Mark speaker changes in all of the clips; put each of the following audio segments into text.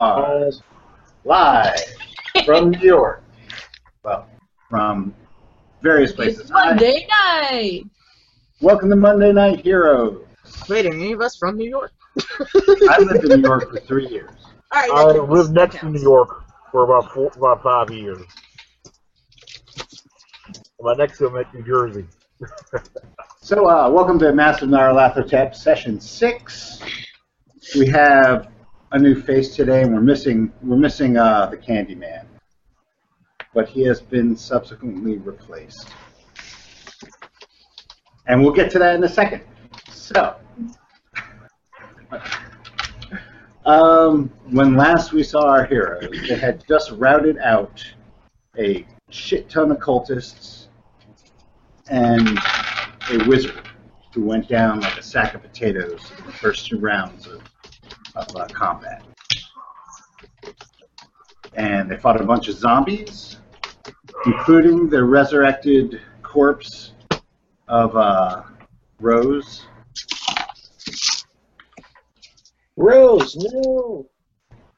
Speaker 1: Podcast live from New York. Well, from various places.
Speaker 2: It's Monday night.
Speaker 1: Welcome to Monday Night Heroes.
Speaker 3: Wait, are any of us from New York?
Speaker 1: I lived in New York for three years.
Speaker 3: All
Speaker 4: I
Speaker 3: right, that
Speaker 4: lived next to
Speaker 3: counts.
Speaker 4: New York for about four, about five years. My next to him at New Jersey.
Speaker 1: So, uh, welcome to Master Nyarlathotep Session Six. We have a new face today, and we're missing we're missing uh, the Candyman, but he has been subsequently replaced, and we'll get to that in a second. So, um, when last we saw our heroes, they had just routed out a shit ton of cultists and a wizard who went down like a sack of potatoes in the first two rounds of, of uh, combat. And they fought a bunch of zombies, including the resurrected corpse of uh, Rose.
Speaker 5: Rose, no.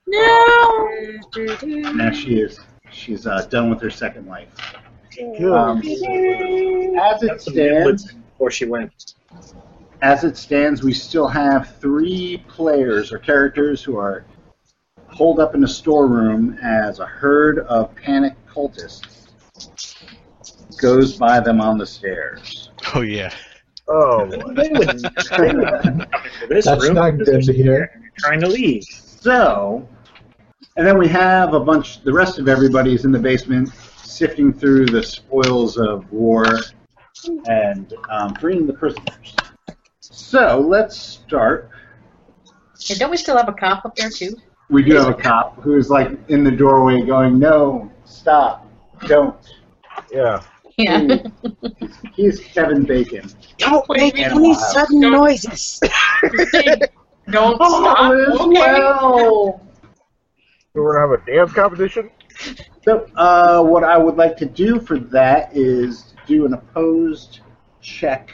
Speaker 2: No.
Speaker 1: Now she is she's uh, done with her second life.
Speaker 4: Good.
Speaker 1: Um, as it
Speaker 5: That's a manlet
Speaker 1: stands,
Speaker 5: before she went.
Speaker 1: as it stands, we still have three players or characters who are holed up in a storeroom as a herd of panicked cultists goes by them on the stairs.
Speaker 6: Oh yeah.
Speaker 4: oh, boy.
Speaker 5: They wouldn't they wouldn't come into this
Speaker 7: That's
Speaker 5: room.
Speaker 7: not good to hear.
Speaker 5: Trying to leave.
Speaker 1: So, and then we have a bunch. The rest of everybody is in the basement, sifting through the spoils of war and um, freeing the prisoners. So let's start
Speaker 3: And don't we still have a cop up there too?
Speaker 1: We do have a cop who's like in the doorway going, "No, stop, don't."
Speaker 4: yeah.
Speaker 3: Yeah.
Speaker 1: He's Kevin Bacon.
Speaker 8: Don't
Speaker 3: Wait,
Speaker 8: make
Speaker 1: wait,
Speaker 8: any
Speaker 1: wow.
Speaker 8: sudden
Speaker 3: Don't-
Speaker 8: noises.
Speaker 3: Don't
Speaker 1: All is
Speaker 3: stop. Okay.
Speaker 1: Oh, well.
Speaker 4: So we're gonna have a dance competition.
Speaker 1: So, uh, what I would like to do for that is do an opposed check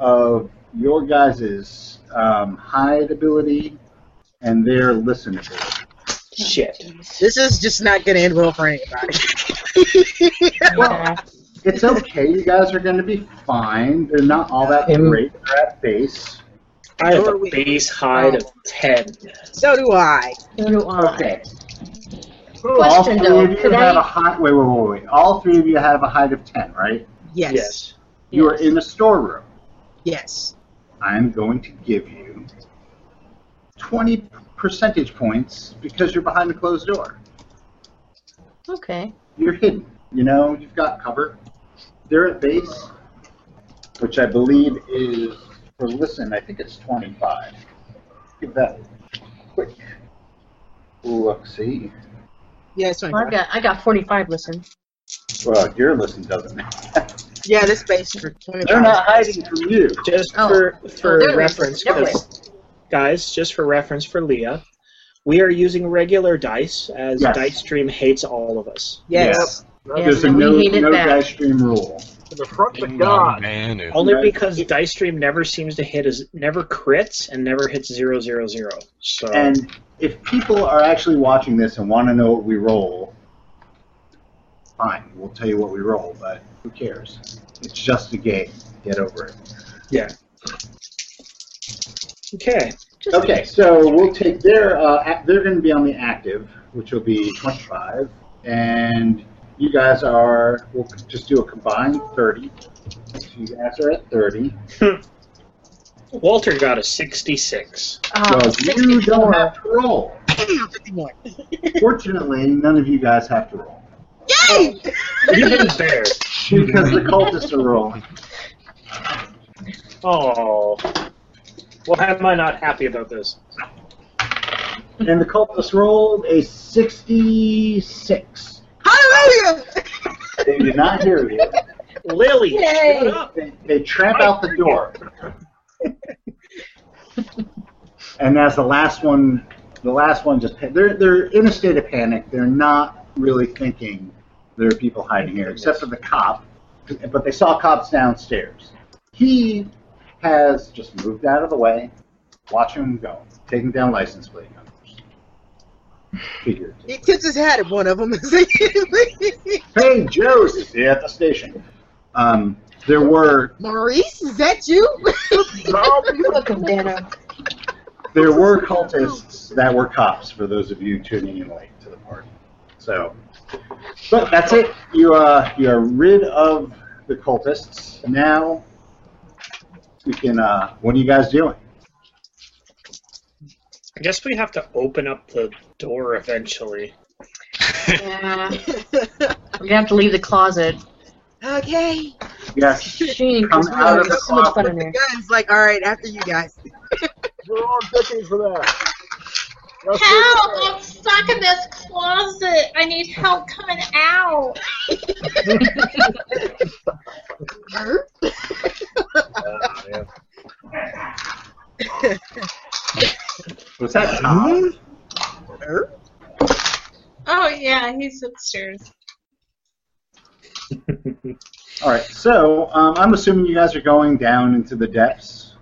Speaker 1: of your guys' um, hide ability and their listen ability.
Speaker 5: Shit.
Speaker 8: This is just not going to end well for anybody.
Speaker 3: Yeah.
Speaker 1: It's okay. You guys are going to be fine. They're not all that
Speaker 7: Um,
Speaker 1: great. They're at base.
Speaker 5: I have
Speaker 8: Who
Speaker 5: a
Speaker 8: are we?
Speaker 5: base hide of ten.
Speaker 8: So do I.
Speaker 2: So do I.
Speaker 1: Okay. All
Speaker 2: Question
Speaker 1: three
Speaker 2: though,
Speaker 1: of you
Speaker 2: could
Speaker 1: have a
Speaker 2: I?
Speaker 1: high. Wait, wait, wait, wait. All three of you have a height of ten, right?
Speaker 8: Yes. Yes.
Speaker 1: You are in a storeroom.
Speaker 8: Yes.
Speaker 1: I'm going to give you 20 percentage points because you're behind a closed door.
Speaker 2: Okay.
Speaker 1: You're hidden. You know, you've got cover. They're at base, which I believe is, for listen, I think it's 25. Give that a quick look see.
Speaker 8: Yes.
Speaker 2: Well, I got I got 45 listens.
Speaker 1: Well, your listen doesn't matter.
Speaker 8: Yeah, this base for 25.
Speaker 1: They're not hiding from you.
Speaker 5: Just
Speaker 2: Oh.
Speaker 5: for for
Speaker 2: Oh, there it is.
Speaker 5: reference,
Speaker 2: Never
Speaker 5: 'cause- guys, just for reference for Leah, we are using regular dice as
Speaker 1: Yes.
Speaker 5: Dice Stream hates all of us.
Speaker 8: Yes.
Speaker 2: Yes,
Speaker 1: There's a
Speaker 2: and we
Speaker 1: no,
Speaker 2: hated
Speaker 1: no
Speaker 2: that.
Speaker 1: dice stream rule.
Speaker 4: In the front of
Speaker 6: Ding
Speaker 4: Oh God.
Speaker 6: dong, man. It-
Speaker 5: Only
Speaker 1: Right.
Speaker 5: because Dice Stream never seems to hit as never crits and never hits zero zero zero. So
Speaker 1: And if people are actually watching this and want to know what we roll, fine, we'll tell you what we roll, but who cares? It's just a game. Get over it.
Speaker 5: okay,
Speaker 2: Just-
Speaker 1: Okay, so we'll take their. Uh, ac- they're going to be on the active, which will be 25, and you guys are. We'll c- just do a combined 30. So you guys are at 30.
Speaker 5: Walter got a sixty six.
Speaker 2: Oh,
Speaker 1: well, you
Speaker 2: 64.
Speaker 1: don't have to roll.
Speaker 8: 51.
Speaker 1: Fortunately, none of you guys have to roll
Speaker 8: Yay!
Speaker 5: Even better.
Speaker 1: because the cultists are rolling.
Speaker 5: Oh. Well, am I not happy about this?
Speaker 1: And the cultists rolled a 66.
Speaker 8: Hallelujah!
Speaker 1: They did not hear you.
Speaker 5: Lily,
Speaker 2: Yay.
Speaker 5: shut up.
Speaker 1: They, they tramp out the door. and as the last one, the last one just, they're, they're in a state of panic. They're not really thinking there are people hiding here, except for the cop. But they saw cops downstairs. He has just moved out of the way. Watch him go, taking down license plate numbers. figure.
Speaker 8: He tips his hat at one of them.
Speaker 1: Hey, Joe, see you at the station. Um, there were
Speaker 8: Maurice, is that you?
Speaker 2: Welcome, Dano.
Speaker 1: there were cultists that were cops for those of you tuning in late to the party. So, but that's it. You uh, you are rid of the cultists now. We can. Uh, what are you guys doing?
Speaker 5: I guess we have to open up the door eventually.
Speaker 2: Yeah. We're gonna have to leave the closet.
Speaker 8: okay.
Speaker 1: Yes.
Speaker 2: Shame,
Speaker 1: Come
Speaker 2: 'cause we're
Speaker 1: out
Speaker 2: gonna
Speaker 1: of
Speaker 2: have
Speaker 1: the
Speaker 2: so much fun in there.
Speaker 8: Guys, like, all right, after you guys.
Speaker 4: We're all dipping for that. Let's
Speaker 6: Help!
Speaker 4: do
Speaker 6: I'm stuck in this closet. I need help coming out.
Speaker 4: that. Yeah, man.
Speaker 1: What's that? Tom?
Speaker 6: Oh yeah, he's upstairs.
Speaker 1: All right. So um, I'm assuming you guys are going down into the depths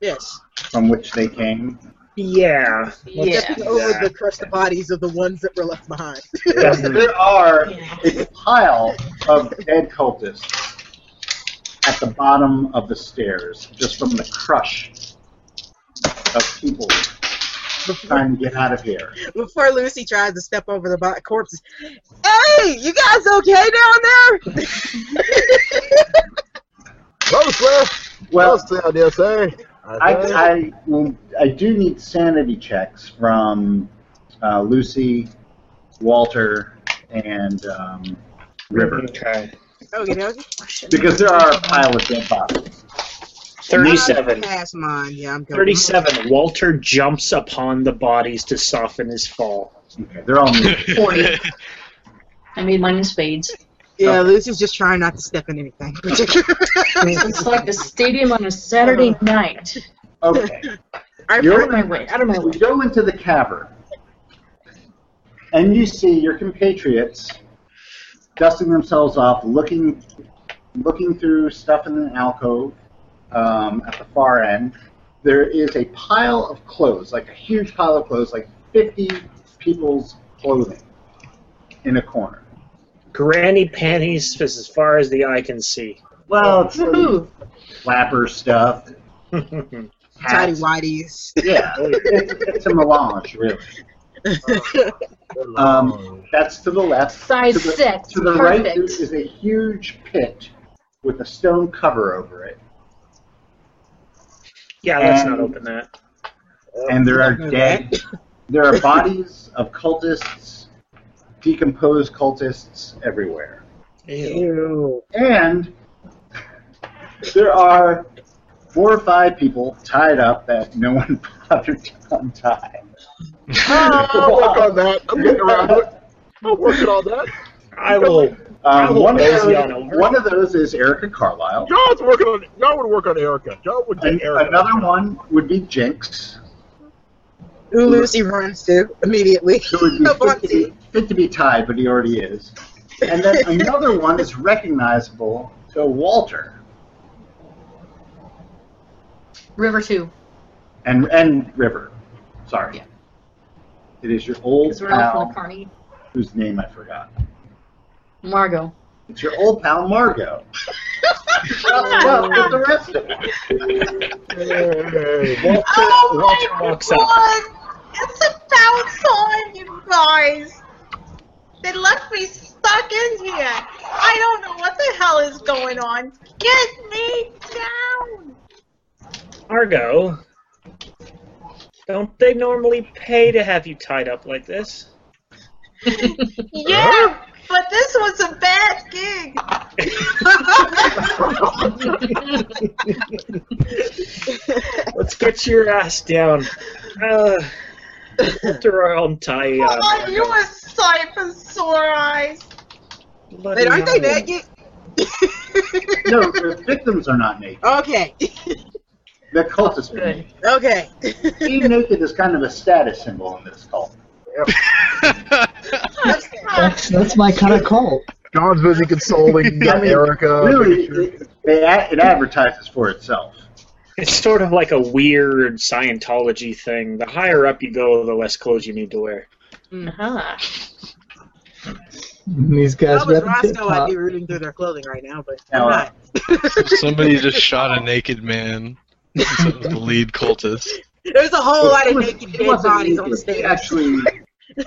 Speaker 8: Yes.
Speaker 1: from which they came.
Speaker 5: Yeah.
Speaker 2: Yeah.
Speaker 8: Stepping over the crushed bodies of the ones that were left behind.
Speaker 1: there are
Speaker 2: Yeah.
Speaker 1: a pile of dead cultists at the bottom of the stairs, just from the crush of people trying to get out of here.
Speaker 8: Before Lucy tries to step over the bo- corpses. Hey, you guys okay down there?
Speaker 4: Close left.
Speaker 1: Well,
Speaker 4: Close down, yes, eh?
Speaker 1: I,
Speaker 4: think.
Speaker 1: I, will- I do need sanity checks from uh, Lucy, Walter, and um, River
Speaker 5: Okay.
Speaker 8: okay, okay.
Speaker 1: because there are a pile of dead bodies.
Speaker 5: 37.
Speaker 8: Pass mine. Yeah, I'm going.
Speaker 5: 37. Walter jumps upon the bodies to soften his fall.
Speaker 1: Okay, they're all new.
Speaker 2: Forty. I made mine in spades.
Speaker 8: Yeah, Lucy's just trying not to step in anything.
Speaker 2: It's like the stadium on a Saturday night.
Speaker 1: Okay.
Speaker 8: I
Speaker 1: You're-
Speaker 2: Out of my way. Out of my way.
Speaker 1: We go into the cavern, and you see your compatriots dusting themselves off, looking, looking through stuff in an alcove um, at the far end. There is a pile of clothes, like a huge pile of clothes, like 50 people's clothing in a corner.
Speaker 5: Granny panties is as far as the eye can see.
Speaker 1: Well, it's
Speaker 2: Woohoo.
Speaker 1: flapper stuff.
Speaker 8: Tidy
Speaker 1: Hats.
Speaker 8: whities.
Speaker 1: Yeah, it's, it's a melange, really. Uh-huh. Um, That's to the left.
Speaker 2: Size
Speaker 1: To the-
Speaker 2: six.
Speaker 1: To the right
Speaker 2: Perfect.
Speaker 1: there is a huge pit with a stone cover over it,
Speaker 5: yeah, let's
Speaker 1: And-
Speaker 5: not open that.
Speaker 1: and there are
Speaker 8: Okay.
Speaker 1: dead. There are bodies of cultists, decomposed cultists everywhere,
Speaker 8: Ew.
Speaker 1: and there are four or five people tied up that no one bothered to untie.
Speaker 4: I'll work on that. I'm getting around to it. I'll work on all that.
Speaker 5: I will.
Speaker 1: Um, one, of
Speaker 5: Lazy
Speaker 1: those,
Speaker 5: on over.
Speaker 1: one of those is Erica Carlisle.
Speaker 4: John's working on. John would work on Erica. John would
Speaker 1: An-
Speaker 4: take Erica.
Speaker 1: Another one would be Jinx.
Speaker 8: Who Lucy runs to immediately.
Speaker 1: who would be
Speaker 8: No,
Speaker 1: fit to, be, fit to be tied, but he already is. And then another one is recognizable to Walter
Speaker 2: River two.
Speaker 1: and and River. Sorry.
Speaker 2: Yeah.
Speaker 1: It is your old
Speaker 2: Because we're all from the
Speaker 1: pal
Speaker 2: Carney.
Speaker 1: whose name I forgot.
Speaker 2: Margot.
Speaker 1: It's your old pal Margot. Well, well, with the rest of them.
Speaker 4: Hey.
Speaker 5: Walter,
Speaker 6: Oh
Speaker 5: Walter
Speaker 6: my
Speaker 5: walks up.
Speaker 6: god! It's about time, you guys. They left me stuck in here. I don't know what the hell is going on. Get me down!
Speaker 5: Margo, don't they normally pay to have you tied up like this?
Speaker 6: Yeah, but this was a bad gig.
Speaker 5: Let's get your ass down. Uh, Walter, untie. Uh,
Speaker 6: Oh, you
Speaker 5: Margo.
Speaker 6: were sorry for sore eyes.
Speaker 5: Bloody
Speaker 8: Wait, aren't they
Speaker 5: hell.
Speaker 8: naked?
Speaker 1: No, the victims are not naked.
Speaker 8: okay.
Speaker 1: The cultists are naked.
Speaker 8: Okay.
Speaker 1: Being naked is kind of a status symbol in this cult.
Speaker 7: That's that's my kind of cult.
Speaker 4: John's busy consoling
Speaker 1: I mean,
Speaker 4: Erica.
Speaker 1: really, it, they a- it advertises for itself.
Speaker 5: It's sort of like a weird Scientology thing. The higher up you go, the less clothes you need to wear.
Speaker 2: Uh-huh.
Speaker 7: These guys
Speaker 8: If I was
Speaker 7: wrapping
Speaker 8: Roscoe, I'd
Speaker 7: TikTok.
Speaker 8: be rooting through their clothing right now, but I'm
Speaker 1: Now,
Speaker 8: not.
Speaker 9: Somebody just shot a naked man. the lead cultist.
Speaker 8: There's a whole lot of naked
Speaker 1: He
Speaker 8: dead
Speaker 1: wasn't
Speaker 8: bodies on the
Speaker 1: naked. He
Speaker 8: stage.
Speaker 1: Actually,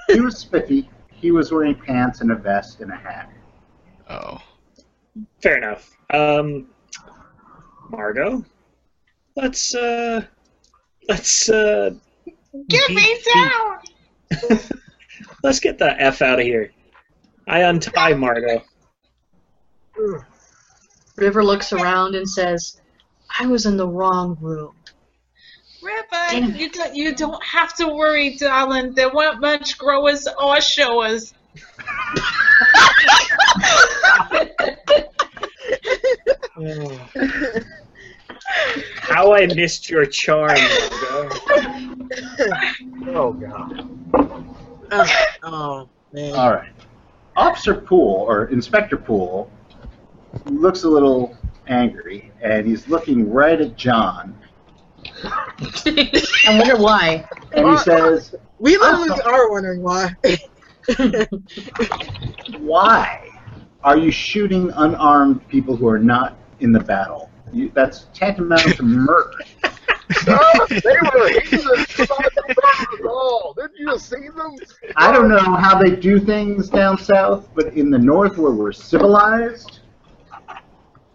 Speaker 1: he was spiffy. He was wearing pants and a vest and a hat.
Speaker 9: Oh.
Speaker 5: Fair enough. Um, Margot, let's uh, let's uh,
Speaker 6: Get me down!
Speaker 5: let's get the f out of here. I untie Margot.
Speaker 2: River looks around and says, I was in the wrong room.
Speaker 6: River, you don't, you don't have to worry, darling. There weren't much growers or showers.
Speaker 5: How I missed your charm, Margot.
Speaker 4: Oh god.
Speaker 8: Oh, oh, man.
Speaker 1: All right. Officer Poole, or Inspector Poole, looks a little angry, and he's looking right at John,
Speaker 2: I wonder why.
Speaker 1: and he says,
Speaker 8: we literally are wondering why.
Speaker 1: "Why are you shooting unarmed people who are not in the battle? You, that's tantamount to murder."
Speaker 4: Oh, they were heathens without the problem at all. Didn't you see them?
Speaker 1: I don't know how they do things down south, but in the north where we're civilized,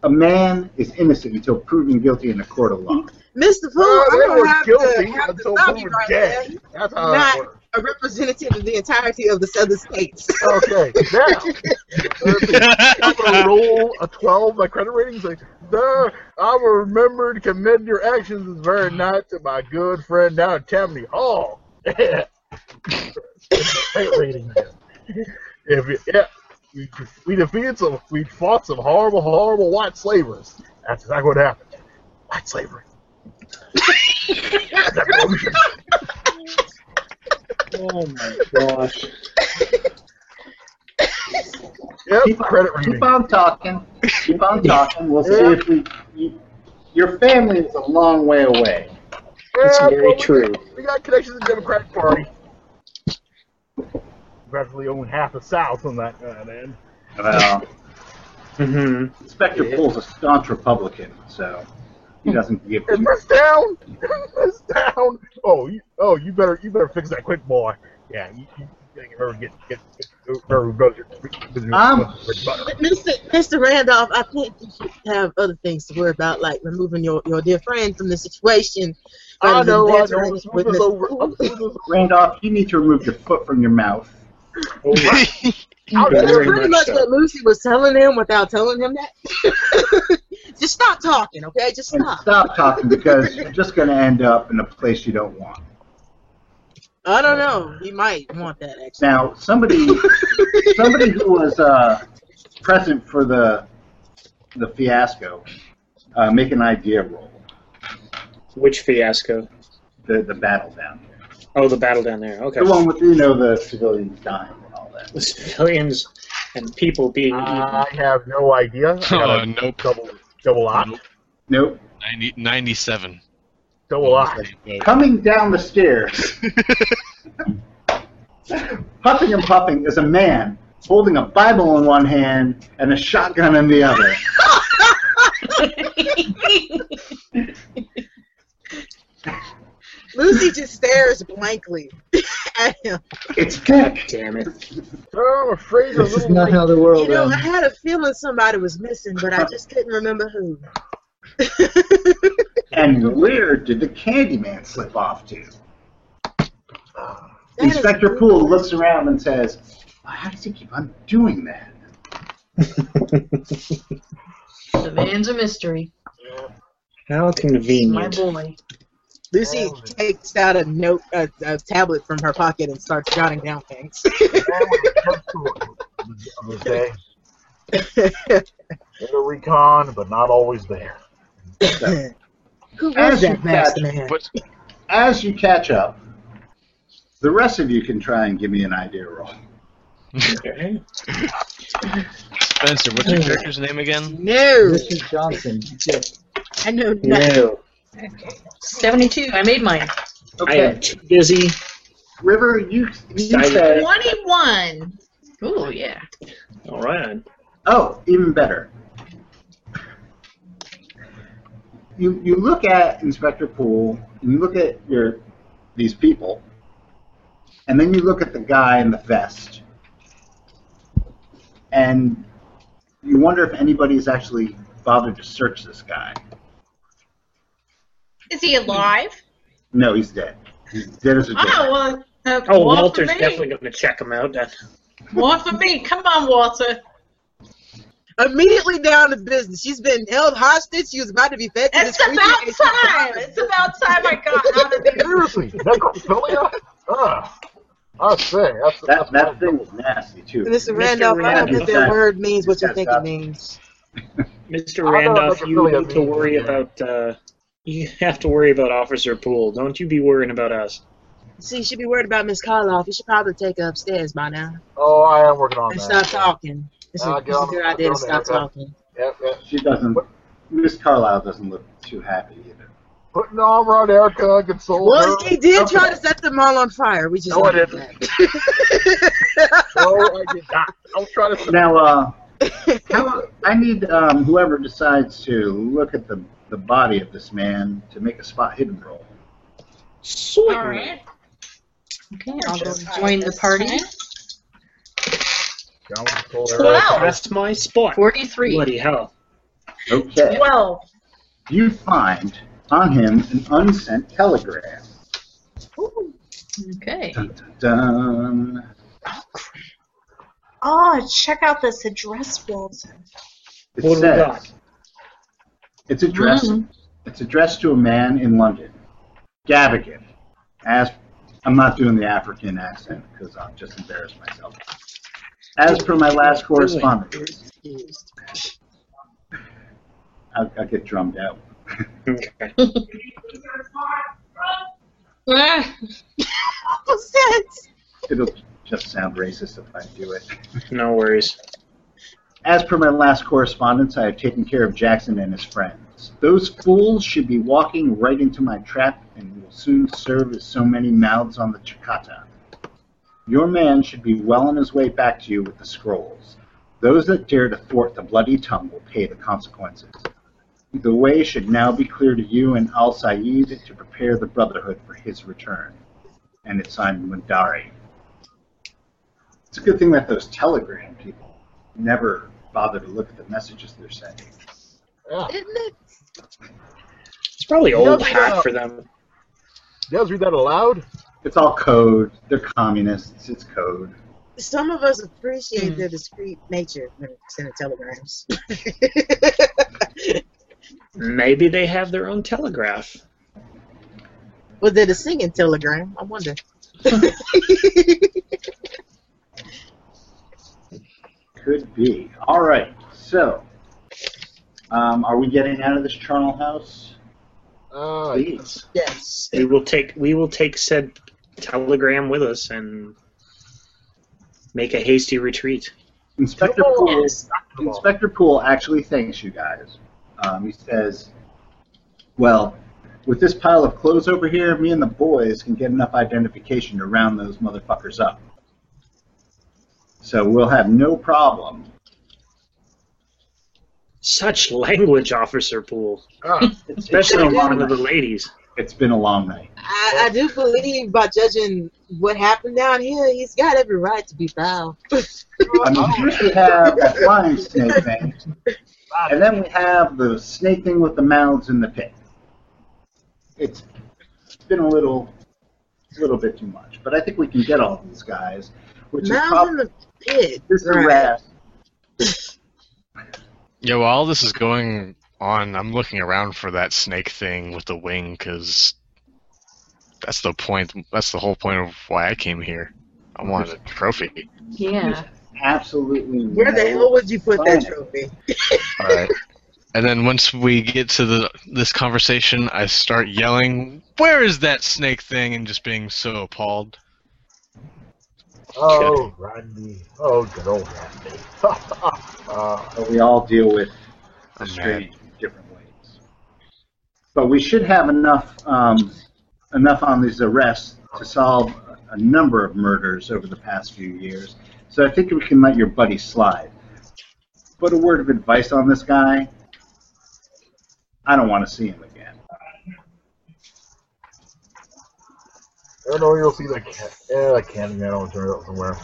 Speaker 1: a man is innocent until proven guilty in a court of law.
Speaker 8: Mr. Poole,
Speaker 4: Oh,
Speaker 8: I'm
Speaker 4: they
Speaker 8: going
Speaker 4: were
Speaker 8: to have
Speaker 4: guilty
Speaker 8: to, have to
Speaker 4: until
Speaker 8: stop you
Speaker 4: proven
Speaker 8: right there.
Speaker 4: dead. That's how that
Speaker 8: Not-
Speaker 4: works.
Speaker 8: A representative of the entirety of the southern states.
Speaker 4: Okay, now. I'm
Speaker 9: Oh,
Speaker 4: gonna roll a 12, my credit rating's like, duh, I will remember to commend your actions this very night to my good friend down at Tammany Hall. credit rating. If you, yeah, we, we defeated some, we fought some horrible, horrible white slavers. That's exactly what happened. White slavery. Revolution.
Speaker 5: Oh my gosh.
Speaker 4: Yep,
Speaker 1: Keep on,
Speaker 4: credit rating.
Speaker 1: keep on talking. Keep on talking. We'll see if we. You, your family is a long way away.
Speaker 7: It's
Speaker 4: Yeah, well,
Speaker 7: very
Speaker 4: we-
Speaker 7: true.
Speaker 4: We got connections to the Democratic Party. Gradually own half the South on that guy, man.
Speaker 1: Well,
Speaker 5: Mm-hmm.
Speaker 1: Inspector Poole's a staunch Republican, so he doesn't give.
Speaker 4: Is this down? Is this down? Oh, you, oh, you better, you better fix that quick, boy. Yeah, you, you better get, get, get, better, better, better,
Speaker 1: Um,
Speaker 4: better.
Speaker 8: But Mr. Mr. Randolph, I think you should have other things to worry about, like removing your, your dear friend from the situation.
Speaker 4: I
Speaker 8: rather than
Speaker 4: know, I know.
Speaker 8: bantering
Speaker 4: Let's move
Speaker 8: with
Speaker 4: this
Speaker 8: Mr.
Speaker 4: over.
Speaker 8: Poole.
Speaker 4: Let's move this
Speaker 1: Randolph, you need to remove your foot from your mouth.
Speaker 4: out
Speaker 8: That's
Speaker 4: there.
Speaker 5: Very
Speaker 8: pretty much
Speaker 5: much so.
Speaker 8: what Lucy was telling him without telling him that. Just stop talking, okay? Just
Speaker 1: And
Speaker 8: stop.
Speaker 1: stop talking because you're just going to end up in a place you don't want.
Speaker 8: I don't know. He might want that actually.
Speaker 1: Now, somebody, somebody who was uh, present for the the fiasco, uh, make an idea roll.
Speaker 5: Which fiasco?
Speaker 1: The the battle down here.
Speaker 5: Oh, the battle down there. Okay.
Speaker 1: The one with you know the civilians dying and all that.
Speaker 5: The civilians and people being eaten.
Speaker 9: Ah,
Speaker 4: I have no idea. I
Speaker 9: Oh,
Speaker 4: got a
Speaker 9: nope.
Speaker 4: double, double op,
Speaker 9: Nope.
Speaker 1: Nope.
Speaker 9: 90, 97.
Speaker 4: double op.
Speaker 1: Coming down the stairs, puffing and puffing, is a man holding a Bible in one hand and a shotgun in the other.
Speaker 8: Lucy just stares blankly at him.
Speaker 1: It's Dick.
Speaker 5: Damn it.
Speaker 4: Oh, I'm afraid the
Speaker 7: This is
Speaker 4: little
Speaker 7: not how the
Speaker 8: You
Speaker 7: world
Speaker 8: know, I
Speaker 7: ends.
Speaker 8: had a feeling somebody was missing, but I just couldn't remember who.
Speaker 1: And where did the Candyman slip off to?
Speaker 8: That is
Speaker 1: Inspector
Speaker 8: brutal.
Speaker 1: Poole looks around and says, "How does he keep on doing that?"
Speaker 2: The van's a mystery.
Speaker 5: How
Speaker 2: My
Speaker 5: convenient.
Speaker 2: boy.
Speaker 8: Lucy takes out a note, a, a tablet from her pocket, and starts jotting down things.
Speaker 4: man with the first tour of the day. Better recon, but not always there.
Speaker 8: Who was
Speaker 1: As you
Speaker 8: that masked man?
Speaker 9: But
Speaker 1: As you catch up, the rest of you can try and give me an idea roll.
Speaker 5: Okay.
Speaker 9: Spencer, what's your character's name again?
Speaker 8: No,
Speaker 7: Richard Johnson.
Speaker 8: I know not.
Speaker 5: No.
Speaker 2: 72. I made mine.
Speaker 5: I am too busy
Speaker 1: River, you, you
Speaker 5: Excited.
Speaker 1: said,
Speaker 6: 21.
Speaker 3: Ooh, yeah.
Speaker 5: All right.
Speaker 1: oh, even better. You, you look at Inspector Poole, and you look at your these people, and then you look at the guy in the vest, and you wonder if anybody's actually bothered to search this guy.
Speaker 6: Is he alive?
Speaker 1: No, he's dead. He's dead as a doornail.
Speaker 6: Oh, well. Uh,
Speaker 5: Oh,
Speaker 6: more
Speaker 5: Walter's
Speaker 6: for me.
Speaker 5: definitely going to check him out. Then.
Speaker 6: More for me. Come on, Walter.
Speaker 8: Immediately down to business. She's been held hostage. She was about to be fed to
Speaker 6: It's
Speaker 8: this creature,
Speaker 6: about
Speaker 8: and she's
Speaker 6: time. It's about time I got out of there.
Speaker 4: Seriously, necrophilia? Ugh. I say, that's,
Speaker 1: That, that thing was nasty, too.
Speaker 8: And Mr. Randolph, I don't
Speaker 1: Randolph.
Speaker 8: think that word means what you
Speaker 1: Yes,
Speaker 8: think
Speaker 1: that-
Speaker 8: it means.
Speaker 5: Mr.
Speaker 4: don't
Speaker 5: Randolph,
Speaker 4: know
Speaker 5: you
Speaker 4: if it really
Speaker 5: need to
Speaker 4: means
Speaker 5: worry
Speaker 4: anything.
Speaker 5: about. Uh, you have to worry about Officer Poole. Don't you be worrying about us.
Speaker 8: See, you should be worried about Miss Karloff. You should probably take her upstairs by now
Speaker 4: Oh, I am working on
Speaker 8: and
Speaker 4: that.
Speaker 8: stop talking. It's a,
Speaker 4: I'll
Speaker 8: it's
Speaker 4: get
Speaker 8: a
Speaker 4: on
Speaker 8: good
Speaker 4: the-
Speaker 8: idea to
Speaker 4: on
Speaker 8: stop
Speaker 4: that, okay.
Speaker 8: talking.
Speaker 4: Yep, yep.
Speaker 1: She doesn't. Miss Carlisle doesn't look too happy either.
Speaker 4: Putting armor on Erica, console
Speaker 8: Well,
Speaker 4: her.
Speaker 8: he did try to set them all on fire. We just
Speaker 4: No, I
Speaker 8: didn't.
Speaker 4: No, I did not. I was trying to.
Speaker 1: Now, uh, how, I need um, whoever decides to look at the, the body of this man to make a spot hidden roll.
Speaker 5: Sweet.
Speaker 6: All right.
Speaker 2: Okay, I'll go join the party.
Speaker 4: I was told her.
Speaker 6: Wow.
Speaker 5: That's my spot.
Speaker 2: Forty-three.
Speaker 5: Bloody hell.
Speaker 1: Okay.
Speaker 6: 12.
Speaker 1: You find on him an unsent telegram.
Speaker 2: Okay.
Speaker 1: Dun, dun, dun.
Speaker 6: Oh, check out this address, Walter.
Speaker 1: It
Speaker 5: What do we got?
Speaker 1: says it's addressed. It's addressed to a man in London, Gavigan. As I'm not doing the African accent because I'll just embarrass myself. As per my last correspondence, I'll, I'll get drummed out.
Speaker 5: Okay.
Speaker 8: What's that?
Speaker 1: It'll just sound racist if I do it.
Speaker 5: No worries.
Speaker 1: As per my last correspondence, I have taken care of Jackson and his friends. Those fools should be walking right into my trap and will soon serve as so many mouths on the Chakata. Your man should be well on his way back to you with the scrolls. Those that dare to thwart the bloody tongue will pay the consequences. The way should now be clear to you and Al Sayed to prepare the Brotherhood for his return. And it's signed Mundari. It's a good thing that those telegram people never bother to look at the messages they're sending.
Speaker 4: Yeah.
Speaker 8: Isn't it?
Speaker 5: It's probably
Speaker 4: No,
Speaker 5: old
Speaker 4: no,
Speaker 5: hat
Speaker 4: no.
Speaker 5: for them.
Speaker 4: You guys read that aloud?
Speaker 1: It's all code. They're communists. It's code.
Speaker 8: Some of us appreciate their discreet nature when sending telegrams.
Speaker 5: Maybe they have their own telegraph.
Speaker 8: Was it a singing telegram? I wonder.
Speaker 1: Could be. All right. So, um, are we getting out of this charnel house?
Speaker 4: Uh,
Speaker 1: Please.
Speaker 8: yes.
Speaker 5: We will take we will take said telegram with us and make a hasty retreat.
Speaker 1: Inspector
Speaker 4: Come on.
Speaker 1: Poole.
Speaker 4: Come on.
Speaker 1: Inspector Poole actually thanks you guys. Um, he says, "Well, with this pile of clothes over here, me and the boys can get enough identification to round those motherfuckers up. So we'll have no problem
Speaker 5: Such language, Officer Poole.
Speaker 4: uh,
Speaker 5: Especially
Speaker 1: It's been a long
Speaker 5: one of the
Speaker 1: night.
Speaker 5: ladies.
Speaker 1: It's been a long night.
Speaker 8: I, I do believe by judging what happened down here, he's got every right to be foul.
Speaker 1: I
Speaker 8: Oh.
Speaker 1: mean, first we have the flying snake thing, and then we have the snake thing with the mouths in the pit. It's been a little, a little bit too much, but I think we can get all these guys, which is
Speaker 8: Mouth in
Speaker 1: probably
Speaker 8: the pit.
Speaker 1: this
Speaker 8: Right.
Speaker 1: arrest.
Speaker 9: Yeah, while all this is going on, I'm looking around for that snake thing with the wing because that's the point. That's the whole point of why I came here. I wanted a trophy.
Speaker 2: Yeah.
Speaker 1: Absolutely.
Speaker 8: Where the
Speaker 1: no-
Speaker 8: hell would you put that
Speaker 1: Fine.
Speaker 8: trophy?
Speaker 9: All right. And then once we get to the this conversation, I start yelling, "Where is that snake thing?" and just being so appalled.
Speaker 4: oh, Randy. Oh, good old Randy. uh,
Speaker 1: But we all deal with the
Speaker 9: I'm
Speaker 1: strange in different ways. But we should have enough, um, enough on these arrests to solve a number of murders over the past few years, so I think we can let your buddy slide. But a word of advice on this guy I don't want to see him again.
Speaker 4: I know you'll see eh, that cat. Yeah, that candy man on turn up somewhere.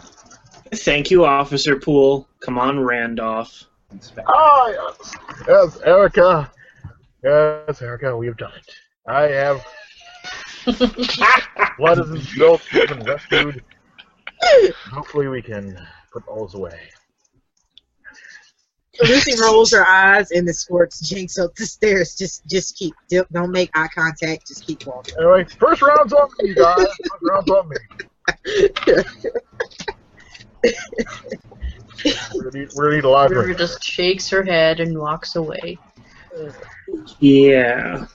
Speaker 5: Thank you, Officer Poole. Come on, Randolph.
Speaker 1: Inspector.
Speaker 4: Ah, yes. yes, Erica. Yes, Erica, we have done it. I have. Blood is spilt. We've been rescued. Hopefully, we can put all this away.
Speaker 8: Lucy rolls her eyes and it squirts Jinx up the stairs. Just, just keep. Don't make eye contact. Just keep walking.
Speaker 4: All right, first round's on me, guys. First round's on me. We're gonna need, we're gonna need a lot of
Speaker 2: River
Speaker 4: drink.
Speaker 2: just shakes her head and walks away.
Speaker 5: Yeah.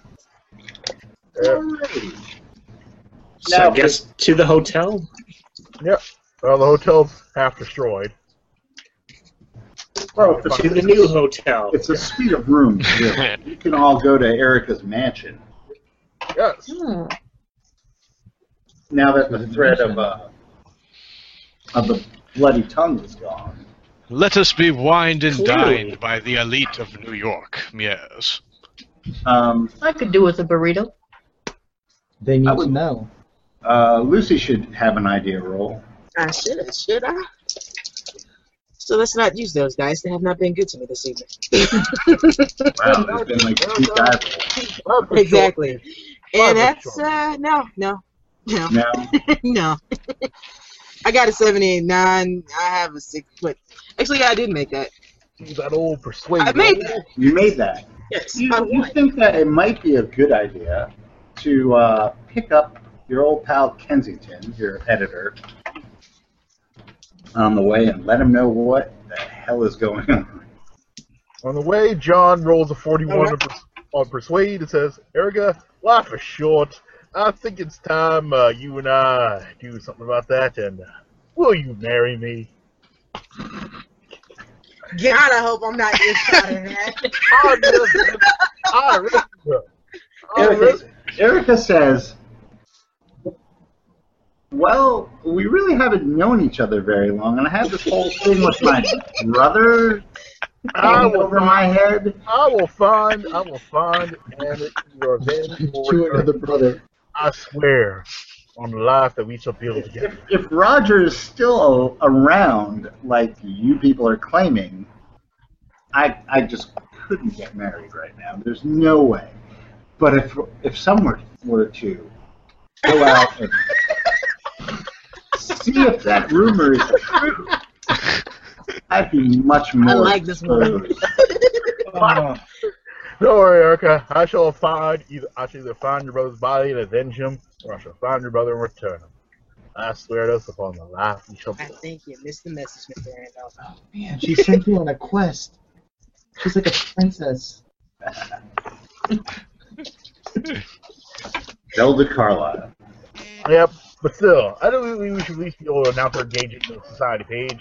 Speaker 4: Yeah.
Speaker 5: So I guess to the hotel.
Speaker 4: Well, the hotel's half destroyed.
Speaker 1: Well, fuck
Speaker 5: To the
Speaker 1: it.
Speaker 5: new hotel.
Speaker 1: It's a suite of rooms. Really. We can all go to Erica's mansion.
Speaker 4: Yes.
Speaker 2: Hmm.
Speaker 1: Now that the threat of uh, of the bloody tongue is gone.
Speaker 9: Let us be wined and
Speaker 5: Clue.
Speaker 9: dined by the elite of New York. Yes.
Speaker 1: Um,
Speaker 2: I could do with a burrito.
Speaker 7: They need
Speaker 1: I would-
Speaker 7: to know.
Speaker 1: uh, Lucy should have an idea roll.
Speaker 8: I should, I should, I. So let's not use those guys. They have not been good to me this evening.
Speaker 1: Wow, there's been like two guys.
Speaker 4: Half destroyed.
Speaker 8: exactly. And
Speaker 4: Barbara
Speaker 8: that's
Speaker 4: Streisand.
Speaker 8: uh, no, no, no,
Speaker 1: Now,
Speaker 8: no. I got a seventy-nine. I have a six. Wait, actually, I did make that.
Speaker 4: That old persuasion.
Speaker 8: I made that.
Speaker 1: you made that.
Speaker 8: Yes, Um,
Speaker 1: You,
Speaker 8: I
Speaker 1: you
Speaker 8: won.
Speaker 1: think that it might be a good idea to uh, pick up your old pal Kensington, your editor, on the way and let him know what the hell is going on.
Speaker 4: On the way, John rolls a 41
Speaker 8: Alright.
Speaker 4: on pers- on Persuade and says, Erica, life is short. I think it's time uh, you and I do something about that, and uh, will you marry me?
Speaker 8: God, I hope I'm not inside of that.
Speaker 4: I risk- I risk her. I risk-
Speaker 1: Erica, Erica says, Well, we really haven't known each other very long, and I have this whole thing with my brother
Speaker 4: I
Speaker 1: hanging
Speaker 4: will,
Speaker 1: over my head.
Speaker 4: I will find, I will find, and it- your then
Speaker 7: To another brother.
Speaker 4: I swear on the life that we shall build
Speaker 1: If,
Speaker 4: together.
Speaker 1: if Roger is still around, like you people are claiming, I I just couldn't get married right now. There's no way. But if if someone were to go out and see if that rumor is true, I'd be much more.
Speaker 8: I like this one.
Speaker 1: exposed.
Speaker 4: Don't worry, Erica. I shall find either I shall either find your brother's body and avenge him, or I shall find your brother and return him. I swear this upon the life we shall
Speaker 8: I
Speaker 4: build.
Speaker 8: think you missed the message, Mr. Randolph.
Speaker 7: Man, she sent you on a quest. She's like a princess.
Speaker 1: Zelda Carlisle.
Speaker 4: Yep, but still, I don't think we should at least be able to announce our engagement to the society page.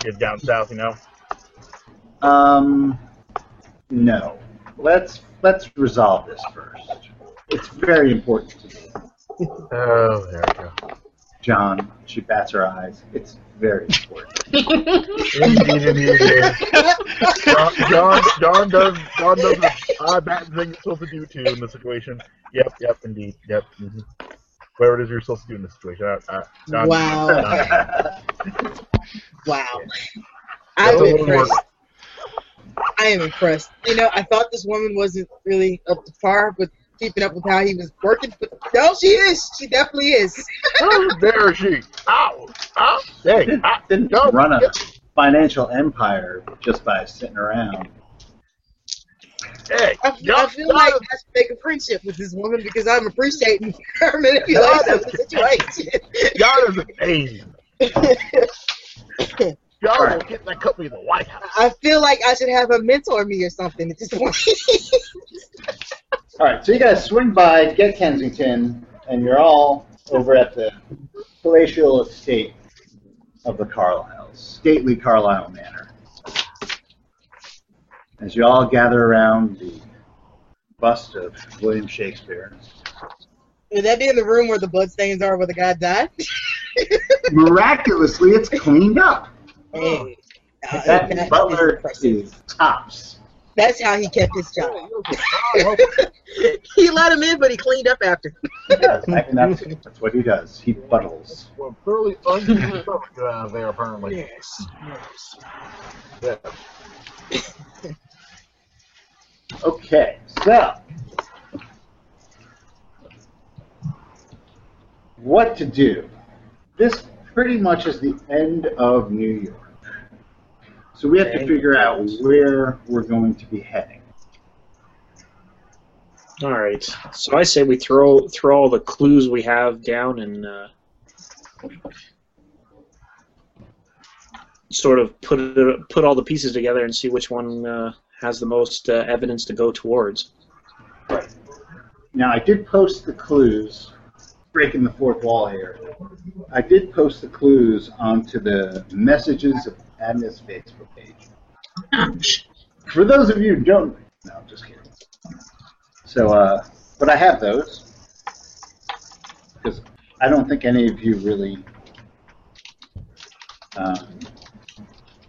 Speaker 4: Get down south, you know.
Speaker 1: Um, no. Let's let's resolve this first. It's very important to me.
Speaker 4: Oh, Erica.
Speaker 1: John. She bats her eyes. It's very important.
Speaker 4: Indeed, indeed, indeed. Don, Don, Don does, Don does the eye bat thing it's supposed to do too in this situation. Yep, yep, indeed, yep. hmm Whatever it is you're supposed to do in this situation. I, I, Don,
Speaker 8: Wow,
Speaker 4: Don-
Speaker 8: wow. I'm
Speaker 4: That's a little
Speaker 8: impressed.
Speaker 4: work.
Speaker 8: I am impressed. You know, I thought this woman wasn't really up to par with keeping up with how he was working, but no, she is. She definitely is.
Speaker 4: Oh, there she. Ow! Ow! Hey! Ow.
Speaker 1: Didn't
Speaker 4: No.
Speaker 1: run a financial empire just by sitting around.
Speaker 4: Hey!
Speaker 8: I, I feel like I should make a friendship with this woman because I'm appreciating her manipulation of the situation.
Speaker 4: Y'all is amazing. Y'all will get that company in the White House.
Speaker 8: I feel like I should have her mentor me or something at this point.
Speaker 1: All right, so you guys swing by, get Kensington, and you're all over at the palatial estate of the Carlyles, stately Carlisle Manor. As you all gather around the bust of William Shakespeare,
Speaker 8: Would that be in the room where the bloodstains are where the guy died?
Speaker 1: Miraculously, it's cleaned up.
Speaker 8: Hey, uh,
Speaker 1: That
Speaker 8: that is
Speaker 1: butler
Speaker 8: impressive.
Speaker 1: is tops.
Speaker 8: That's how he kept his job.
Speaker 4: Oh,
Speaker 8: he let him in, but he cleaned up after.
Speaker 1: Yes, I mean, that's, that's what he does. He buttles.
Speaker 4: well, fairly unusual coverage out there, apparently.
Speaker 8: Yes. yes.
Speaker 4: Yeah.
Speaker 1: Okay, so what to do? This pretty much is the end of New York. So we have to figure out where we're going to be heading.
Speaker 5: All right. So I say we throw throw all the clues we have down and uh, sort of put it, put all the pieces together and see which one uh, has the most uh, evidence to go towards.
Speaker 1: Now, I did post the clues, breaking the fourth wall here. I did post the clues onto the messages of Agnes Facebook page. For those of you who don't, no, I'm just kidding. So, uh, but I have those because I don't think any of you really um,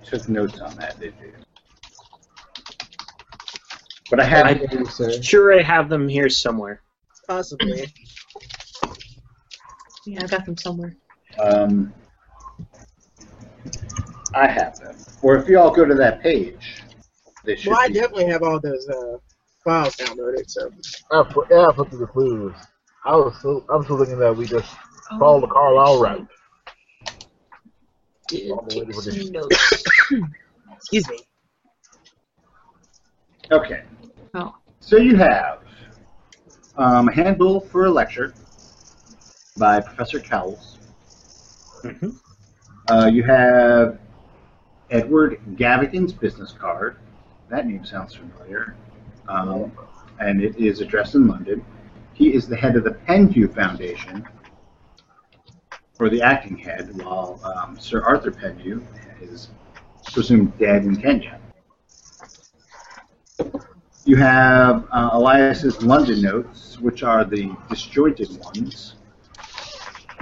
Speaker 1: took notes on that, did you? But I have
Speaker 5: I-
Speaker 7: Thank you, sir.
Speaker 5: Sure, I have them here somewhere.
Speaker 8: Possibly.
Speaker 2: Yeah, I got them somewhere.
Speaker 1: Um, I have them. Or if you all go to that page, they should
Speaker 8: Well, I
Speaker 1: be-
Speaker 8: definitely have all those uh, files downloaded. So
Speaker 4: I put, yeah, I put through the clues. I was so I'm still thinking that we just
Speaker 2: Oh,
Speaker 4: follow the Carlisle route.
Speaker 2: Did
Speaker 4: All the way
Speaker 2: take
Speaker 4: to
Speaker 2: some
Speaker 4: Virginia.
Speaker 2: notes.
Speaker 8: excuse me.
Speaker 1: Okay.
Speaker 2: Oh.
Speaker 1: So you have um, a handbill for a lecture by Professor Cowles.
Speaker 5: Mhm.
Speaker 1: Uh, you have Edward Gavigan's business card. That name sounds familiar. Um, and it is addressed in London. He is the head of the Pendew Foundation, or the acting head, while um, Sir Arthur Pendew is presumed dead in Kenya. You have uh, Elias's London notes, which are the disjointed ones,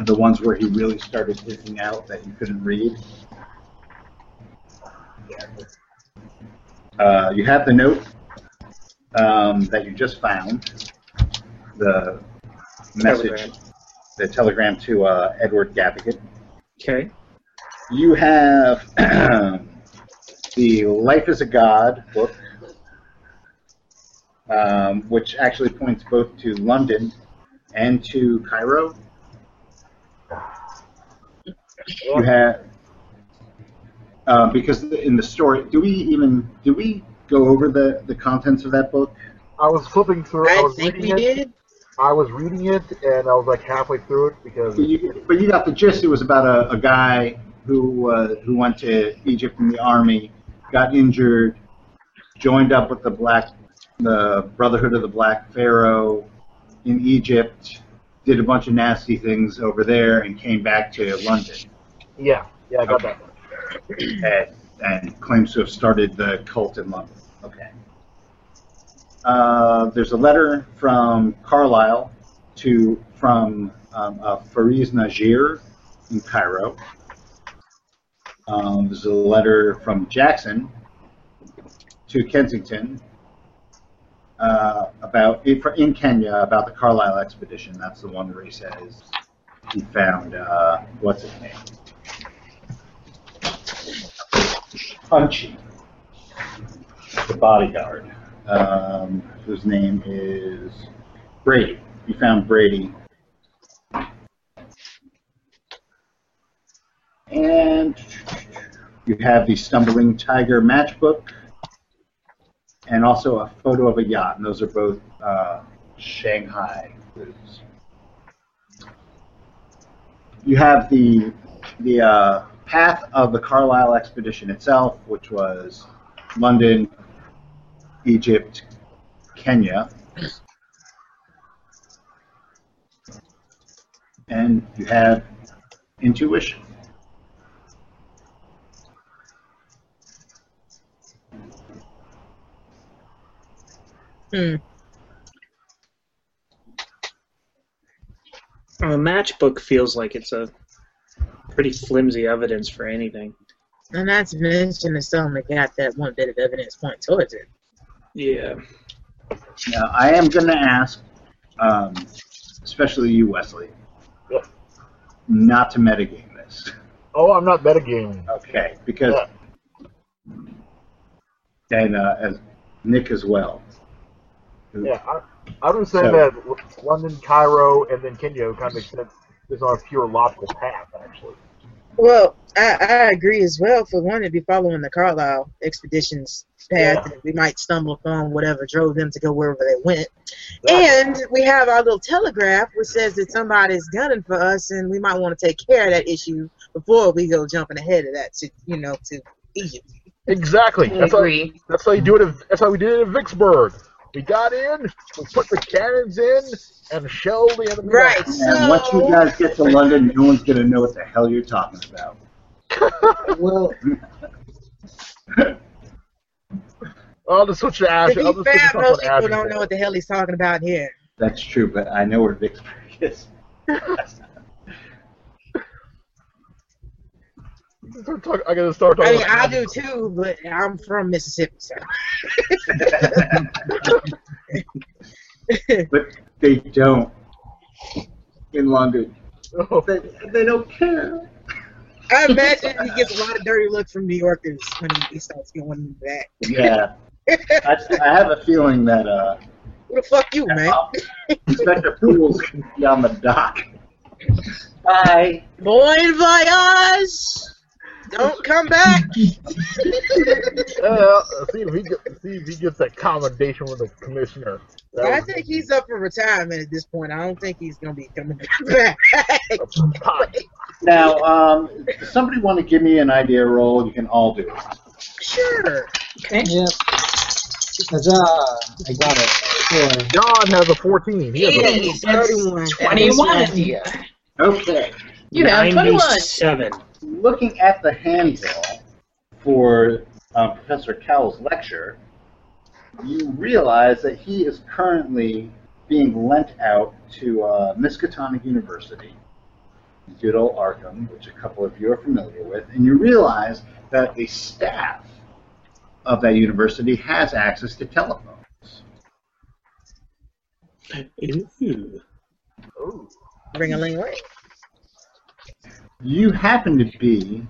Speaker 1: the ones where he really started freaking out that you couldn't read. Uh, you have the note um, that you just found, the message,
Speaker 5: Telegram.
Speaker 1: the telegram to uh, Edward Gavigan.
Speaker 5: Okay.
Speaker 1: You have the Life is a God book, um, which actually points both to London and to Cairo. You have uh, because in the story, do we even do we go over the the contents of that book?
Speaker 4: I was flipping through. I,
Speaker 8: I
Speaker 4: was
Speaker 8: think we
Speaker 4: reading it.
Speaker 8: did.
Speaker 4: I was reading it, and I was like halfway through it because
Speaker 1: You, but you got the gist. It was about a, a guy who uh, who went to Egypt in the army, got injured, joined up with the black, the Brotherhood of the Black Pharaoh in Egypt, did a bunch of nasty things over there, and came back to London
Speaker 4: yeah, yeah, I got that.
Speaker 1: and, and claims to have started the cult in London. Okay. Uh, there's a letter from Carlisle to from um, uh, Fariz Najir in Cairo. Um, there's a letter from Jackson to Kensington uh, about in, for- in Kenya about the Carlisle expedition. That's the one where he says he found uh, what's his name. Punchy, the bodyguard, um, whose name is Brady. You found Brady. And you have the Stumbling Tiger matchbook and also a photo of a yacht, and those are both uh, Shanghai clues. You have the the uh, path of the Carlisle expedition itself, which was London, Egypt, Kenya. And you have intuition.
Speaker 8: Hmm.
Speaker 5: Uh, A matchbook feels like it's a pretty flimsy evidence for anything.
Speaker 8: And not to mention the settlement got that one bit of evidence point towards it.
Speaker 5: Yeah.
Speaker 1: Now, I am going to ask, um, especially you, Wesley,
Speaker 4: Yep.
Speaker 1: not to metagame this.
Speaker 4: Oh, I'm not metagaming.
Speaker 1: Okay. Because, and uh, as Nick as well. who-
Speaker 4: Yeah, I, I would say
Speaker 1: So-
Speaker 4: that London, Cairo, and then Kenya kind of makes sense. Is on a pure logical path, actually.
Speaker 8: Well, I, I agree as well for one to be following the Carlisle expedition's path. and We might stumble upon whatever drove them to go wherever they went. And we have our little telegraph which says that somebody's gunning for us and we might want to take care of that issue before we go jumping ahead of that to you know, to Egypt.
Speaker 4: Exactly. That's how, that's how you do it. In, that's how we did it in Vicksburg. We got in, we put the cannons in, and shelled the enemy. Right.
Speaker 1: And once you guys get to London, no one's going to know what the hell you're talking about.
Speaker 7: well,
Speaker 4: I'll just switch to Ash.
Speaker 8: to
Speaker 4: I'll
Speaker 8: be
Speaker 4: just
Speaker 8: fair,
Speaker 4: switch to
Speaker 8: most
Speaker 4: fucking
Speaker 8: people
Speaker 4: Ash.
Speaker 8: don't know what the hell he's talking about here.
Speaker 1: That's true, but I know where Vicksburg is.
Speaker 4: Start talk- I gotta start
Speaker 8: I
Speaker 4: talking.
Speaker 8: mean, I do too, but I'm from Mississippi, so.
Speaker 1: but they don't in London. They, they don't care.
Speaker 8: I imagine he gets a lot of dirty looks from New Yorkers when he, he starts going back.
Speaker 1: Yeah. I, I have a feeling that uh,
Speaker 8: Who the fuck you, man?
Speaker 1: Inspector Poole's going to be on the dock.
Speaker 8: Bye. Bon voyage! Don't come back!
Speaker 4: Uh, see if he gets, see if he gets that commendation with the commissioner. That
Speaker 8: I
Speaker 4: was
Speaker 8: think he's up for retirement at this point. I don't think he's going to be coming back.
Speaker 4: hot.
Speaker 1: Now, um, does somebody want to give me an idea roll? You can all do it.
Speaker 8: Sure.
Speaker 7: yep. Huzzah! I got it. Sure.
Speaker 4: John has a 14. He has a-
Speaker 3: Yes, that's
Speaker 8: 21.
Speaker 3: 21. Yeah.
Speaker 1: Okay.
Speaker 3: You know, 21.
Speaker 5: 97.
Speaker 1: Looking at the handbill for uh, Professor Cowell's lecture, you realize that he is currently being lent out to uh, Miskatonic University, good old Arkham, which a couple of you are familiar with, and you realize that the staff of that university has access to telephones.
Speaker 5: Ooh.
Speaker 4: Ooh.
Speaker 8: Ring a ling ring.
Speaker 1: You happen to be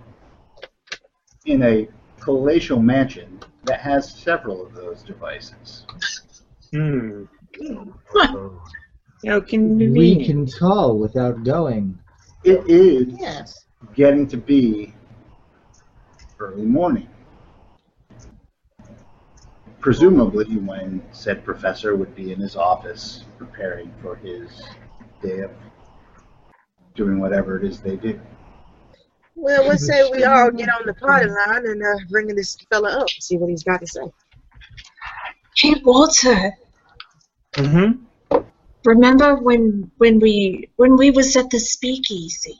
Speaker 1: in a palatial mansion that has several of those devices.
Speaker 5: Hmm.
Speaker 4: Oh.
Speaker 5: How
Speaker 7: We
Speaker 5: convenient.
Speaker 7: can call without going.
Speaker 1: It is
Speaker 8: Yes.
Speaker 1: getting to be early morning. Presumably, when said professor would be in his office preparing for his day of doing whatever it is they do.
Speaker 8: Well, let's say we all get on the party line and uh, bringing this fella up, see what he's got to say.
Speaker 6: Hey, Walter.
Speaker 5: Mm-hmm.
Speaker 6: Remember when when we when we was at the speakeasy?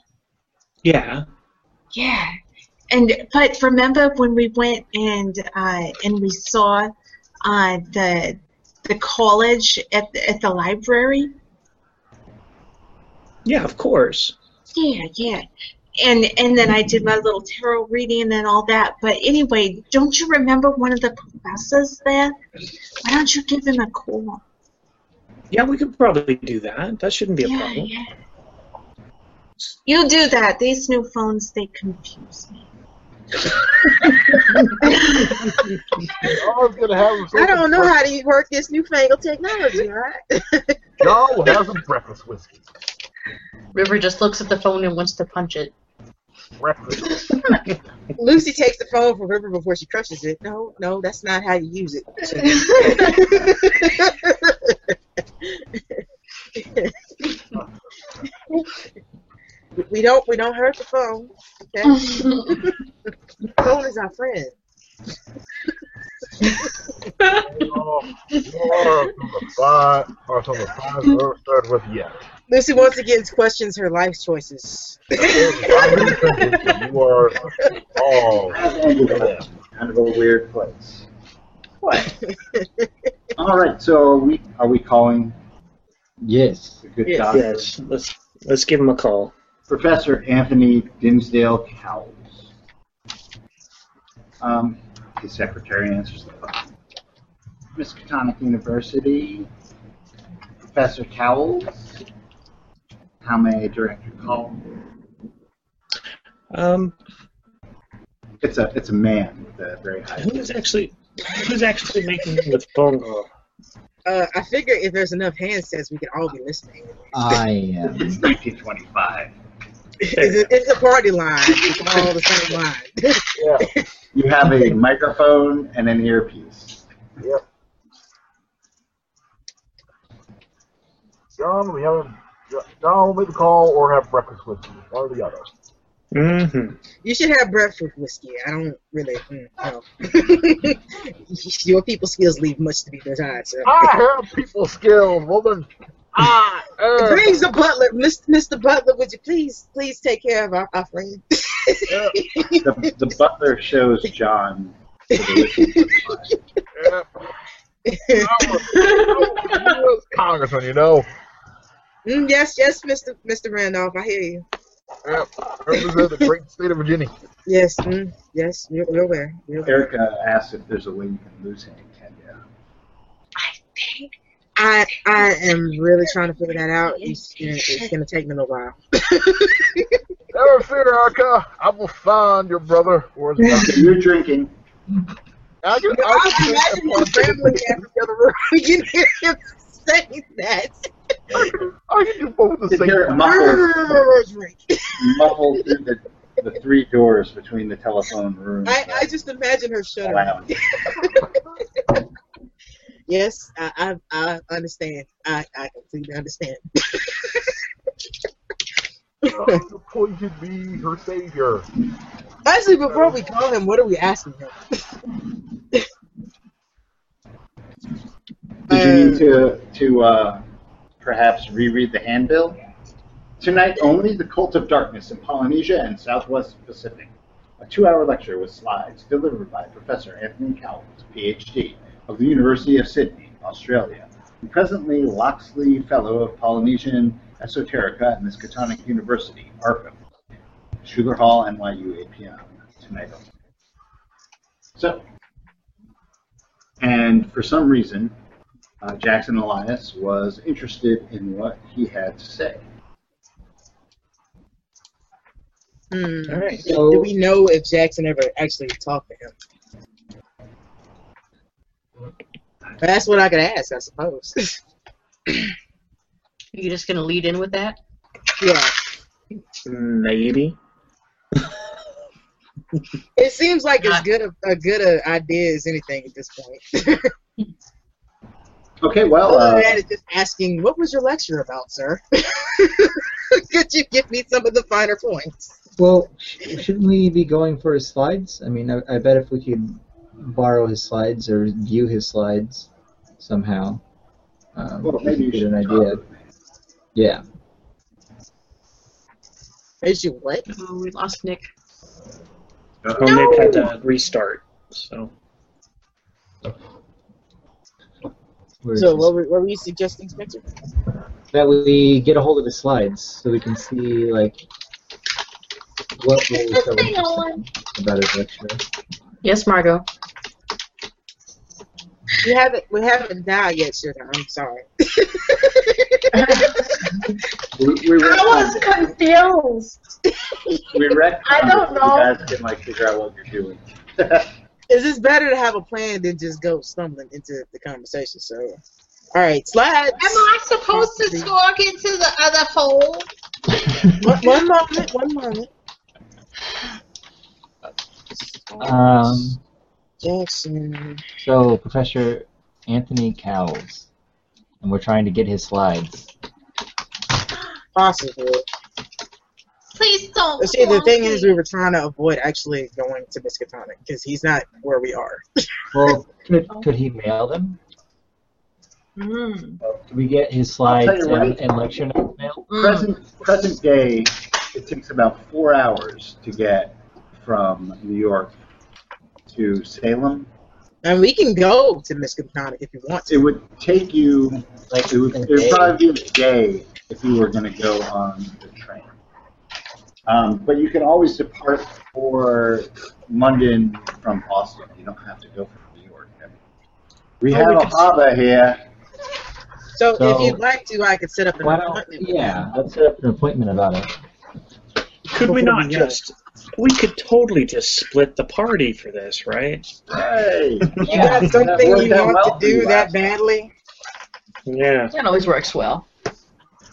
Speaker 5: Yeah.
Speaker 6: Yeah. And but remember when we went and uh, and we saw uh, the the college at the, at the library?
Speaker 5: Yeah, of course.
Speaker 6: Yeah, yeah. And and then I did my little tarot reading and all that. But anyway, don't you remember one of the professors there? Why don't you give him a call?
Speaker 5: Yeah, we could probably do that. That shouldn't be a
Speaker 6: Yeah,
Speaker 5: problem.
Speaker 6: yeah. You do that. These new phones they confuse me.
Speaker 4: I was gonna have him
Speaker 8: I don't know how to work this newfangled technology, right?
Speaker 4: John will have some breakfast whiskey.
Speaker 3: River just looks at the phone and wants to punch it.
Speaker 4: Breakfast.
Speaker 8: Lucy takes the phone from River before she crushes it. No, no, that's not how you use it. we don't we don't hurt the phone. Okay? the phone is our friend.
Speaker 4: Oh, oh, from the five, or from the five, or third with yes.
Speaker 8: Lucy once again questions her life choices.
Speaker 4: I'm in the transition. You are all.
Speaker 1: I've ended up in kind of a weird place.
Speaker 8: What?
Speaker 1: All right, so are we are we calling
Speaker 7: Yes.
Speaker 1: the good
Speaker 8: Yes.
Speaker 1: doctor?
Speaker 5: Yes. Let's let's give him a call.
Speaker 1: Professor Anthony Dinsdale Cowles. Um, his secretary answers the phone. Miskatonic University, Professor Cowles. How may I direct your call?
Speaker 5: Um,
Speaker 1: It's a it's a man with a very high.
Speaker 5: who's actually who's actually making the phone call?
Speaker 8: Uh, I figure if there's enough handsets, we can all be listening.
Speaker 7: I am.
Speaker 1: It's 1925.
Speaker 8: It's a, it's a party line. It's all the same line.
Speaker 1: You have a microphone and an earpiece.
Speaker 4: Yep. John, we haven't. John will make the call or have breakfast with you. One or the other.
Speaker 5: Mm-hmm.
Speaker 8: You should have breakfast whiskey. I don't really. Mm, no. Your people skills leave much to be desired. So.
Speaker 4: I have people skills, woman. I am.
Speaker 8: Brings the butler, Mr. Mr. Butler. Would you please, please take care of our, our friend?
Speaker 4: Yep,
Speaker 1: The, the butler shows John. to
Speaker 8: Mm,
Speaker 1: the whistle.
Speaker 4: yep. I'm a- I'm a Congressman, you know.
Speaker 8: Mm, yes, yes, Mr. Mr. Randolph. I hear you.
Speaker 4: Yep. Represent the great state of Virginia.
Speaker 8: Yes, mm, yes. You're, you're aware. You're aware.
Speaker 1: Erica asks if there's a way you can lose him in Kenya.
Speaker 8: I I am really trying to figure that out. It's, it's gonna take me a little while.
Speaker 4: Never fear, Erica. I will find your brother. Or his brother.
Speaker 1: You're drinking.
Speaker 4: I can, I
Speaker 8: I
Speaker 4: can
Speaker 8: imagine
Speaker 4: drink
Speaker 8: your
Speaker 4: upon-
Speaker 8: family after the room. You hear him saying that.
Speaker 4: I can do both at the
Speaker 1: You
Speaker 4: same
Speaker 1: hear it
Speaker 4: time.
Speaker 1: muffled,
Speaker 8: Drink.
Speaker 1: muffled through the, the three doors between the telephone room.
Speaker 8: I, I just imagine her
Speaker 1: and the
Speaker 8: shuddering.
Speaker 1: lounge.
Speaker 8: Yes, I, I I understand. I I completely understand.
Speaker 4: You're going to be her savior.
Speaker 8: Actually, before we call him, what are we asking him?
Speaker 1: Did you
Speaker 8: Um,
Speaker 1: need to to uh, perhaps reread the handbill? Tonight only, the cult of darkness in Polynesia and Southwest Pacific. A two-hour lecture with slides delivered by Professor Anthony Cowles, PhD, of the University of Sydney, Australia, and presently Loxley Fellow of Polynesian Esoterica at Miskatonic University, Arkham, Sugar Hall, NYU, 8 p.m. tonight only. So, and for some reason, uh, Jackson Elias was interested in what he had to say.
Speaker 8: Hmm.
Speaker 5: All right.
Speaker 8: Do we know if Jackson ever actually talked to him? That's what I could ask, I suppose.
Speaker 3: You just gonna lead in with that?
Speaker 8: yeah.
Speaker 5: Maybe.
Speaker 8: It seems like as
Speaker 3: Not-
Speaker 8: good a, a good a idea as anything at this point.
Speaker 1: Okay, well,
Speaker 8: Other
Speaker 1: uh,
Speaker 8: than that, it's just asking, what was your lecture about, sir? could you give me some of the finer points?
Speaker 7: Well, sh- shouldn't we be going for his slides? I mean, I, I bet if we could borrow his slides or view his slides somehow, um,
Speaker 1: well,
Speaker 7: we
Speaker 1: maybe
Speaker 7: could
Speaker 1: you
Speaker 7: get
Speaker 1: should
Speaker 7: an
Speaker 1: talk
Speaker 7: idea.
Speaker 1: with me.
Speaker 7: Yeah.
Speaker 8: Is you what?
Speaker 3: Oh, we lost Nick.
Speaker 5: Oh, Nick had to restart. So
Speaker 7: We're
Speaker 8: So
Speaker 7: just-
Speaker 8: what were, what were you suggesting, Spencer?
Speaker 7: that we get a hold of his slides so we can see like what was so interesting about his lecture.
Speaker 3: Yes, Margot.
Speaker 8: We haven't we haven't died yet, sugar. I'm sorry.
Speaker 1: We, we
Speaker 6: I was
Speaker 1: retconned
Speaker 6: confused.
Speaker 1: it. We retconned
Speaker 6: I don't
Speaker 1: it so
Speaker 6: know.
Speaker 1: You guys can like figure out what you're doing.
Speaker 8: Is this better to have a plan than just go stumbling into the conversation? So, all right, slides.
Speaker 6: Am I supposed to stalk into the other hole?
Speaker 8: One, one moment, one moment.
Speaker 7: Um,
Speaker 8: Jackson.
Speaker 7: so Professor Anthony Cowles, and we're trying to get his slides.
Speaker 8: Possibly.
Speaker 6: Please don't.
Speaker 8: See, the
Speaker 6: stalk
Speaker 8: thing
Speaker 6: me.
Speaker 8: is, we were trying to avoid actually going to Miskatonic because he's not where we are.
Speaker 7: Well, could could he mail them?
Speaker 6: Mm.
Speaker 7: Could we get his
Speaker 1: I'll
Speaker 7: slides
Speaker 1: tell you what.
Speaker 7: and, and lecture notes mailed?
Speaker 1: present present day, it takes about four hours to get from New York to Salem.
Speaker 8: And we can go to Miskatonic if you want
Speaker 1: It
Speaker 8: to.
Speaker 1: would take you.
Speaker 7: Like
Speaker 1: It would,
Speaker 7: a
Speaker 1: it would
Speaker 7: day?
Speaker 1: probably be a day if you were going to go on the train. Um, but you can always depart for London from Boston. You don't have to go from New York. I mean, we
Speaker 8: Oh,
Speaker 1: have
Speaker 8: we
Speaker 1: a
Speaker 8: could-
Speaker 1: harbor here.
Speaker 8: So, if
Speaker 7: So-
Speaker 8: you'd like to, I could set up an
Speaker 7: Why don't-
Speaker 8: appointment.
Speaker 7: Yeah, let's set up an appointment about it.
Speaker 5: Could we not just? We could totally just split the party for this, right?
Speaker 1: Hey,
Speaker 8: You got something
Speaker 1: worked
Speaker 8: you
Speaker 1: out
Speaker 8: want
Speaker 1: well for
Speaker 8: to
Speaker 1: you
Speaker 8: do that
Speaker 1: last-
Speaker 8: badly?
Speaker 5: Yeah.
Speaker 3: It always works well.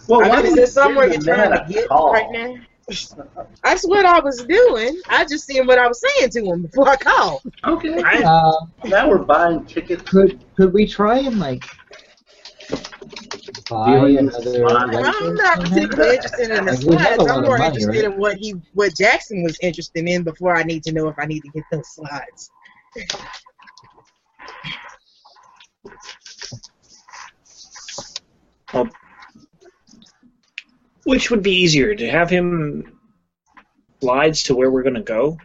Speaker 1: Well,
Speaker 8: I
Speaker 1: Oh, why
Speaker 8: mean, is
Speaker 1: don't
Speaker 8: there
Speaker 1: you
Speaker 8: somewhere you're
Speaker 1: give the
Speaker 8: trying
Speaker 1: man
Speaker 8: to
Speaker 1: a
Speaker 8: get
Speaker 1: call?
Speaker 8: right now? That's what I was doing. I just seen what I was saying to him before I called.
Speaker 1: Okay.
Speaker 5: I,
Speaker 7: Uh,
Speaker 1: Now we're buying tickets.
Speaker 7: could could we try and like buy
Speaker 1: Dealing with
Speaker 7: another?
Speaker 1: slides.
Speaker 8: I'm
Speaker 7: license
Speaker 8: not
Speaker 7: somehow?
Speaker 8: particularly interested in the
Speaker 7: Like, we have
Speaker 8: slides.
Speaker 7: a lot
Speaker 8: I'm
Speaker 7: of
Speaker 8: more
Speaker 7: money,
Speaker 8: interested
Speaker 7: right?
Speaker 8: in what he, what Jackson was interested in before I need to know if I need to get those slides.
Speaker 5: which would be easier to have him slides to where we're gonna go?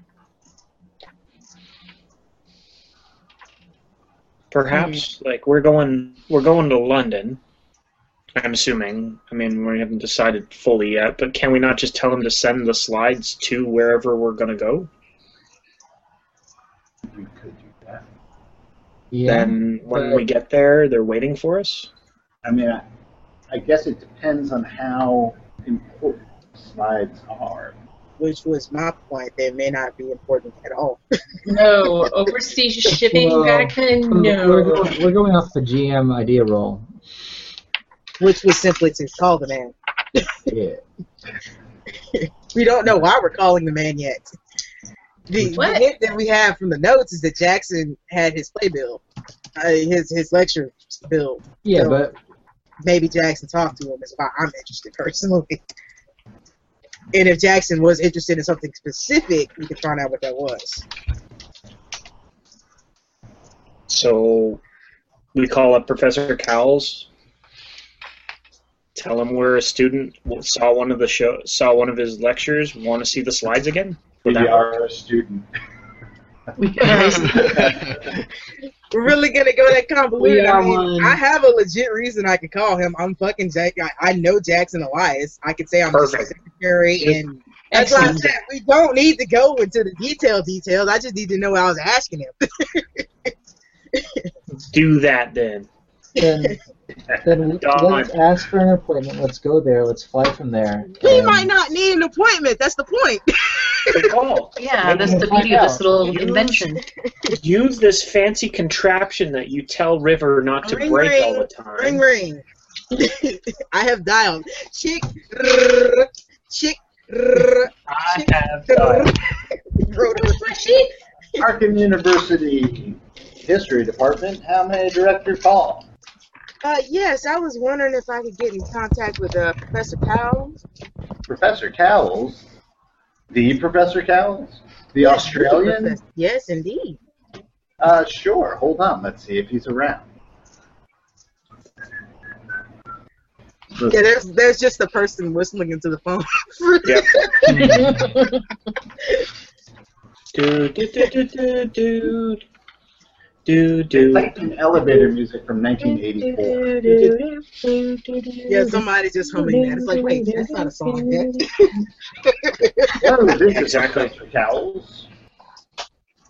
Speaker 5: Perhaps like we're going we're going to London. I'm assuming. I mean, we haven't decided fully yet, but can we not just tell him to send the slides to wherever we're gonna go?
Speaker 1: You could do that.
Speaker 7: Yeah.
Speaker 5: then when
Speaker 7: but-
Speaker 5: we get there, they're waiting for us.
Speaker 1: I mean, I, I guess it depends on how important slides are.
Speaker 8: Which was my point. That may not be important at all.
Speaker 3: No, overseas shipping
Speaker 7: Well,
Speaker 3: back then.
Speaker 7: We're
Speaker 3: No.
Speaker 7: going, we're going off the GM idea roll.
Speaker 8: Which was simply to call the man.
Speaker 7: Yeah.
Speaker 8: We don't know why we're calling the man yet. The, the
Speaker 3: What?
Speaker 8: hint that we have from the notes is that Jackson had his playbill, uh, his his lecture bill.
Speaker 7: Yeah,
Speaker 8: So-
Speaker 7: but
Speaker 8: Maybe Jackson talked to him. That's why I'm interested personally. And if Jackson was interested in something specific, we could find out what that was.
Speaker 5: So we call up Professor Cowles, tell him we're a student, saw one of the show, saw one of his lectures, want to see the slides again. Would
Speaker 1: We
Speaker 5: that work?
Speaker 1: are a student.
Speaker 3: We guys.
Speaker 8: We're really gonna go that convoluted.
Speaker 3: We
Speaker 8: I
Speaker 3: are
Speaker 8: mean,
Speaker 3: one.
Speaker 8: I have a legit reason I could call him. I'm fucking Jack. I, I know Jackson Elias. I could say I'm his
Speaker 5: Perfect.
Speaker 8: secretary, and that's why I
Speaker 3: Excellent.
Speaker 8: said we don't need to go into the detail details. I just need to know what I was asking him.
Speaker 5: Do that then.
Speaker 7: then then
Speaker 5: God.
Speaker 7: let's ask for an appointment. Let's go there. Let's fly from there. Um,
Speaker 8: He
Speaker 7: and-
Speaker 8: might not need an appointment. That's the point.
Speaker 5: Good call.
Speaker 3: Yeah, that's the
Speaker 7: Find
Speaker 3: beauty of this
Speaker 7: out.
Speaker 3: little
Speaker 5: Use-
Speaker 3: invention.
Speaker 5: Use this fancy contraption that you tell River not to
Speaker 8: Ring,
Speaker 5: break
Speaker 8: ring,
Speaker 5: all the
Speaker 8: Ring
Speaker 5: time.
Speaker 8: ring. I have dialed. Chick. rrr, Chick. rrr,
Speaker 5: I have
Speaker 8: rrr.
Speaker 5: uh,
Speaker 1: Arkham University History Department, how many director call?
Speaker 8: Uh, yes, I was wondering if I could get in contact with uh, Professor Powell.
Speaker 1: Professor Cowles? The Professor Cowles? The
Speaker 8: Yes,
Speaker 1: Australian?
Speaker 8: Professor- Yes, indeed.
Speaker 1: Uh, sure. Hold on. Let's see if he's around. Look,
Speaker 8: Yeah, there's there's just a person whistling into the phone.
Speaker 5: Yep.
Speaker 7: Hmm.
Speaker 5: do do do do do do do do.
Speaker 1: it's like an elevator music from 1984.
Speaker 8: yeah, somebody just humming that. It's like, wait, that's not a song. That
Speaker 1: Oh, this is
Speaker 5: Exactly.
Speaker 1: Professor Cowles.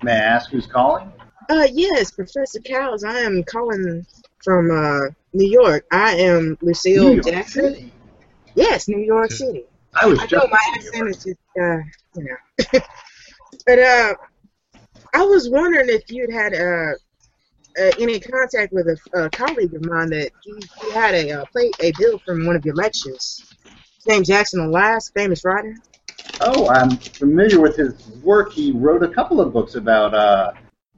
Speaker 1: May I ask who's calling?
Speaker 8: Uh, yes, Professor Cowles. I am calling from uh, New York. I am Lucille
Speaker 1: New York
Speaker 8: Jackson.
Speaker 1: City.
Speaker 8: Yes, New York City.
Speaker 1: I was
Speaker 8: I
Speaker 1: just
Speaker 8: know my
Speaker 1: in New
Speaker 8: accent
Speaker 1: York.
Speaker 8: is just, uh, you know. but uh, I was wondering if you'd had uh, uh, any contact with a, a colleague of mine that he, he had a uh, play a bill from one of your lectures. His name Jackson Elias, famous writer.
Speaker 1: Oh, I'm familiar with his work. He wrote a couple of books about uh,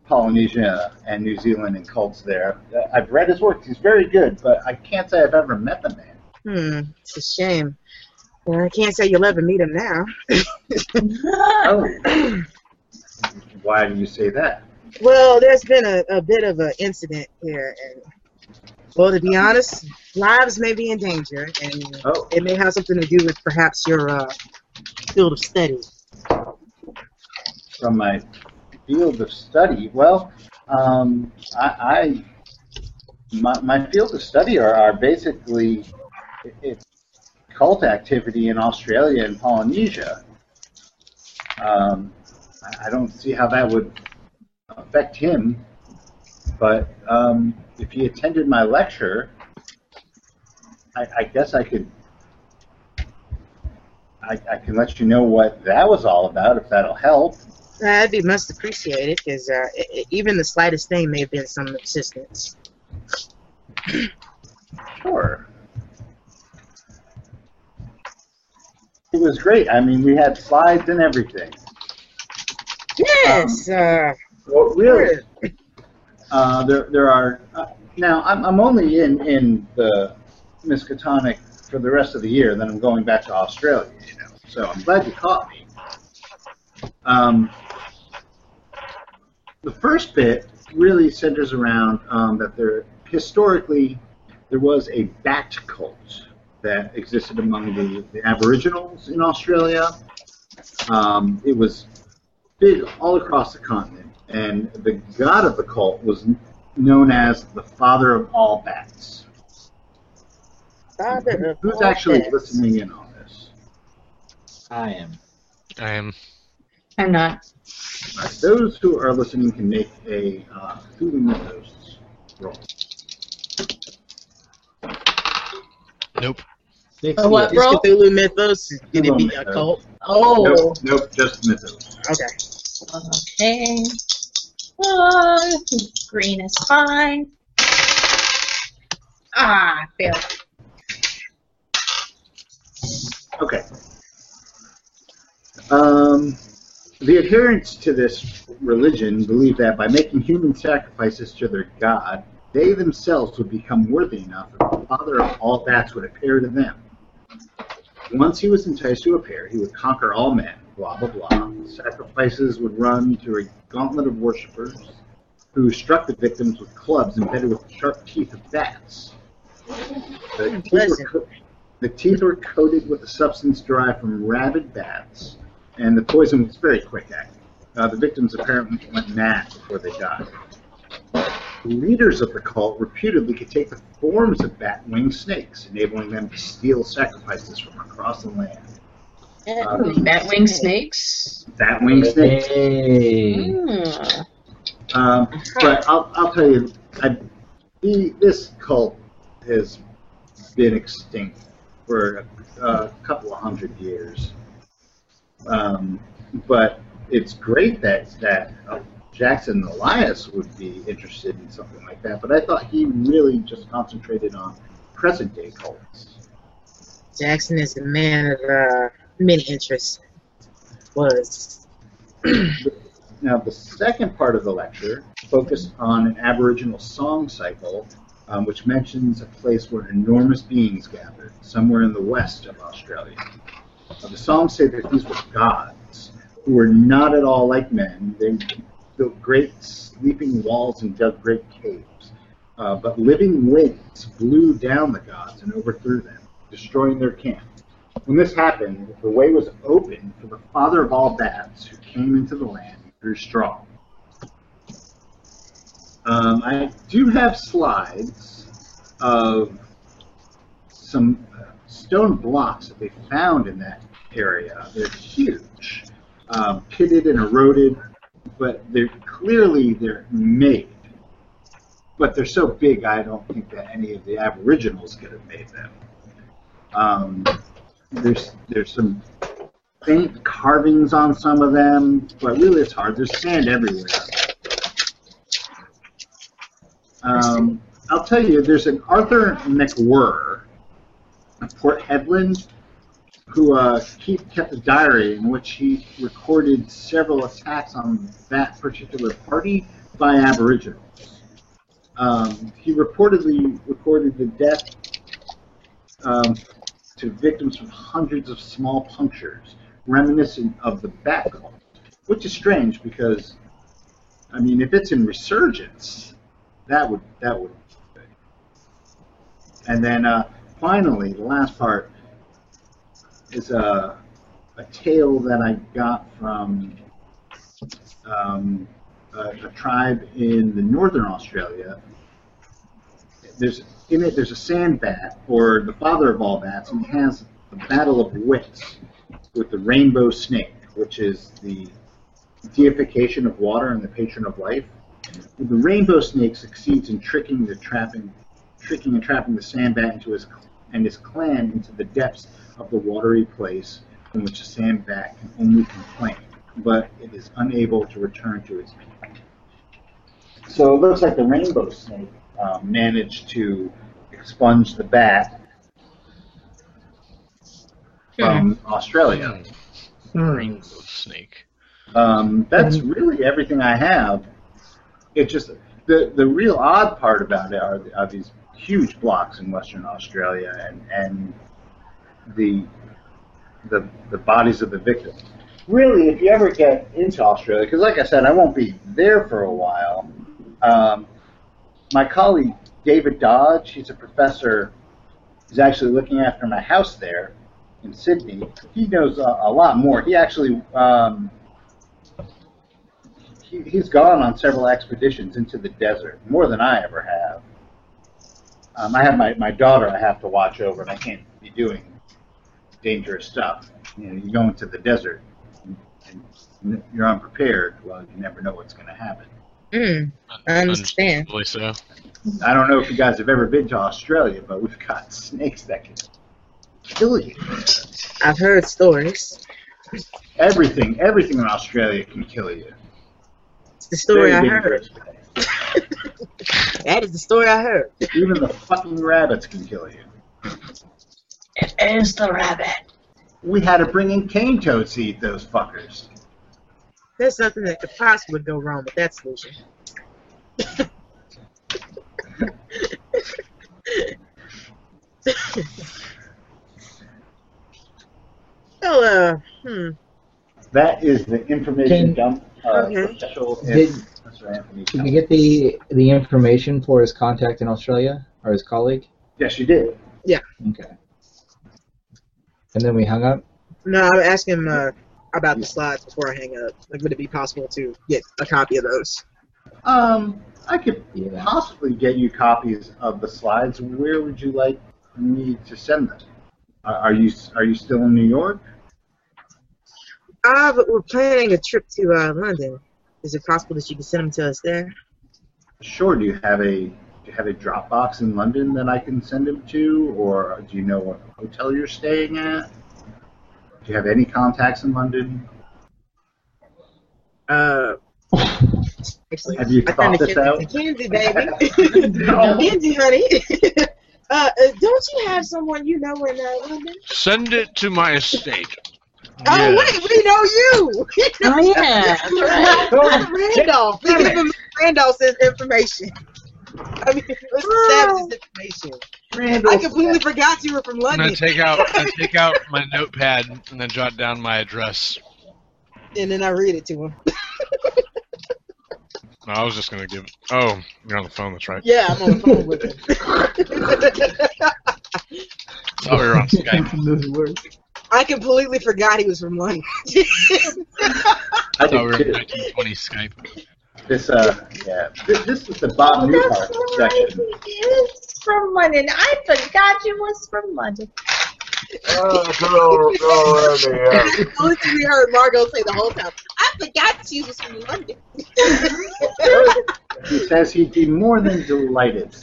Speaker 1: Polynesia and New Zealand and cults there. Uh, I've read his work. He's very good, but I can't say I've ever met the man.
Speaker 8: Hmm, it's a shame. Well, I can't say you'll ever meet him now.
Speaker 1: Oh. Why do you say that?
Speaker 8: Well, there's been a, a bit of an incident here, and well, to be honest, lives may be in danger, and
Speaker 1: Oh,
Speaker 8: it may have something to do with perhaps your uh, field of study.
Speaker 1: from my field of study. Well, um, I, I my, my field of study are, are basically it, it's cult activity in Australia and Polynesia. Um, I, I don't see how that would affect him, but um, if he attended my lecture, I, I guess I could. I, I can let you know what that was all about if that'll help.
Speaker 10: That'd be most appreciated because uh, e- e- even the slightest thing may have been some assistance.
Speaker 1: Sure. It was great. I mean, we had slides and everything.
Speaker 10: Yes. uh,
Speaker 1: Well,
Speaker 5: Oh,
Speaker 1: really,
Speaker 10: sure.
Speaker 1: uh, there, there are uh, now. I'm, I'm only in in the Miskatonic for the rest of the year. Then I'm going back to Australia. You know, so I'm glad you caught me. Um, the first bit really centers around um, that there historically there was a bat cult that existed among the, the Aboriginals in Australia. Um, it was big all across the continent, and the god of the cult was n- known as the father of all bats.
Speaker 10: Father of
Speaker 1: Who's
Speaker 10: all
Speaker 1: actually
Speaker 10: things.
Speaker 1: listening in on this?
Speaker 7: I am.
Speaker 9: I am.
Speaker 3: I'm not.
Speaker 1: All right, Uh, those who are listening can make a uh, Cthulhu Mythos roll.
Speaker 9: Nope.
Speaker 1: Make
Speaker 8: Oh,
Speaker 3: A what
Speaker 1: the-
Speaker 3: roll?
Speaker 10: Is Cthulhu Mythos? Did it
Speaker 1: Cthulhu
Speaker 10: be a
Speaker 1: Mythos.
Speaker 10: cult?
Speaker 3: Oh.
Speaker 1: Nope, nope, just Mythos.
Speaker 10: Okay.
Speaker 3: Okay. Ah, green is fine. Ah, I failed.
Speaker 1: Okay. Um, the adherents to this religion believe that by making human sacrifices to their god, they themselves would become worthy enough if the father of all bats would appear to them. Once he was enticed to appear, he would conquer all men, blah, blah, blah. Sacrifices would run through a gauntlet of worshippers who struck the victims with clubs embedded with the sharp teeth of bats. The teeth were
Speaker 10: Listen.
Speaker 1: co- the teeth were coated with a substance derived from rabid bats, and the poison was very quick acting. Uh, the victims apparently went mad before they died. The leaders of the cult reputedly could take the forms of bat winged snakes, enabling them to steal sacrifices from across the land. Um,
Speaker 3: Batwing snakes.
Speaker 1: bat winged snakes.
Speaker 7: Hey.
Speaker 3: Mm.
Speaker 1: Um, but I'll, I'll tell you, I, the, this cult has been extinct for a, a couple of hundred years. Um, but it's great that that uh, Jackson Elias would be interested in something like that. But I thought he really just concentrated on present day cults.
Speaker 10: Jackson is a man of uh, many interests. Was.
Speaker 1: Now, the second part of the lecture focused on an Aboriginal song cycle, um, which mentions a place where enormous beings gathered, somewhere in the west of Australia. Uh, the songs say that these were gods who were not at all like men. They built great sleeping walls and dug great caves. Uh, but living winds blew down the gods and overthrew them, destroying their camp. When this happened, the way was open for the father of all bats who came into the land and grew strong. Um, I do have slides of some uh, stone blocks that they found in that area. They're huge, um, pitted and eroded, but they're clearly they're made. But they're so big, I don't think that any of the Aboriginals could have made them. Um, there's there's some faint carvings on some of them, but really it's hard. There's sand everywhere. Um, I'll tell you, there's an Arthur McWhirr of Port Hedland who uh, keep, kept a diary in which he recorded several attacks on that particular party by Aboriginals. Um, he reportedly recorded the death um, to victims from hundreds of small punctures, reminiscent of the bat cult, which is strange because, I mean, if it's in resurgence, that would that would. be good. And then uh, finally, the last part is a a tale that I got from um, a, a tribe in the northern Australia there's in it there's a sand bat or the father of all bats and it has the battle of wits with the rainbow snake which is the deification of water and the patron of life. The rainbow snake succeeds in tricking the trapping, tricking and trapping the sandbat into his and his clan into the depths of the watery place from which the sandbat can only complain, but it is unable to return to its people. So it looks like the rainbow snake uh, managed to expunge the bat from Australia.
Speaker 9: Rainbow snake.
Speaker 1: Um, that's really everything I have. It just the the real odd part about it are, are these huge blocks in Western Australia and and the the the bodies of the victims. Really, if you ever get into Australia, because like I said, I won't be there for a while. Um, my colleague David Dodge, he's a professor, he's actually looking after my house there in Sydney. He knows a, a lot more. He actually um, he, he's gone on several expeditions into the desert, more than I ever have. Um, I have my, my daughter I have to watch over, and I can't be doing dangerous stuff. You know, you go into the desert, and, and you're unprepared. Well, you never know what's going to happen.
Speaker 10: Hmm,
Speaker 8: Mm, I understand.
Speaker 9: Understandably so.
Speaker 1: I don't know if you guys have ever been to Australia, but we've got snakes that can kill you.
Speaker 8: I've heard stories.
Speaker 1: Everything, everything in Australia can kill you.
Speaker 8: It's the story
Speaker 1: Very
Speaker 8: I heard.
Speaker 1: dangerous.
Speaker 8: That is the story I heard.
Speaker 1: Even the fucking rabbits can kill you.
Speaker 3: It is the rabbit.
Speaker 1: We had to bring in cane toads to eat those fuckers.
Speaker 8: There's nothing that could possibly go wrong with that solution. well, uh, hmm.
Speaker 1: That is the information
Speaker 7: Can-
Speaker 1: dump. Uh,
Speaker 8: Okay.
Speaker 1: Special
Speaker 7: Did-
Speaker 1: Professor Anthony
Speaker 7: Did
Speaker 1: Kelly.
Speaker 7: we get the the information for his contact in Australia or his colleague?
Speaker 1: Yes, you did.
Speaker 7: Okay. And then we hung up.
Speaker 8: No, I'm asking him uh, about the slides before I hang up. Like, would it be possible to get a copy of those?
Speaker 1: Um, I could
Speaker 7: Yeah.
Speaker 1: possibly get you copies of the slides. Where would you like me to send them? Are are you are you still in New York?
Speaker 8: Ah, but we're planning a trip to uh, London. Is it possible that you can send them to us there?
Speaker 1: Sure. Do you have a do you have a Dropbox in London that I can send them to, or do you know what hotel you're staying at? Do you have any contacts in London?
Speaker 8: Uh, actually,
Speaker 1: Have you
Speaker 8: I
Speaker 1: thought
Speaker 8: turned the
Speaker 1: this
Speaker 8: kids
Speaker 1: out?
Speaker 8: into Kenzie, baby. Kenzie, honey. uh, uh, don't you have someone you know in uh, London?
Speaker 9: Send it to my estate.
Speaker 8: Oh,
Speaker 9: Yes.
Speaker 8: wait, we know you.
Speaker 3: Oh yeah, that's right.
Speaker 5: Hmm.
Speaker 8: Randolph. We give him Randolph's information. I mean, Mr. Savage's information. I completely forgot you were from
Speaker 9: I'm gonna
Speaker 8: London.
Speaker 9: take out I'm gonna take out my notepad and then jot down my address.
Speaker 8: and then I read it to him.
Speaker 9: No, I was just gonna give. Oh, you're on the phone. That's right.
Speaker 8: Yeah, I'm on the phone with him.
Speaker 9: Oh, you're on Skype.
Speaker 8: I completely forgot he was from London.
Speaker 1: I
Speaker 9: Oh, we're
Speaker 1: did
Speaker 9: on
Speaker 1: too.
Speaker 9: 1920 Skype.
Speaker 1: This uh, yeah. This, this is the Bob
Speaker 6: Oh, That's
Speaker 1: Newhart
Speaker 6: right,
Speaker 1: section.
Speaker 6: he is from London. I forgot you was from London.
Speaker 4: Uh, good old, good old Randy, yeah.
Speaker 8: That's the only thing we heard Margot say the whole time. I forgot you was from London.
Speaker 1: He says he'd be more than delighted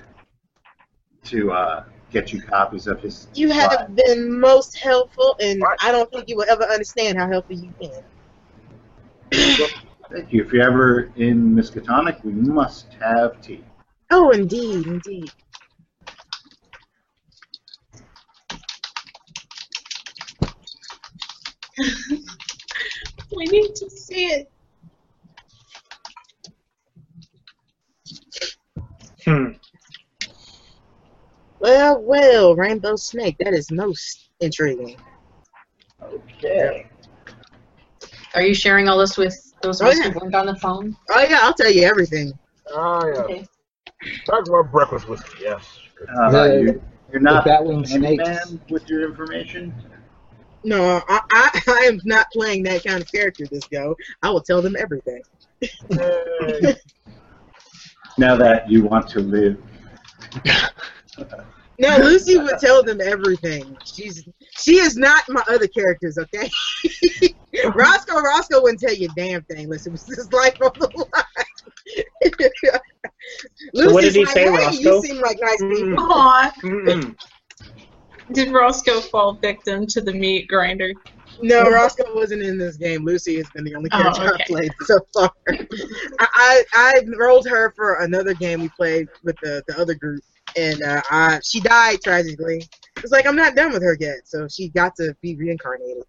Speaker 1: to uh, get you copies of his.
Speaker 8: You have
Speaker 1: slides.
Speaker 8: been most helpful, and
Speaker 4: Right.
Speaker 8: I don't think you will ever understand how helpful you've been.
Speaker 1: Thank you. If you're ever in Miskatonic, we must have tea.
Speaker 8: Oh, indeed, indeed.
Speaker 6: We need to see it.
Speaker 5: Hmm.
Speaker 8: Well, well, Rainbow Snake, that is most intriguing.
Speaker 1: Okay.
Speaker 3: Are you sharing all this with those of
Speaker 8: Oh,
Speaker 3: us
Speaker 8: yeah.
Speaker 3: who weren't on the phone?
Speaker 8: Oh, yeah, I'll tell you everything.
Speaker 4: Ah, yeah.
Speaker 3: Okay.
Speaker 4: Talk about breakfast with me, yes.
Speaker 1: Uh,
Speaker 7: The-
Speaker 1: you, you're not
Speaker 7: the Batwing
Speaker 1: man
Speaker 7: snakes.
Speaker 1: with your information.
Speaker 8: No, I, I, I am not playing that kind of character this go. I will tell them everything.
Speaker 4: Yay.
Speaker 1: Now that you want to live,
Speaker 8: No, Lucy would tell them everything. She's she is not my other characters, okay? Roscoe, Roscoe wouldn't tell you a damn thing. Listen, it was his life on the line.
Speaker 5: So what
Speaker 8: Lucy's
Speaker 5: did he
Speaker 8: like,
Speaker 5: say,
Speaker 8: hey,
Speaker 5: Roscoe?
Speaker 8: you seem like nice people.
Speaker 5: Mm.
Speaker 2: Aw,
Speaker 5: Mm-mm.
Speaker 2: did Roscoe fall victim to the meat grinder?
Speaker 8: No, Roscoe wasn't in this game. Lucy has been the only
Speaker 2: Oh,
Speaker 8: character
Speaker 2: okay.
Speaker 8: I've played so far. I, I I rolled her for another game we played with the, the other group, and uh, I, she died tragically. It's like I'm not done with her yet, so she got to be reincarnated.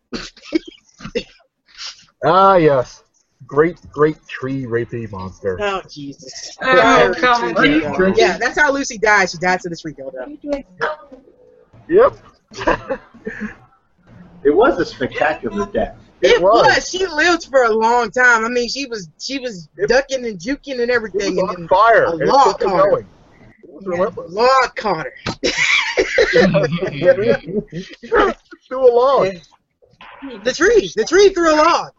Speaker 4: Ah, yes. Great, great tree rapey monster.
Speaker 8: Oh Jesus!
Speaker 2: Oh, God.
Speaker 8: Tree dildo.
Speaker 7: Drinking?
Speaker 8: Yeah, that's how Lucy died. She died to this tree
Speaker 2: Uh,
Speaker 8: dildo.
Speaker 4: Yep.
Speaker 1: It was a spectacular death.
Speaker 4: It
Speaker 8: It was.
Speaker 4: was.
Speaker 8: She lived for a long time. I mean, she was she was
Speaker 4: It-
Speaker 8: ducking and juking and
Speaker 4: It
Speaker 8: everything,
Speaker 4: was on
Speaker 8: and then
Speaker 4: fire.
Speaker 8: a
Speaker 4: and it
Speaker 8: lot
Speaker 4: kept it
Speaker 8: harder.
Speaker 4: going. It was relentless.
Speaker 8: Lord Connor.
Speaker 4: Threw a log.
Speaker 8: The tree. The tree threw a log.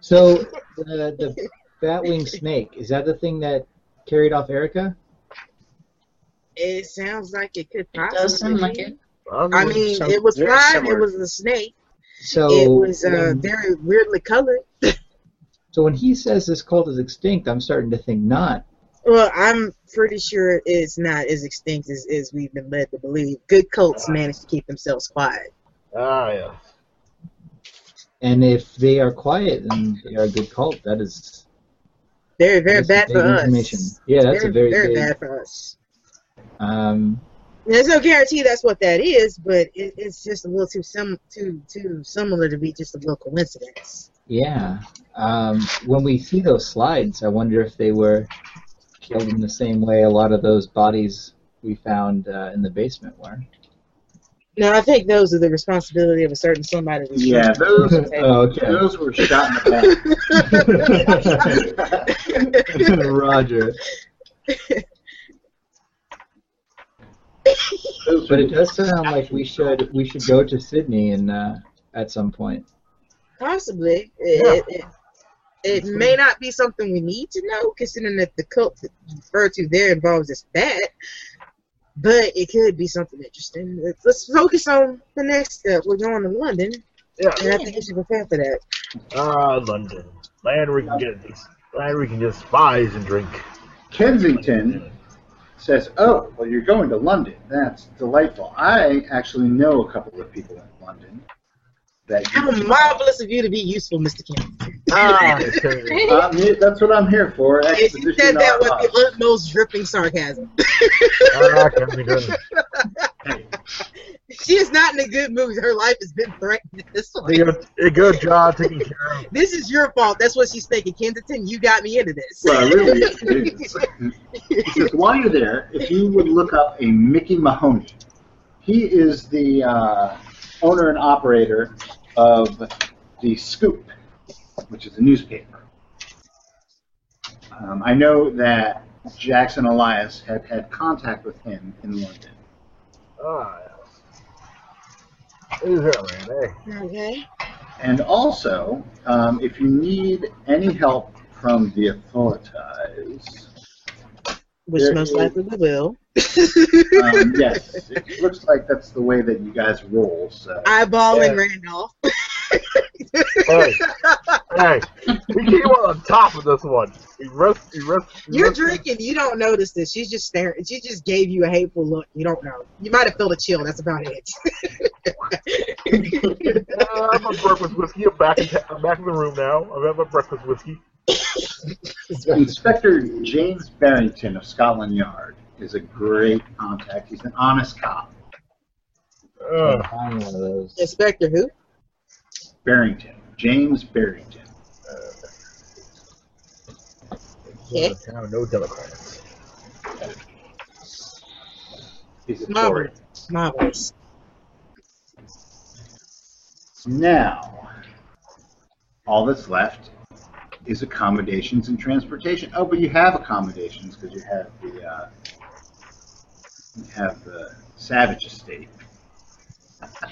Speaker 7: So the the batwing snake is that the thing that carried off Erica?
Speaker 8: It sounds like it could
Speaker 3: It
Speaker 8: possibly.
Speaker 3: does sound like
Speaker 8: be.
Speaker 3: it.
Speaker 4: don't know.
Speaker 8: I mean,
Speaker 5: Sounds
Speaker 8: it was
Speaker 5: very
Speaker 8: flying.
Speaker 5: similar.
Speaker 8: It was a snake.
Speaker 7: So um,
Speaker 8: it was uh,
Speaker 7: when-
Speaker 8: very weirdly colored.
Speaker 7: so when he says this cult is extinct, I'm starting to think not.
Speaker 8: Well, I'm pretty sure it's not as extinct as, as we've been led to believe. Good cults manage to keep themselves quiet.
Speaker 4: ah, yes.
Speaker 7: And if they are quiet, then they are a good cult. That is
Speaker 8: They're very
Speaker 7: that's
Speaker 8: bad
Speaker 7: big
Speaker 8: for
Speaker 7: information.
Speaker 8: us.
Speaker 7: Yeah, that's
Speaker 8: They're-
Speaker 7: a very
Speaker 8: they're
Speaker 7: big.
Speaker 8: bad for us.
Speaker 7: Um,
Speaker 8: There's no guarantee that's what that is, but it, it's just a little too sim too too similar to be just a little coincidence.
Speaker 7: yeah. Um, when we see those slides, I wonder if they were killed in the same way a lot of those bodies we found uh, in the basement were.
Speaker 8: No, I think those are the responsibility of a certain somebody. who's
Speaker 1: Yeah,
Speaker 8: trying to-
Speaker 7: oh, okay.
Speaker 1: Those were shot in the back.
Speaker 7: Roger.
Speaker 1: Those
Speaker 7: But
Speaker 1: were
Speaker 7: it does sound like we should we should go to Sydney and uh, at some point.
Speaker 8: Possibly. It,
Speaker 4: Yeah.
Speaker 8: it, it, it may not be something we need to know, considering that the cult that you refer to there involves this bat, but it could be something interesting. Let's- Let's focus on the next step. We're going to London, and I
Speaker 4: Yeah.
Speaker 8: think we should prepare for that.
Speaker 4: Ah, London. Land where we can get these. Land where we can get spies and drink.
Speaker 1: Kensington says, "Oh, well, you're going to London. That's delightful. I actually know a couple of people in London that
Speaker 8: How
Speaker 1: you
Speaker 8: marvelous of you to be useful, Mr. King.
Speaker 4: Ah, okay.
Speaker 1: I'm here- Uh, that's what I'm here for.
Speaker 8: And
Speaker 1: Exposition
Speaker 8: you said that
Speaker 1: on
Speaker 8: with
Speaker 1: us.
Speaker 8: the utmost dripping sarcasm.
Speaker 4: ah, Kensington.
Speaker 8: She is not in a good mood. Her life has been threatened at this point.
Speaker 4: Good, a good job taking care of.
Speaker 8: This is your fault. That's what she's thinking. Kensington, you got me into this.
Speaker 1: Well, really, it is. It says, while you're there, if you would look up a Mickey Mahoney, he is the uh, owner and operator of the Scoop, which is a newspaper. Um, I know that Jackson Elias had had contact with him in London.
Speaker 4: Ah, yes. Who's that man? Hey.
Speaker 8: Okay.
Speaker 1: And also, um, if you need any help from the authorities,
Speaker 8: Which
Speaker 1: There
Speaker 8: most
Speaker 1: is-
Speaker 8: likely we will.
Speaker 1: um, yes, it looks like that's the way that you guys roll. So.
Speaker 8: Eyeballing Randolph.
Speaker 1: Oh.
Speaker 4: Hey. Hey. We came on top of this one. We risked, we risked, we
Speaker 8: You're
Speaker 4: risked-
Speaker 8: drinking. You don't notice this. She's just staring. She just gave you a hateful look. You don't know. You might have felt a chill. That's about it.
Speaker 4: Uh, I have my breakfast whiskey. I'm back, in ta- I'm back in the room now. I've had my breakfast whiskey.
Speaker 1: Inspector James Barrington of Scotland Yard is a great contact. He's an honest cop.
Speaker 4: Uh,
Speaker 7: Find one of those.
Speaker 8: Inspector who?
Speaker 1: Barrington. James Barrington.
Speaker 8: Yeah.
Speaker 4: town, no Democrats.
Speaker 1: He's a Tory.
Speaker 8: Marvelous. Marvelous.
Speaker 1: Now, all that's left is accommodations and transportation. Oh, but you have accommodations because you have the uh, you have the Savage Estate.
Speaker 8: I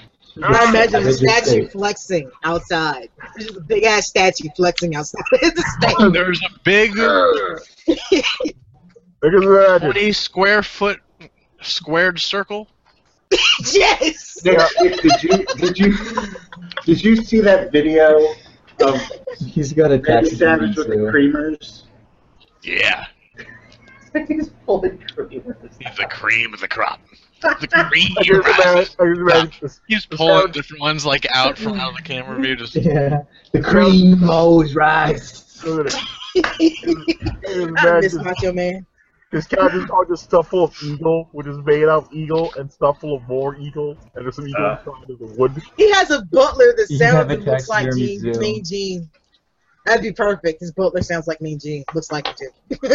Speaker 8: imagine
Speaker 7: I
Speaker 8: the
Speaker 7: just
Speaker 8: statue
Speaker 7: think-
Speaker 8: flexing outside. There's just a big ass statue flexing outside the
Speaker 9: There's a big
Speaker 4: Look at that.
Speaker 9: 20 square foot squared circle.
Speaker 8: state. Yes.
Speaker 1: Did you did you Did you see that video of
Speaker 7: He's got a
Speaker 1: Randy
Speaker 7: taxi
Speaker 1: Savage with the
Speaker 7: too.
Speaker 1: creamers?
Speaker 9: Yeah,
Speaker 5: He's pulling creamers.
Speaker 9: he's the cream of the crop. The cream.
Speaker 4: I just
Speaker 9: rises.
Speaker 4: imagine, I just imagine this-
Speaker 9: He's pulling different ones like out from out of the camera view. Just
Speaker 7: Yeah, the cream mows rise.
Speaker 4: look at it. I just
Speaker 10: I miss
Speaker 4: imagine
Speaker 10: Macho Man.
Speaker 4: This guy just all just stuff full of eagle, which is made out of eagle and stuff full of more eagle, and there's some eagle
Speaker 5: Uh.
Speaker 4: inside of the wood.
Speaker 10: He has a butler that
Speaker 7: You
Speaker 10: sounds
Speaker 7: have a
Speaker 10: and looks like
Speaker 7: taxidermy
Speaker 10: Gene,
Speaker 7: zoo.
Speaker 10: Mean Gene. That'd be perfect. His butler sounds like Mean Gene. Looks like him too.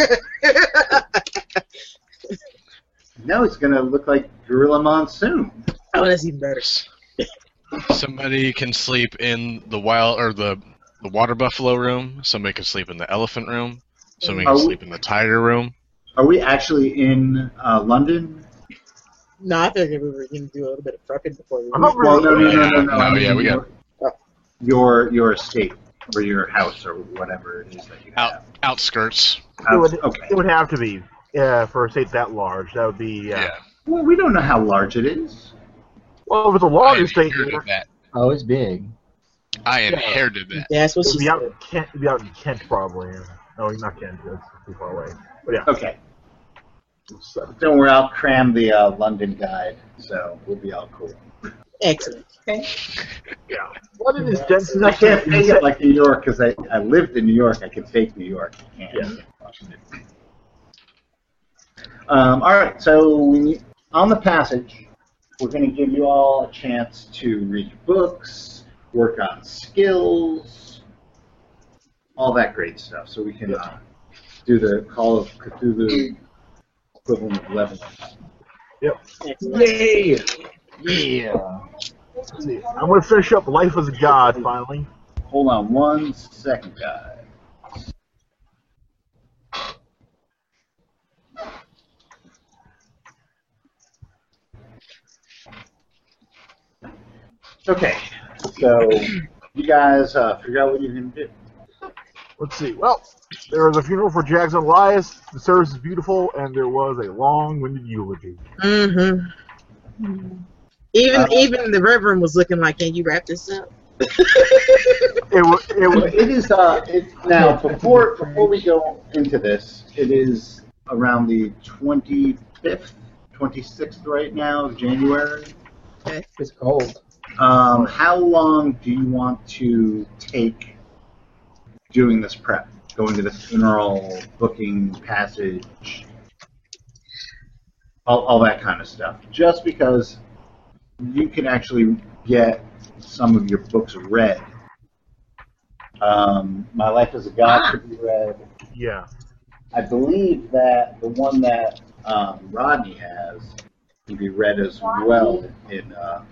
Speaker 1: Now it's going to look like Gorilla Monsoon.
Speaker 10: oh, that's even better.
Speaker 9: somebody can sleep in the wild or the the water buffalo room. Somebody can sleep in the elephant room. Somebody
Speaker 1: Are
Speaker 5: Oh.
Speaker 1: we-
Speaker 9: can sleep in the tiger room.
Speaker 1: Are we actually in uh, London?
Speaker 10: No, I figured we were gonna do a little bit of prepping before we.
Speaker 4: I'm not
Speaker 1: Well, no,
Speaker 4: really.
Speaker 1: no, no, no, no.
Speaker 9: No,
Speaker 1: I mean,
Speaker 9: Oh, yeah, we got-
Speaker 1: your- your your estate or your house or whatever it is that you have.
Speaker 9: Out, outskirts.
Speaker 4: It
Speaker 1: Outs-
Speaker 4: would,
Speaker 1: okay.
Speaker 4: it would have to be yeah, for a state that large. That would be yeah.
Speaker 1: Well, we don't know how large it is.
Speaker 4: Well, if it's a
Speaker 9: I
Speaker 4: larger state,
Speaker 9: inherited
Speaker 4: it would
Speaker 9: that.
Speaker 7: Oh, it's big.
Speaker 9: I inherited that.
Speaker 10: That's what she
Speaker 4: be out
Speaker 10: said.
Speaker 4: in Kent. It'd be out in Kent probably. No, he's not Kent. That's too far away. But yeah,
Speaker 1: Okay.
Speaker 4: so-
Speaker 1: Don't worry, I'll cram the uh, London guide, so we'll be all cool.
Speaker 10: Excellent. Okay.
Speaker 4: yeah. London is dense
Speaker 1: I
Speaker 4: enough.
Speaker 1: can't
Speaker 4: to-
Speaker 1: fake it like New York because I, I lived in New York. I can fake New York. I can't. Um, all right, so when you, on the passage, we're going to give you all a chance to read books, work on skills, all that great stuff. So we can uh, do the Call of Cthulhu equivalent of level.
Speaker 5: Yay! Yeah.
Speaker 4: Let's see. I'm gonna finish up Life as a God finally.
Speaker 1: Hold on one second, guys. Okay, so you guys uh, figure out what you can do.
Speaker 4: Let's see. Well, there was a funeral for Jackson Elias. The service is beautiful, and there was a long-winded eulogy.
Speaker 10: Mm-hmm. Even
Speaker 1: Uh,
Speaker 10: even the Reverend was looking like, "Can you wrap this up?"
Speaker 4: It was. It
Speaker 1: Well,
Speaker 4: was.
Speaker 1: It is uh, it, now before before we go into this, it is around the twenty fifth, twenty sixth right now of January.
Speaker 7: It's cold.
Speaker 1: Um, how long do you want to take doing this prep? Going to the funeral, booking passage, all, all that kind of stuff. Just because you can actually get some of your books read. Um, My Life as a God could be read.
Speaker 4: Yeah.
Speaker 1: I believe that the one that um, Rodney has can be read as well in uh,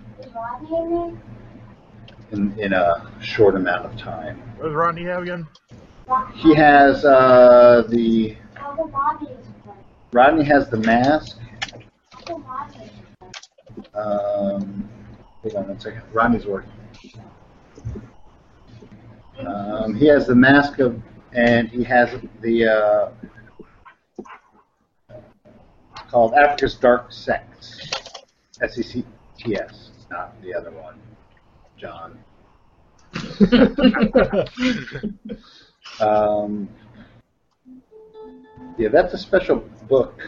Speaker 1: in, in a short amount of time.
Speaker 4: What does Rodney have again?
Speaker 1: He has uh, the Rodney has the mask. Um, hold on one second. Rodney's working. Um, he has the mask of, and he has the uh, called Africa's Dark Sects. S E C T S, not the other one, John. Um, yeah, that's a special book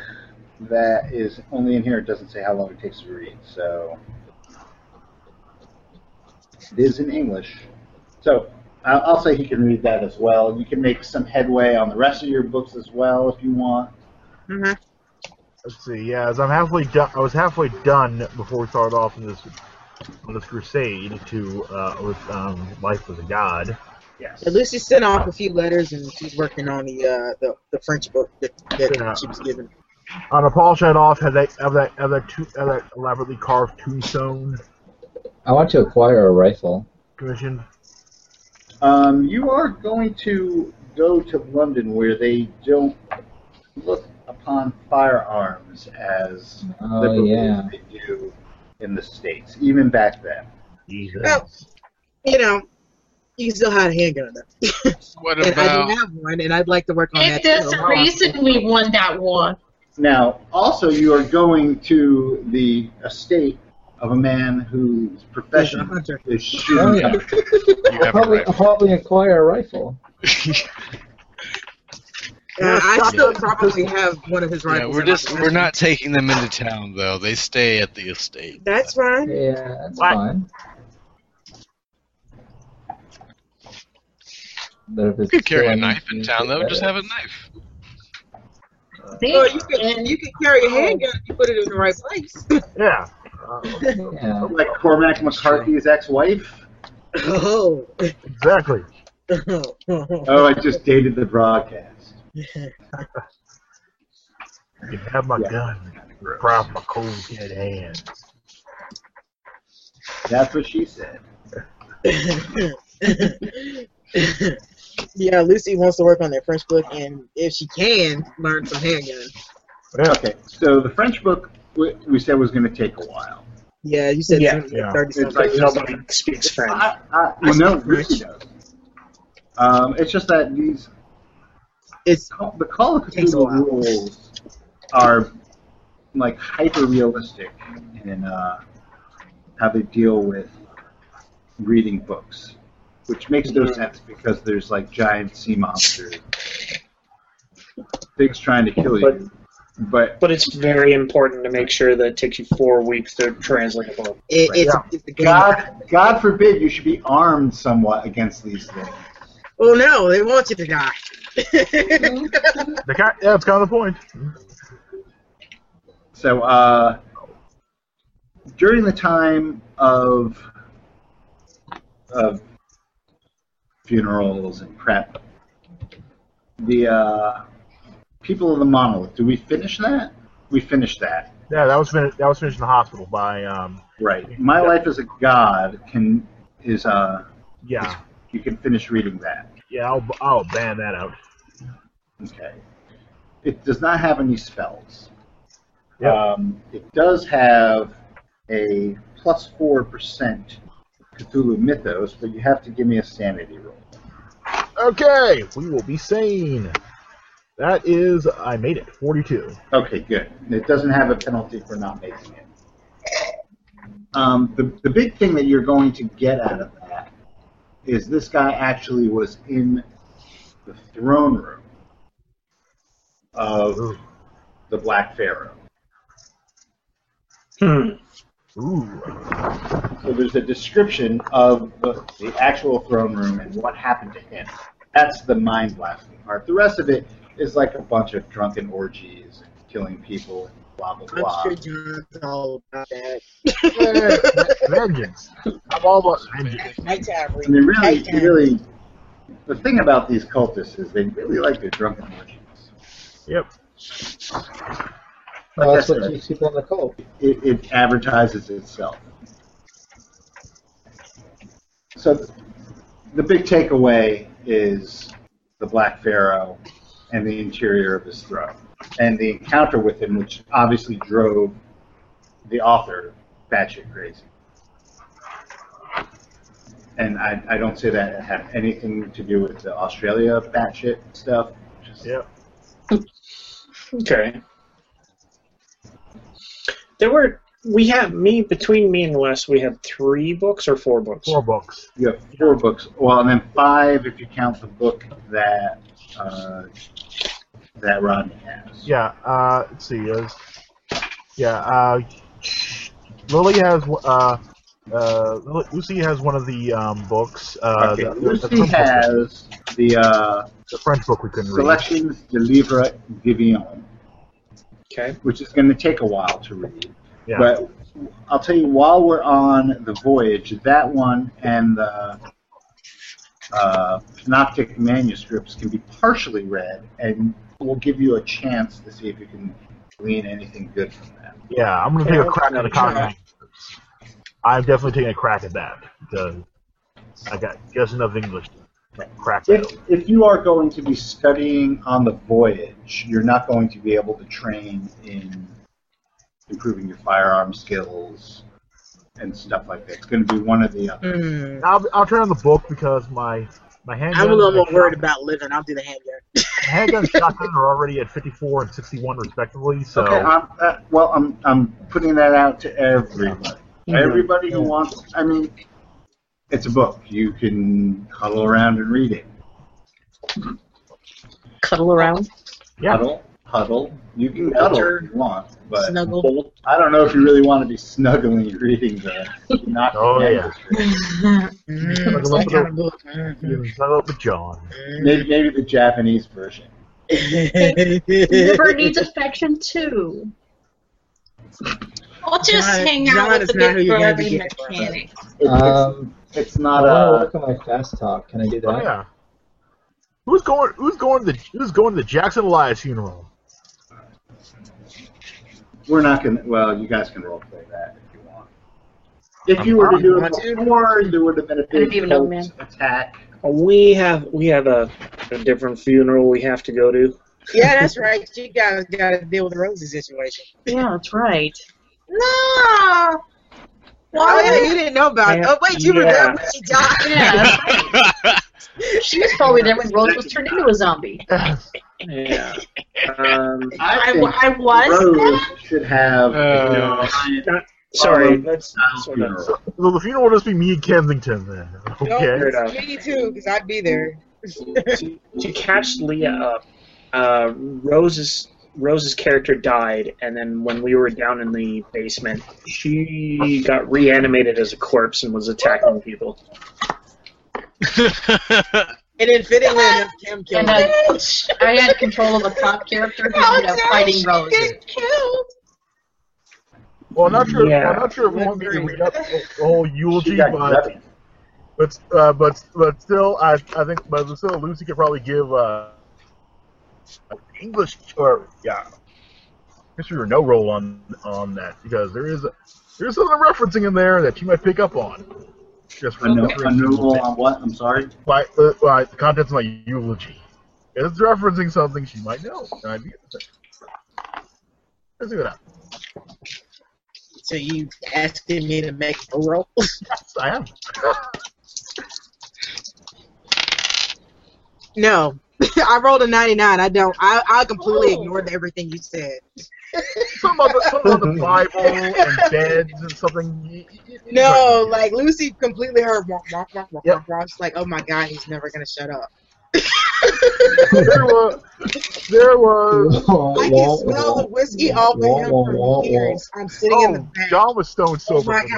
Speaker 1: that is only in here. It doesn't say how long it takes to read, so it is in English. So I- I'll say he can read that as well. You can make some headway on the rest of your books as well if you want.
Speaker 10: Mm-hmm.
Speaker 4: Let's see. Yeah, as I'm halfway done, I was halfway done before we started off on this on this crusade to uh, with um, life with a god.
Speaker 1: Yes.
Speaker 10: Lucy sent off a few letters, and she's working on the uh, the, the French book that, that
Speaker 4: Yeah.
Speaker 10: she was given.
Speaker 4: On a Paul Shadoff had that have that have that, two, have that elaborately carved tombstone
Speaker 7: I want to acquire a rifle.
Speaker 4: commissioned.
Speaker 1: Um, you are going to go to London where they don't look upon firearms as
Speaker 7: Oh
Speaker 1: liberally
Speaker 7: yeah.
Speaker 1: as they do in the States, even back then.
Speaker 4: Jesus.
Speaker 10: Well, you know, you can still have a handgun though.
Speaker 9: What
Speaker 10: And I don't
Speaker 9: about
Speaker 10: have one, and I'd like to work on that.
Speaker 3: If there's a
Speaker 10: too.
Speaker 3: reason we won that war.
Speaker 1: Now, also, you are going to the estate of a man whose profession
Speaker 8: hunter.
Speaker 1: is shooting.
Speaker 7: Oh, yeah.
Speaker 1: deer.
Speaker 9: You have a
Speaker 7: Probably,
Speaker 9: right.
Speaker 7: I'll probably acquire a rifle.
Speaker 8: Uh, I still probably have one of his
Speaker 9: Yeah,
Speaker 8: rifles.
Speaker 9: we're
Speaker 8: in my
Speaker 9: just we're
Speaker 8: possession.
Speaker 9: not taking them into town though. They stay at the estate.
Speaker 8: That's fine.
Speaker 7: Yeah, that's
Speaker 3: What?
Speaker 7: fine. But if it's
Speaker 9: You could carry a
Speaker 7: still
Speaker 9: knife in
Speaker 7: unused,
Speaker 9: town though.
Speaker 7: better.
Speaker 9: Just have a knife.
Speaker 8: Well, you can you can carry a handgun if you put it in the right place.
Speaker 4: Yeah. Uh,
Speaker 7: Yeah.
Speaker 1: Like Cormac McCarthy's ex-wife.
Speaker 8: Oh.
Speaker 4: exactly.
Speaker 1: Oh, I just dated the broadcast.
Speaker 4: You have my
Speaker 1: Yeah.
Speaker 4: gun. Grab my cold dead hand.
Speaker 1: That's what she said.
Speaker 8: yeah, Lucy wants to work on that French book, and if she can, learn some handgun.
Speaker 4: Yeah.
Speaker 1: Okay, so the French book we, we said was going to take a while.
Speaker 8: Yeah, you said
Speaker 5: Yeah.
Speaker 8: it's gonna be
Speaker 4: Yeah.
Speaker 8: thirty
Speaker 1: It's
Speaker 8: something.
Speaker 1: like
Speaker 5: Like nobody speaks French.
Speaker 1: I, I, well, no, Lucy does. Um, it's just that these
Speaker 8: It's
Speaker 1: Call- the Call of
Speaker 8: Takes a while.
Speaker 1: Cthulhu rules are like hyper realistic in uh, how they deal with reading books, which makes no sense because there's like giant sea monsters, things trying to kill you. But
Speaker 5: But it's very important to make sure that it takes you four weeks to translate a book.
Speaker 8: it, it's,
Speaker 4: Yeah.
Speaker 8: it's a game.
Speaker 1: God, God forbid you should be armed somewhat against these things.
Speaker 8: Well, no, they want you to die. Mm-hmm.
Speaker 4: They kind yeah, it's kind of the point.
Speaker 1: So uh, during the time of of funerals and prep, the uh, people of the monolith. Do we finish that? We finished that,
Speaker 4: Yeah, that was finished, that was finished in the hospital by um
Speaker 1: right? My life as a god can is uh
Speaker 4: yeah
Speaker 1: you can finish reading that.
Speaker 4: yeah I'll I'll ban that out.
Speaker 1: Okay. It does not have any spells.
Speaker 4: Yeah.
Speaker 1: Um, it does have a plus four percent Cthulhu Mythos, but you have to give me a sanity roll.
Speaker 4: Okay, we will be sane. That is, I made it. 42.
Speaker 1: Okay, good. It doesn't have a penalty for not making it. Um, the the big thing that you're going to get out of that is this guy actually was in the throne room of the Black Pharaoh.
Speaker 5: Hmm.
Speaker 4: Ooh.
Speaker 1: So there's a description of the, the actual throne room and what happened to him. That's the mind blasting part. The rest of it is like a bunch of drunken orgies and killing people and blah blah
Speaker 8: I'm
Speaker 1: blah.
Speaker 8: sure John's all about that.
Speaker 4: Yeah, vengeance. I'm all about vengeance.
Speaker 8: Nighttime
Speaker 1: I mean,
Speaker 8: reading.
Speaker 1: really,
Speaker 8: Nighttime.
Speaker 1: really, the thing about these cultists is they really like their drunken orgies.
Speaker 4: Yep.
Speaker 7: Well, that's
Speaker 1: Like I
Speaker 7: what
Speaker 1: said,
Speaker 7: keeps people in the cold.
Speaker 1: it, it advertises itself. So th- the big takeaway is the Black Pharaoh and the interior of his throne, and the encounter with him, which obviously drove the author batshit crazy. And I, I don't say that it had anything to do with the Australia batshit stuff. Just,
Speaker 4: Yep.
Speaker 5: Okay. There were we have me between me and Wes we had three books or four books.
Speaker 4: Four books.
Speaker 1: You have four books. Well, and then five if you count the book that uh, that Rodney has.
Speaker 4: Yeah, uh, let's see. it was- yeah, uh, Lily has, uh, uh, Lu- Lucy has one of the, um, books. Uh,
Speaker 1: okay.
Speaker 4: the, the- the
Speaker 1: Lucy
Speaker 4: French book-
Speaker 1: has the uh,
Speaker 4: the French book we couldn't read.
Speaker 1: Selections de Livre Divion,
Speaker 5: Okay.
Speaker 1: which is going to take a while to read.
Speaker 4: Yeah.
Speaker 1: But I'll tell you, while we're on the voyage, that one and the uh, Synoptic manuscripts can be partially read, and we'll give you a chance to see if you can glean anything good from that.
Speaker 4: yeah, I'm gonna take a crack at the
Speaker 8: Yeah.
Speaker 4: comic. I'm definitely taking a crack at that. Because I got just enough English to crack that.
Speaker 1: If, if you are going to be studying on the voyage, you're not going to be able to train in improving your firearm skills and stuff like that. It's going to be one of the other.
Speaker 8: Mm.
Speaker 4: I'll, I'll turn on the book because my my handgun,
Speaker 8: I'm a little
Speaker 4: my
Speaker 8: more worried
Speaker 4: shot-
Speaker 8: about living. I'll do the handgun.
Speaker 4: my handgun and shotgun are already at 54 and 61 respectively. So
Speaker 1: Okay, I'm, uh, well, I'm, I'm putting that out to everybody. Everybody who wants, I mean, it's a book. You can huddle around and read it.
Speaker 3: Cuddle around.
Speaker 4: Yeah.
Speaker 1: Huddle, huddle. You can cuddle if you want, but
Speaker 3: Snuggle.
Speaker 5: Bolt.
Speaker 1: I don't know if you really want to be snuggling reading the not
Speaker 4: Oh,
Speaker 1: the
Speaker 4: yeah.
Speaker 1: manuscript.
Speaker 4: Snuggle
Speaker 8: Mm,
Speaker 4: up
Speaker 8: it's that
Speaker 4: with
Speaker 8: kind
Speaker 4: her.
Speaker 8: of book. Mhm.
Speaker 4: You can Snuggle up with John.
Speaker 1: Maybe, maybe the Japanese version.
Speaker 3: River needs affection too.
Speaker 2: I'll just
Speaker 8: John-
Speaker 2: hang
Speaker 8: John
Speaker 2: out with
Speaker 8: is
Speaker 2: the
Speaker 8: not who
Speaker 2: big
Speaker 8: you're gonna
Speaker 2: bourbon
Speaker 8: be getting for.
Speaker 2: mechanic.
Speaker 1: It's,
Speaker 7: Um,
Speaker 1: it's, it's
Speaker 7: I
Speaker 1: not
Speaker 7: want to
Speaker 1: a.
Speaker 7: work on my fast talk. Can I do that?
Speaker 4: Oh yeah. Who's going? Who's going to? the- Who's going to the Jackson Elias funeral?
Speaker 1: We're not gonna. Well, you guys can roleplay that if you want. If you
Speaker 9: Um,
Speaker 1: were to do it
Speaker 8: want to?
Speaker 1: before, there would have been a big
Speaker 3: don't even know,
Speaker 1: cult
Speaker 3: man.
Speaker 1: attack.
Speaker 5: We have we have a, a different funeral we have to go to.
Speaker 8: Yeah, that's right. You guys got to deal with the Rosie situation.
Speaker 3: Yeah, that's right.
Speaker 6: No.
Speaker 8: Oh
Speaker 6: Why?
Speaker 8: yeah, you didn't know about.
Speaker 5: Yeah.
Speaker 8: Oh wait, you
Speaker 5: Yeah.
Speaker 8: remember when she died?
Speaker 3: Yeah, that's right. she was probably there when Rose was turned into a zombie.
Speaker 5: Yeah. Um,
Speaker 1: I
Speaker 2: I,
Speaker 1: think
Speaker 2: w- I was.
Speaker 1: Rose should have.
Speaker 9: Uh,
Speaker 5: sorry,
Speaker 1: Um,
Speaker 5: that's sort of
Speaker 1: funeral.
Speaker 4: So the funeral will just be me and Kensington then. Okay.
Speaker 5: Fair enough.
Speaker 8: No, me too, because I'd be there.
Speaker 5: to, to catch Leah up, uh, Rose's Rose's character died, and then when we were down in the basement, she got reanimated as a corpse and was attacking people.
Speaker 8: And then fittingly enough, Kim killed
Speaker 3: And uh,
Speaker 8: me.
Speaker 3: I, I had control of a cop character who ended up fighting Rose.
Speaker 6: Get killed.
Speaker 4: Well, I'm not sure.
Speaker 5: Yeah.
Speaker 4: I'm not sure if we want me to read up the whole eulogy,
Speaker 1: She got
Speaker 4: but
Speaker 1: nothing.
Speaker 4: but uh, but but still, I I think but still Lucy could probably give uh, an English or yeah, history or no roll on on that because there is a, there's something referencing in there that you might pick up on. Just
Speaker 1: A no-
Speaker 4: referencing
Speaker 1: a new rule on what? I'm sorry.
Speaker 4: my, uh, my the contents of my eulogy. It's referencing something she might know. and I'd be interested. Let's see what happens.
Speaker 8: So you asking me to make a roll?
Speaker 4: I am.
Speaker 8: No, I rolled a ninety-nine. I don't. I I completely
Speaker 6: Oh.
Speaker 8: ignored everything you said.
Speaker 4: Some other, some other Bible and beds and something. You- you- you- you
Speaker 8: No,
Speaker 4: might-
Speaker 8: like Lucy completely heard. Wah, wah, wah, wah,
Speaker 4: Yep.
Speaker 8: wah, wah. She's like, oh my god, he's never gonna shut up.
Speaker 4: there was there
Speaker 7: Oh,
Speaker 4: was
Speaker 8: I
Speaker 7: I
Speaker 8: can smell the whiskey off of him
Speaker 7: wah,
Speaker 8: from
Speaker 7: wah, wah.
Speaker 8: years. I'm sitting in the
Speaker 4: oh
Speaker 8: back.
Speaker 4: John was stone
Speaker 8: Oh
Speaker 4: sober.
Speaker 8: my
Speaker 4: for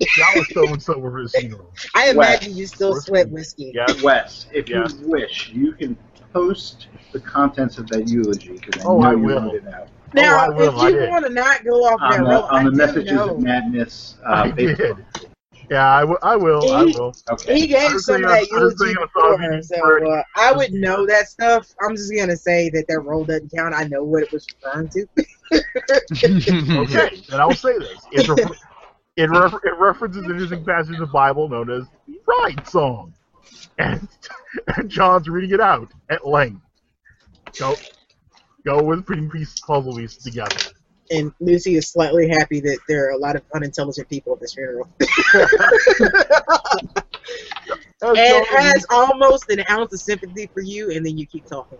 Speaker 4: this.
Speaker 8: god!
Speaker 4: John was stone sober for his funeral.
Speaker 8: I
Speaker 1: Wow.
Speaker 8: imagine you still
Speaker 4: Whiskey.
Speaker 8: sweat whiskey.
Speaker 4: Yeah.
Speaker 1: Wes, if
Speaker 4: Yeah.
Speaker 1: you wish, you can post the contents of that eulogy because I
Speaker 4: Oh,
Speaker 1: know
Speaker 4: I
Speaker 1: you
Speaker 4: will.
Speaker 1: want it out
Speaker 8: Now,
Speaker 4: Oh, I will, I
Speaker 8: if you
Speaker 4: did.
Speaker 8: want to not go off that
Speaker 1: on
Speaker 8: road,
Speaker 1: the, on the
Speaker 8: I do
Speaker 1: messages
Speaker 8: know.
Speaker 1: of madness
Speaker 4: I
Speaker 1: uh,
Speaker 4: did.
Speaker 1: Facebook.
Speaker 4: Yeah, I will. I will. I will.
Speaker 1: Okay.
Speaker 8: He gave
Speaker 4: First
Speaker 8: some
Speaker 4: thing
Speaker 8: of
Speaker 4: I-
Speaker 8: that
Speaker 4: first thing
Speaker 8: eulogy
Speaker 4: I thought of
Speaker 8: before,
Speaker 4: you
Speaker 8: so
Speaker 4: first.
Speaker 8: uh, I would know that stuff. I'm just gonna say that that role doesn't count. I know what it was referring to.
Speaker 4: Okay, then I'll say this. It, refer- it, refer- it references an interesting passage of the Bible known as the Ride Song. And, and John's reading it out at length. Go, go with putting piece puzzle pieces together.
Speaker 8: And Lucy is slightly happy that there are a lot of unintelligent people at this funeral,
Speaker 4: And
Speaker 8: and
Speaker 4: so-
Speaker 8: has almost an ounce of sympathy for you, and then you keep talking.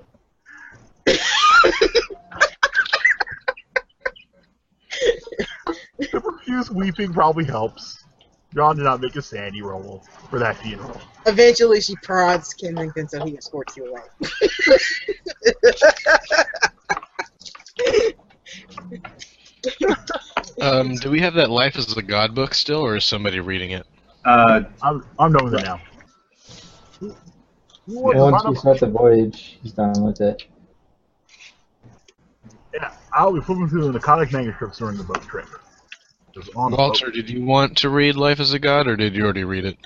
Speaker 4: the profuse weeping probably helps. John did not make a sandy roll for that funeral.
Speaker 8: Eventually, she prods Kensington so he escorts you away.
Speaker 9: um, do we have that Life as a God book still, or is somebody reading it?
Speaker 1: Uh,
Speaker 4: I'm, I'm done with it now. Who wants to
Speaker 7: Once
Speaker 4: run
Speaker 7: we
Speaker 4: up-
Speaker 7: start the voyage, he's done with it.
Speaker 4: Yeah, I'll be flipping through the Nakonic manuscripts during the boat trip. Just on the boat.
Speaker 9: Walter, did you want to read Life as a God, or did you already read it?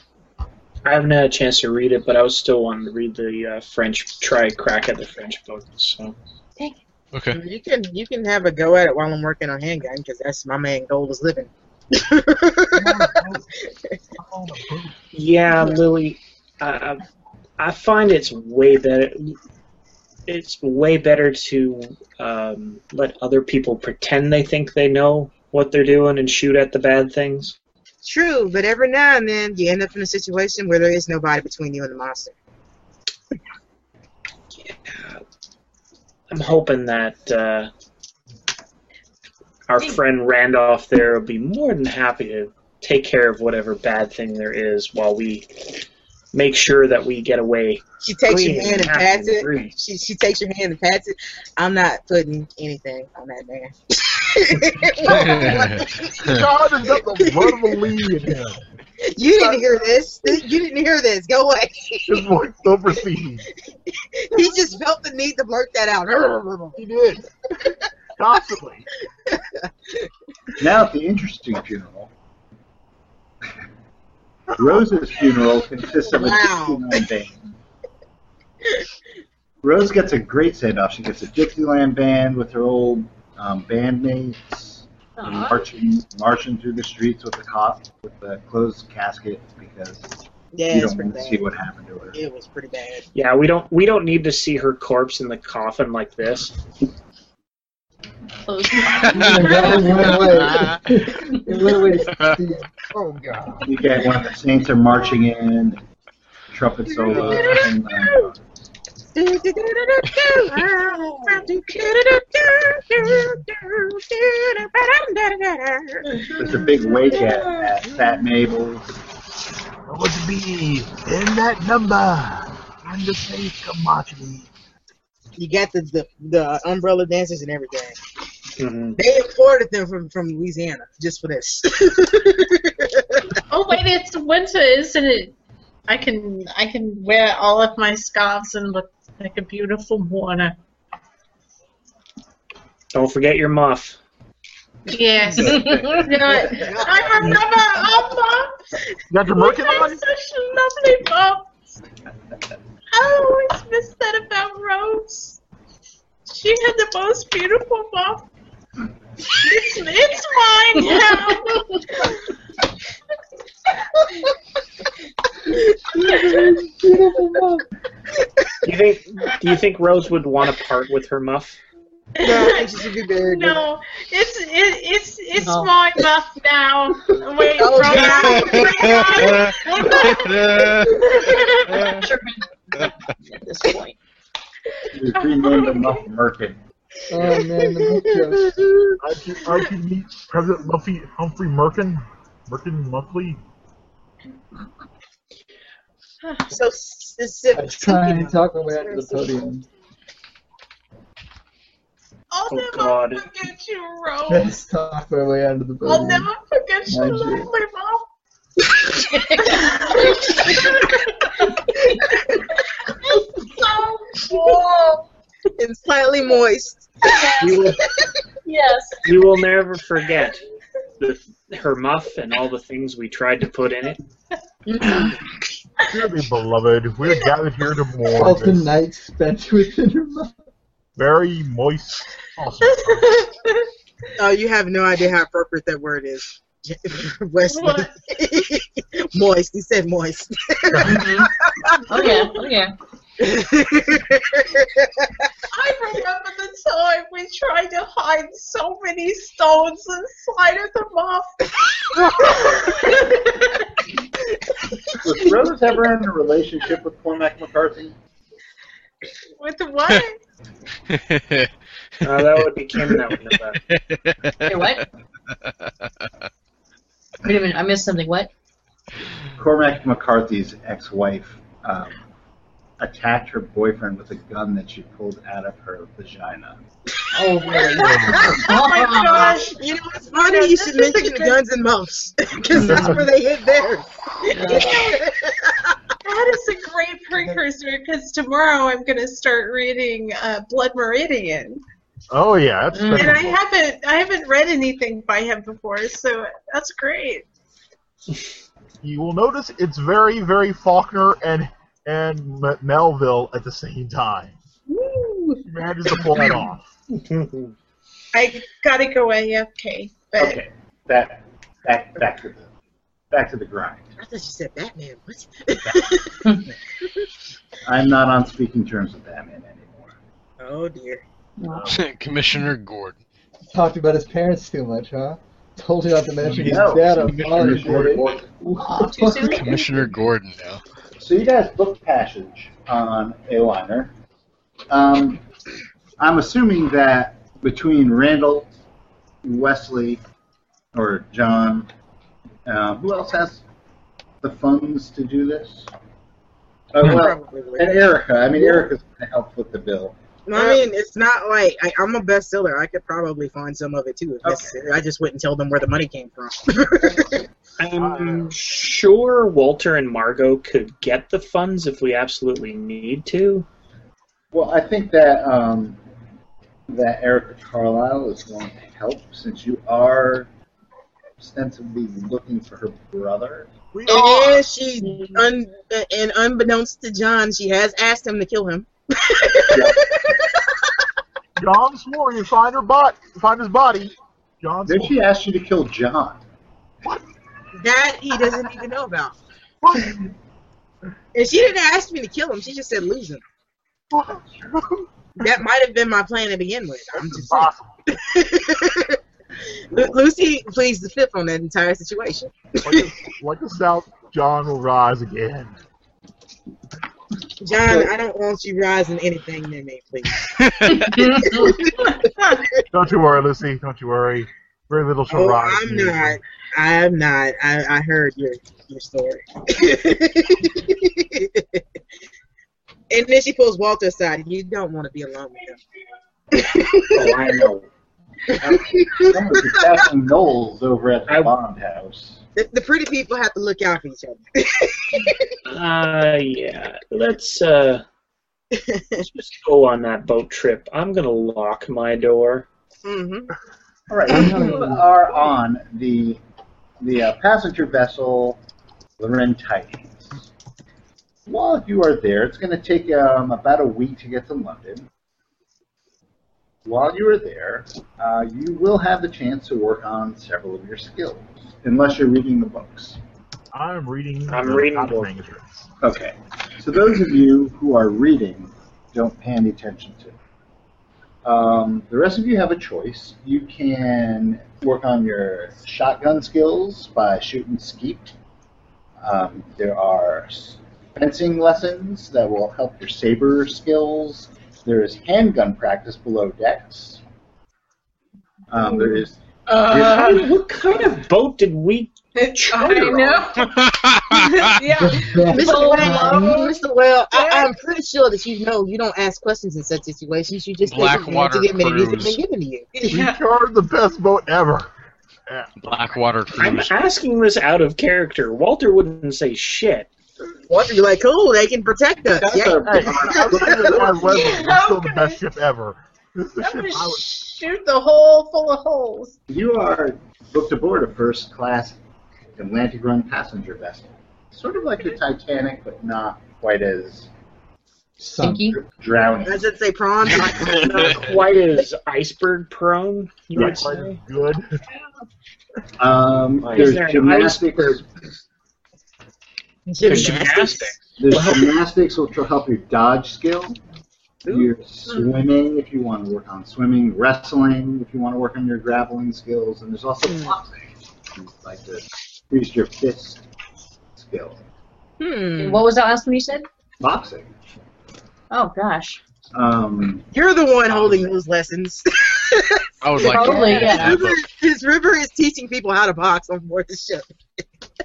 Speaker 5: I haven't had a chance to read it, but I was still wanting to read the uh, French try crack at the French book. So
Speaker 9: Okay.
Speaker 8: You can you can have a go at it while I'm working on handgun because that's my main goal is living.
Speaker 4: On the boat.
Speaker 5: yeah, Lily, I, I I find it's way better. It's way better to um, let other people pretend they think they know what they're doing and shoot at the bad things.
Speaker 8: True, but every now and then you end up in a situation where there is nobody between you and the monster.
Speaker 5: I'm hoping that uh, our friend Randolph there will be more than happy to take care of whatever bad thing there is while we make sure that we get away.
Speaker 8: She takes your
Speaker 5: clean
Speaker 8: hand and
Speaker 5: happy
Speaker 8: pats it.
Speaker 5: free.
Speaker 8: She she takes your hand and pats it. I'm not putting anything on that man.
Speaker 4: God has got the blood of a lead in him.
Speaker 8: you didn't hear this. You didn't hear this. Go away.
Speaker 4: His voice still proceeds.
Speaker 8: he just felt the need to blurt that out.
Speaker 4: He did. Constantly.
Speaker 1: Now at the interesting funeral. Rose's funeral consists of a
Speaker 8: Wow.
Speaker 1: Dixieland band. Rose gets a great send off. She gets a Dixieland band with her old um, bandmates and marching marching through the streets with the cop with the closed casket because
Speaker 8: Yeah,
Speaker 1: you
Speaker 8: it's
Speaker 1: don't
Speaker 8: pretty
Speaker 1: want to see
Speaker 8: bad.
Speaker 1: what happened to her.
Speaker 8: It was pretty bad.
Speaker 5: Yeah, we don't we don't need to see her corpse in the coffin like this.
Speaker 3: Close.
Speaker 7: it went away. Steve.
Speaker 4: Oh, God.
Speaker 1: You get when the saints are marching in, trumpet solo. and, um, there's a big wake at, at Fat Mabel's.
Speaker 4: I want to be in that number. I'm the safe commodity.
Speaker 8: You got the, the the umbrella dancers and everything.
Speaker 5: Mhm.
Speaker 8: They imported them from from Louisiana just for this.
Speaker 6: Oh wait, it's winter, isn't it? I can I can wear all of my scarves and look like a beautiful mourner.
Speaker 5: Don't forget your muff.
Speaker 6: Yes. You know, I remember our mom.
Speaker 4: You got your
Speaker 6: We
Speaker 4: merkin
Speaker 6: had
Speaker 4: on?
Speaker 6: such lovely moms. I always miss that about Rose. She had the most beautiful mom. It's, it's mine now.
Speaker 5: Do you think do you think Rose would want to part with her muff?
Speaker 8: no, I think she should be buried. with
Speaker 6: No, it's it, it's it's
Speaker 3: No.
Speaker 6: my muff now. Wait, Oh
Speaker 8: Oh,
Speaker 6: Rose.
Speaker 8: God.
Speaker 6: hang on.
Speaker 3: at this point.
Speaker 1: It was renamed the Muff Merkin.
Speaker 7: Oh man, the milk jokes.
Speaker 4: I'd you, I'd you meet President Muffy, Humphrey Merkin? Merkin Muffley?
Speaker 8: it. So
Speaker 7: I
Speaker 8: specific.
Speaker 7: try and talk my way out to the podium.
Speaker 6: I'll
Speaker 5: Oh,
Speaker 6: never
Speaker 5: God.
Speaker 6: forget you, Rose.
Speaker 7: Let's talk my way out to the
Speaker 6: I'll
Speaker 7: podium.
Speaker 6: never forget you,
Speaker 7: Mind you.
Speaker 6: lovely mom. so warm.
Speaker 8: and slightly moist.
Speaker 5: You will,
Speaker 6: Yes.
Speaker 5: you will never forget the, her muff and all the things we tried to put in it.
Speaker 4: Dearly beloved, we're gathered here to mourn
Speaker 7: All the
Speaker 4: this
Speaker 7: night spent within her mouth.
Speaker 4: very moist sausage.
Speaker 8: Oh, you have no idea how appropriate that word is. Wesley.
Speaker 6: What?
Speaker 8: moist. He said moist.
Speaker 3: Oh yeah, oh yeah.
Speaker 6: I remember the time we tried to hide so many stones inside of the muff.
Speaker 1: Was Rose ever in a relationship with Cormac McCarthy?
Speaker 6: With what?
Speaker 5: Uh, that would be Kim that would know that.
Speaker 3: Wait, what? Wait a minute, I missed something. What?
Speaker 1: Cormac McCarthy's ex-wife um, attacked her boyfriend with a gun that she pulled out of her vagina.
Speaker 3: Oh really?
Speaker 6: Oh my gosh.
Speaker 8: you know, it's funny you should mention the guns and muffs because that's where they hit theirs.
Speaker 6: That is a great precursor because tomorrow I'm going to start reading uh, Blood Meridian.
Speaker 4: Oh, yeah. That's,
Speaker 3: Mm.
Speaker 4: that's
Speaker 6: and I haven't I haven't read anything by him before, so that's great.
Speaker 4: you will notice it's very, very Faulkner and and M- Melville at the same time. He manages to pull that off.
Speaker 5: Mm-hmm.
Speaker 6: I gotta go AFK, but
Speaker 1: Okay, that back back to the back to the grind.
Speaker 8: I thought you said Batman. What?
Speaker 1: I'm not on speaking terms with Batman anymore.
Speaker 8: Oh dear.
Speaker 9: Commissioner Gordon.
Speaker 7: Talked about his parents too much, huh? Told you not to mention his
Speaker 1: No,
Speaker 7: dad on
Speaker 1: Commissioner
Speaker 7: Father's Day.
Speaker 1: Gordon.
Speaker 3: Too soon?
Speaker 9: Commissioner Gordon now.
Speaker 1: So you guys book passage on a liner. Um, I'm assuming that between Randall, Wesley, or John, Uh, who else has the funds to do this? Oh,
Speaker 8: Hmm.
Speaker 1: well, and Erica. I mean, Erica's going to help with the bill.
Speaker 8: I mean, it's not like I, I'm a bestseller. I could probably find some of it too if necessary. I just wouldn't tell them where the money came from.
Speaker 5: I'm sure Walter and Margot could get the funds if we absolutely need to.
Speaker 1: Well, I think that um, that Erica Carlisle is going to help since you are ostensibly looking for her brother.
Speaker 4: We
Speaker 8: And
Speaker 4: are.
Speaker 8: then she, un, and unbeknownst to John, she has asked him to kill him.
Speaker 4: John swore you find her bot, find his body. John
Speaker 1: Then
Speaker 4: swore.
Speaker 1: she asked you to kill John.
Speaker 8: That he doesn't even know about.
Speaker 4: What?
Speaker 8: And she didn't ask me to kill him. She just said lose him.
Speaker 4: What?
Speaker 8: That might have been my plan to begin with. I'm just saying.
Speaker 4: Impossible.
Speaker 8: Lu- Lucy pleads the fifth on that entire situation.
Speaker 4: Like a, like a south, John will rise again.
Speaker 8: John, I don't want you rising anything near me, please.
Speaker 4: Don't you worry, Lucy. Don't you worry. Very little shall
Speaker 8: Oh,
Speaker 4: rise.
Speaker 8: I'm not. I'm not. I, I heard your your story. and then she pulls Walter aside. You don't want to be alone with him.
Speaker 5: Oh, I know.
Speaker 1: Some of the Captain Knowles over at the
Speaker 5: I-
Speaker 1: Bond House.
Speaker 8: The, the pretty people have to look out for each other.
Speaker 5: Uh, yeah. Let's uh, let's just go on that boat trip. I'm gonna lock my door.
Speaker 8: Mm-hmm.
Speaker 1: All right, you are on the the uh, passenger vessel, the Titans. While you are there, it's going to take um, about a week to get to London. While you are there, uh, you will have the chance to work on several of your skills, unless you're reading the books.
Speaker 4: I'm reading.
Speaker 5: I'm
Speaker 4: the
Speaker 5: reading
Speaker 4: copy
Speaker 5: book.
Speaker 4: manuscripts.
Speaker 1: Okay. So those of you who are reading, don't pay any attention to. it. Um, the rest of you have a choice. You can work on your shotgun skills by shooting skeet. Um, there are s- fencing lessons that will help your saber skills. There is handgun practice below decks. Um, there is
Speaker 5: Uh, what kind of boat did we?
Speaker 6: I know. yeah.
Speaker 8: Mr. Well,
Speaker 6: Hello?
Speaker 8: Mr. Well, I, I'm pretty sure that you know you don't ask questions in such situations. You just take
Speaker 9: Blackwater
Speaker 8: to get many have
Speaker 9: Cruise.
Speaker 8: been given to you.
Speaker 6: yeah.
Speaker 4: We are the best boat ever.
Speaker 9: Blackwater
Speaker 5: I'm
Speaker 9: Cruise.
Speaker 5: asking this out of character. Walter wouldn't say shit.
Speaker 8: Walter, you're like, cool, they can protect us.
Speaker 1: that's
Speaker 8: Yeah.
Speaker 1: a
Speaker 4: Hey, I'm saying this as Wesley. We're still the best ship ever. This is the
Speaker 6: I'm
Speaker 4: ship
Speaker 6: gonna
Speaker 4: I would.
Speaker 6: shoot the hole full of holes.
Speaker 1: You are booked aboard a first class Atlantic run passenger vessel. Sort of like the Titanic, but not quite as
Speaker 7: Stinky.
Speaker 1: drowning.
Speaker 8: I should say prawns.
Speaker 5: Not quite as iceberg prone, you
Speaker 4: Not
Speaker 5: would
Speaker 4: quite
Speaker 5: say.
Speaker 4: as good.
Speaker 1: Um,
Speaker 5: Why
Speaker 1: there's
Speaker 5: is there an
Speaker 1: gymnastics.
Speaker 5: There's gymnastics.
Speaker 1: There's gymnastics, which will help your dodge skill. Your swimming, if you want to work on swimming, wrestling, if you want to work on your grappling skills, and there's also boxing. if you'd like to increase your fist skill.
Speaker 8: Hmm.
Speaker 3: What was that last one you said?
Speaker 1: Boxing.
Speaker 3: Oh gosh.
Speaker 1: Um,
Speaker 8: You're the one holding those lessons.
Speaker 9: I would like
Speaker 3: Probably,
Speaker 9: to read
Speaker 3: yeah.
Speaker 9: that book.
Speaker 8: His river is teaching people how to box on board the ship.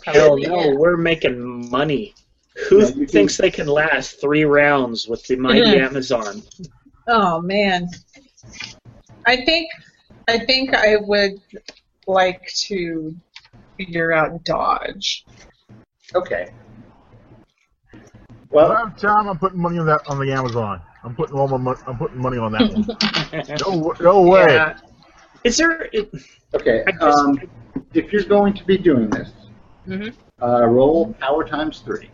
Speaker 5: Hell no, we're making money. Who
Speaker 1: Yeah, you can-
Speaker 5: thinks they can last three rounds with the mighty Amazon?
Speaker 6: Oh man. I think I think I would like to figure out dodge.
Speaker 1: okay.
Speaker 4: Well,
Speaker 1: Well,
Speaker 4: I have time. I'm putting money on that on the Amazon. I'm putting all my mon- I'm putting money on that one. No, w- no way.
Speaker 5: Yeah. Is there? It,
Speaker 1: Okay.
Speaker 5: I just- Mm-hmm.
Speaker 1: Um, if you're going to be doing this,
Speaker 8: Mhm.
Speaker 1: uh, roll power times three.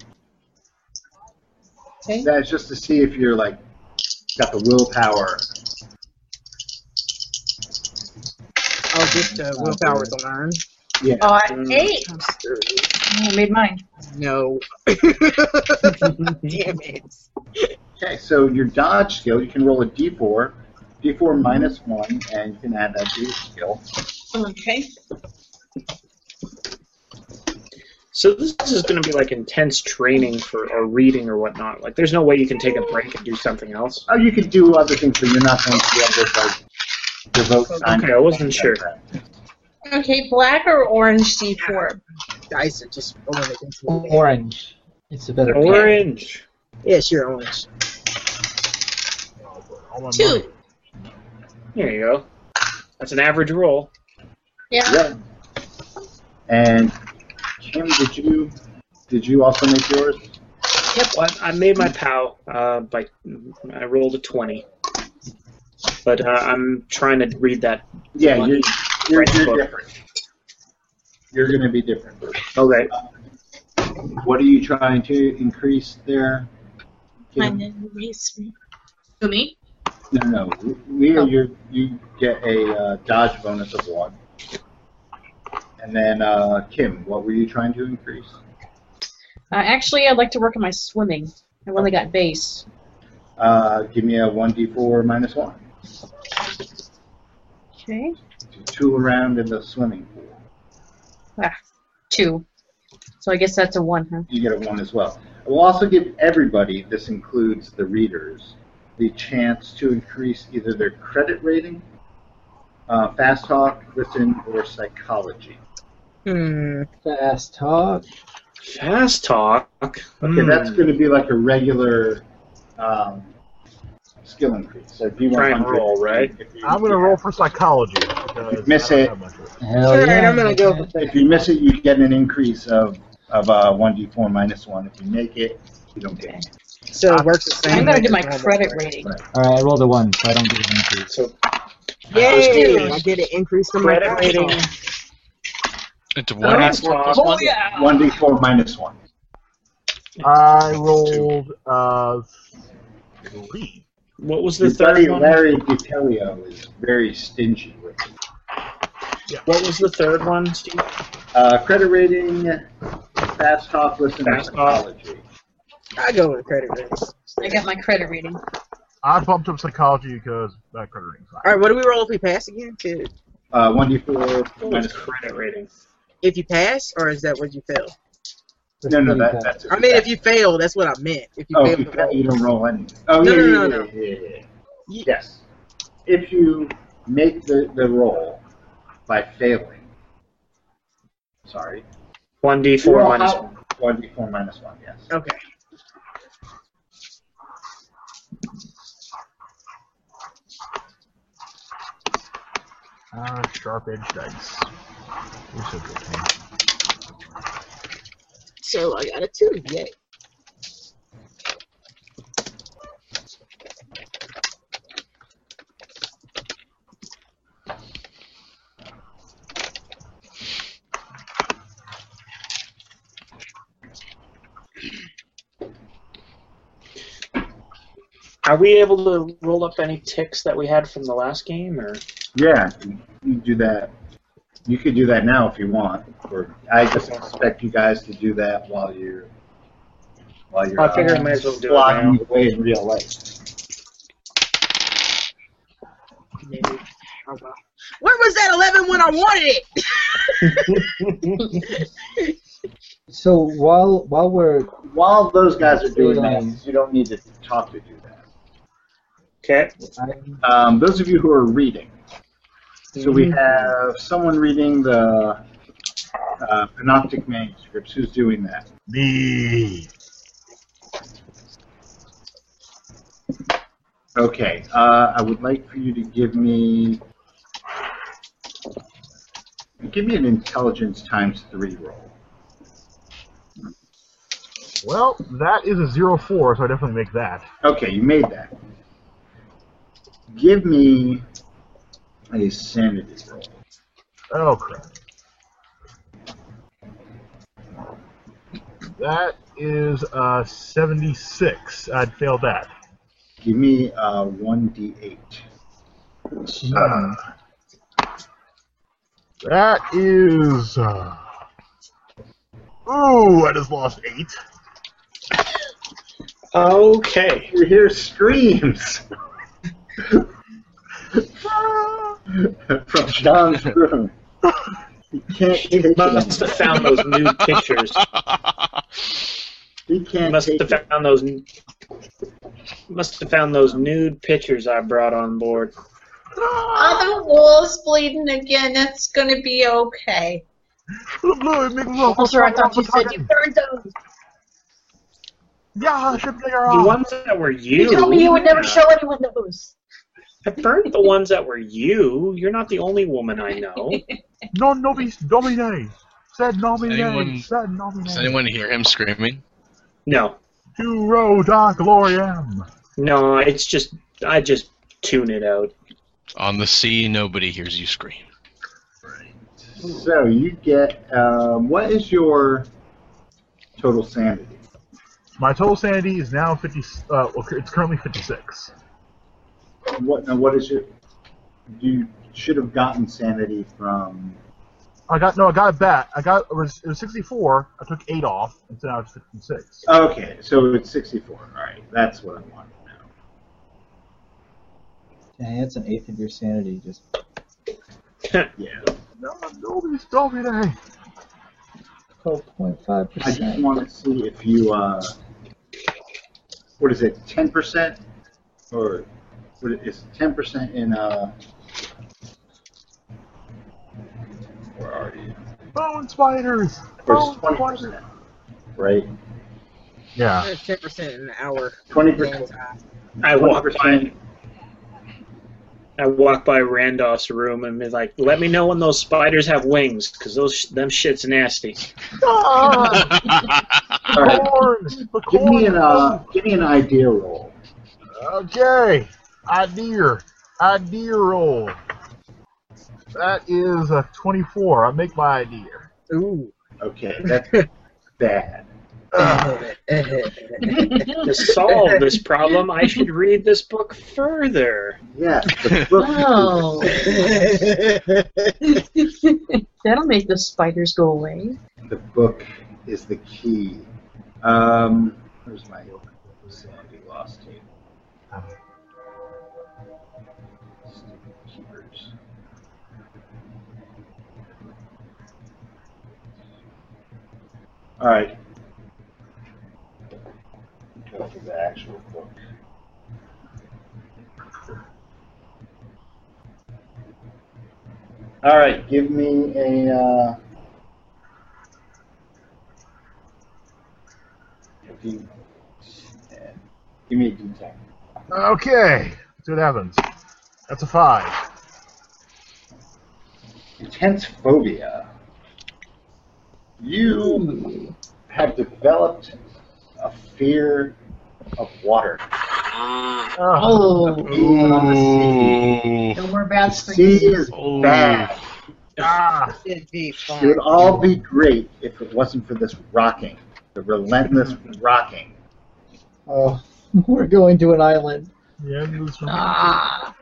Speaker 6: Okay.
Speaker 1: That's just to see if you're like got the willpower.
Speaker 8: Oh, just uh, willpower to learn.
Speaker 1: Yeah.
Speaker 6: Oh, I
Speaker 5: Mm.
Speaker 6: eight.
Speaker 8: I'm screwed.
Speaker 3: Oh, I made mine.
Speaker 8: No. Damn it.
Speaker 1: Okay. So your dodge skill, you can roll a d4, d4 minus one, and you can add that to your skill.
Speaker 6: Okay.
Speaker 5: so this is going to be like intense training for or reading or whatnot. Like, there's no way you can take a break and do something else.
Speaker 1: Oh, you could do other things, but you're not going to be able to like devote time.
Speaker 5: Okay,
Speaker 1: to
Speaker 5: I wasn't
Speaker 1: that
Speaker 5: sure.
Speaker 1: practice.
Speaker 6: Okay, black or orange D4?
Speaker 8: dice are just rolling against me.
Speaker 7: Orange. It's a better color.
Speaker 5: Orange.
Speaker 8: Yeah, sure, orange.
Speaker 4: All my money.
Speaker 2: Two.
Speaker 5: There you go. That's an average roll.
Speaker 1: Yeah. And Kim, did you did you also make yours?
Speaker 5: Yep. Well, I, I made my POW uh, by I rolled a twenty, but uh, I'm trying to read that.
Speaker 1: Yeah, you're you're,
Speaker 5: Right,
Speaker 1: you're
Speaker 5: book.
Speaker 1: different. You're going to be different.
Speaker 5: Okay.
Speaker 1: What are you trying to increase there?
Speaker 2: My
Speaker 1: Kim?
Speaker 2: name erased me.
Speaker 3: To me?
Speaker 1: No, no. Leah, you you get a uh, dodge bonus of one. And then uh, Kim, what were you trying to increase?
Speaker 3: Uh, actually, I'd like to work on my swimming. I've only got base.
Speaker 1: Uh, give me a one d four minus one.
Speaker 3: Okay.
Speaker 1: Two around in the swimming pool.
Speaker 3: Ah, Two. So I guess that's a one, huh?
Speaker 1: you get a one as well. I will also give everybody, this includes the readers, the chance to increase either their credit rating, uh, fast talk, written, or psychology.
Speaker 8: Hmm.
Speaker 7: Fast talk.
Speaker 5: Fast talk.
Speaker 1: Okay,
Speaker 5: Hmm.
Speaker 1: that's going to be like a regular um, skill increase. So if you want
Speaker 5: Try and
Speaker 1: 100,
Speaker 5: roll, right?
Speaker 1: if you-
Speaker 4: I'm gonna roll for psychology. because
Speaker 1: Miss
Speaker 4: I don't
Speaker 1: it.
Speaker 4: have much of it.
Speaker 7: Hell
Speaker 8: Sure,
Speaker 7: yeah.
Speaker 8: and I'm gonna go with
Speaker 1: If you miss it, you get an increase of of uh, 1d4 minus 1. If you make it, you don't get it.
Speaker 8: So it works the same.
Speaker 3: I'm gonna
Speaker 8: way
Speaker 3: do my
Speaker 8: as normal.
Speaker 3: credit rating.
Speaker 7: All right, I rolled a one, so I don't get an increase.
Speaker 5: So
Speaker 8: Yay! I did an increase from my
Speaker 5: credit rating.
Speaker 9: It's one
Speaker 5: Fast talk.
Speaker 3: Oh, yeah!
Speaker 1: 1d4 minus 1.
Speaker 4: I rolled uh three.
Speaker 5: What was the
Speaker 1: Your buddy
Speaker 5: third one?
Speaker 1: Larry DiTelio is very stingy with it.
Speaker 5: What was the third one, Steve?
Speaker 1: Uh, credit rating, fast talk, listener
Speaker 5: Fast talk.
Speaker 1: psychology.
Speaker 8: I go with credit rating.
Speaker 3: I got my credit rating.
Speaker 4: I bumped up psychology because my credit rating's
Speaker 8: All
Speaker 4: high.
Speaker 8: right, what do we roll if we pass again? Two.
Speaker 1: Uh, 1d4
Speaker 5: What was
Speaker 1: minus.
Speaker 5: credit rating?
Speaker 8: If you pass, or is that what you fail?
Speaker 1: No, no, that, that's.
Speaker 8: I mean, if you fail, that's what I meant. If you
Speaker 1: Oh,
Speaker 8: fail,
Speaker 1: if you,
Speaker 8: the roll.
Speaker 1: you don't roll any. Oh,
Speaker 8: No,
Speaker 1: yeah,
Speaker 8: no,
Speaker 1: yeah,
Speaker 8: no,
Speaker 1: yeah,
Speaker 8: no.
Speaker 1: yeah, yeah, yeah. Yes. If you make the, the roll by failing, sorry.
Speaker 5: One D four
Speaker 1: Roll
Speaker 5: minus
Speaker 1: out.
Speaker 5: one.
Speaker 1: 1d4 minus 1, yes.
Speaker 8: Okay.
Speaker 4: Ah, sharp edge dice. You're so good, man.
Speaker 8: So I got a two. Yay.
Speaker 5: Are we able to roll up any ticks that we had from the last game, or
Speaker 1: Yeah, you do that. You could do that now if you want. Or I just expect you guys to do that while you're while you're.
Speaker 5: I figure I
Speaker 1: uh,
Speaker 5: might as well do it
Speaker 1: flying
Speaker 5: now.
Speaker 1: away in real life.
Speaker 8: Oh, Where was that 11 when I wanted it?
Speaker 7: So while while we're
Speaker 1: While those guys are doing
Speaker 7: Feeling.
Speaker 1: that, you don't need to talk to do that.
Speaker 5: Okay.
Speaker 7: I'm,
Speaker 1: Um, those of you who are reading, so we
Speaker 5: Mm-hmm.
Speaker 1: have someone reading the uh, Panoptic manuscripts. Who's doing that?
Speaker 4: Me.
Speaker 1: Okay, uh, I would like for you to give me give me an intelligence times three roll.
Speaker 4: Well, that is a zero four, so I definitely make that.
Speaker 1: Okay, you made that. Give me a sanity roll.
Speaker 4: Oh crap. That is uh, 76. I'd fail that.
Speaker 1: Give me uh, 1d8.
Speaker 5: Uh-huh.
Speaker 4: Uh, that is. Uh, ooh, I just lost eight.
Speaker 5: Okay.
Speaker 1: You hear screams from John's room. He can't take it.
Speaker 5: Must have found those new pictures.
Speaker 1: He can't
Speaker 5: Must
Speaker 1: take
Speaker 5: have
Speaker 1: it.
Speaker 5: found those. Must have found those nude pictures I brought on board.
Speaker 6: Other wall's bleeding again. It's gonna be okay.
Speaker 3: Officer, Oh, I thought you said you burned those.
Speaker 4: Yeah, I should figure
Speaker 5: The
Speaker 4: out.
Speaker 5: ones that were you.
Speaker 3: You told me you would never
Speaker 5: Yeah.
Speaker 3: show anyone those.
Speaker 5: I burned the ones that were you. You're not the only woman I know.
Speaker 4: Non nobis domine. Said nomine.
Speaker 9: Anyone-
Speaker 4: Said nomine.
Speaker 9: Does anyone hear him screaming?
Speaker 5: No,
Speaker 4: Tu roda gloriam.
Speaker 5: no, it's just I just tune it out.
Speaker 9: On the sea, nobody hears you scream.
Speaker 1: So you get um, what is your total sanity?
Speaker 4: My total sanity is now 50. Uh, well, it's currently 56.
Speaker 1: What now? What is your? You should have gotten sanity from.
Speaker 4: I got no. I got it back. I got it was, it was 64. I took eight off, and so now it's 56.
Speaker 1: Okay, so it's sixty-four. All right, that's what I wanted to know.
Speaker 7: Dang, that's an eighth of your sanity. Just
Speaker 1: Yeah,
Speaker 4: Non nobis domine.
Speaker 7: 12.5
Speaker 1: I just
Speaker 7: percent.
Speaker 1: want to see if you. Uh, what is it? Ten percent, or what is- is ten percent in? Uh, where are you?
Speaker 4: Bone spiders.
Speaker 1: Or
Speaker 4: Bone
Speaker 1: is twenty
Speaker 4: spiders.
Speaker 1: percent? Right,
Speaker 4: Yeah.
Speaker 10: Ten percent an hour.
Speaker 1: twenty
Speaker 10: Man
Speaker 1: percent.
Speaker 10: time.
Speaker 5: I walk
Speaker 1: 20%.
Speaker 5: by. I walk by Randolph's room and be like, "Let me know when those spiders have wings, because those them shit's nasty."
Speaker 4: Ah,
Speaker 1: All right.
Speaker 4: corn. The
Speaker 1: Give
Speaker 4: corn.
Speaker 1: me an uh, give me an idea roll.
Speaker 4: Okay. Idea. Idea roll. That is a 24. I make my idea.
Speaker 10: Ooh.
Speaker 1: Okay, that's bad.
Speaker 4: Ugh.
Speaker 5: To solve this problem, I should read this book further.
Speaker 1: Yeah, the book
Speaker 3: Oh.
Speaker 10: That's
Speaker 3: That'll make the spiders go away.
Speaker 1: is, the book is the key. Um, where's my sanity lost to? Keepers. All right. Go to the actual book. All right, give me a. Uh, Give me a D10.
Speaker 4: Okay. Let's see what happens. That's a 5.
Speaker 1: Intense phobia. You have developed a fear of water.
Speaker 4: Ugh.
Speaker 3: Oh,
Speaker 1: Being on the
Speaker 9: Ooh.
Speaker 3: no more bad
Speaker 1: sea. The sea
Speaker 3: screams.
Speaker 1: is
Speaker 9: Ooh.
Speaker 1: bad.
Speaker 4: Ah.
Speaker 10: It'd be
Speaker 1: It
Speaker 10: fun.
Speaker 1: would all be great if it wasn't for this rocking, the relentless rocking.
Speaker 7: Oh, we're going to an island.
Speaker 4: The end is from
Speaker 3: Ah,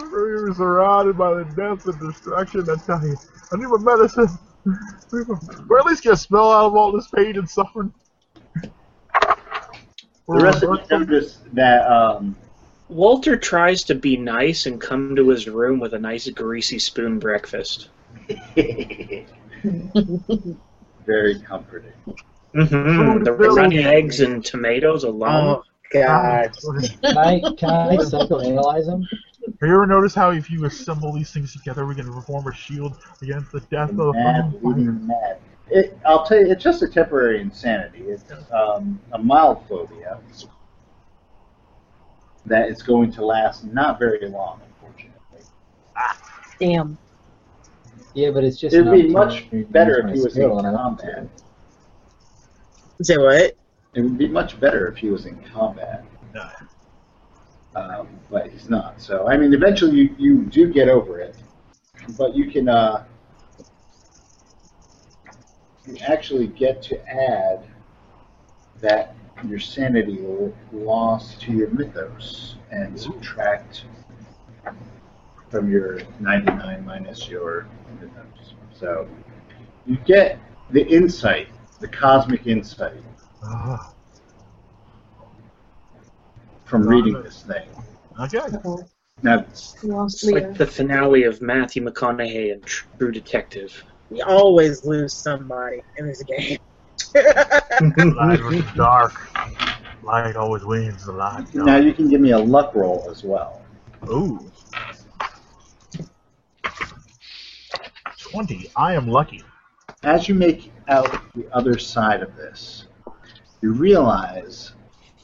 Speaker 4: We were surrounded by the death and destruction, I tell you. I need my medicine. We were- We're at least gonna spell out of all this pain and suffering.
Speaker 1: The rest of you notice that um,
Speaker 5: Walter tries to be nice and come to his room with a nice greasy spoon breakfast.
Speaker 1: very comforting.
Speaker 5: hmm The runny eggs and tomatoes alone.
Speaker 10: Oh God.
Speaker 7: Can I can I psychoanalyze him?
Speaker 4: Have you ever noticed how if you assemble these things together, we can perform a shield against the death of the
Speaker 1: mad,
Speaker 4: fire?
Speaker 1: leading mad. It, I'll tell you, it's just a temporary insanity. It's um, a mild phobia that is going to last not very long, unfortunately.
Speaker 3: damn.
Speaker 7: Yeah, but it's just.
Speaker 1: It'd
Speaker 7: an
Speaker 1: be much
Speaker 7: opportunity to
Speaker 1: better
Speaker 7: use
Speaker 1: if
Speaker 7: my
Speaker 1: he was in
Speaker 7: skill, and I don't
Speaker 1: combat.
Speaker 10: Say what?
Speaker 1: It would be much better if he was in combat.
Speaker 4: No.
Speaker 1: Um, but he's not. So, I mean, eventually you, you do get over it. But you can uh, you actually get to add that your sanity l- loss to your mythos and subtract from your 99 minus your mythos. So you get the insight, the cosmic insight
Speaker 4: Ah,
Speaker 1: from reading this thing.
Speaker 4: okay.
Speaker 3: Oh,
Speaker 1: Now,
Speaker 3: Lost
Speaker 5: It's like
Speaker 3: Leah.
Speaker 5: the finale of Matthew McConaughey and True Detective.
Speaker 10: We always lose somebody in this game.
Speaker 4: Light versus dark. Light always wins the light.
Speaker 1: now you can give me a luck roll as well.
Speaker 4: Ooh. 20. I am lucky.
Speaker 1: As you make out the other side of this, you realize,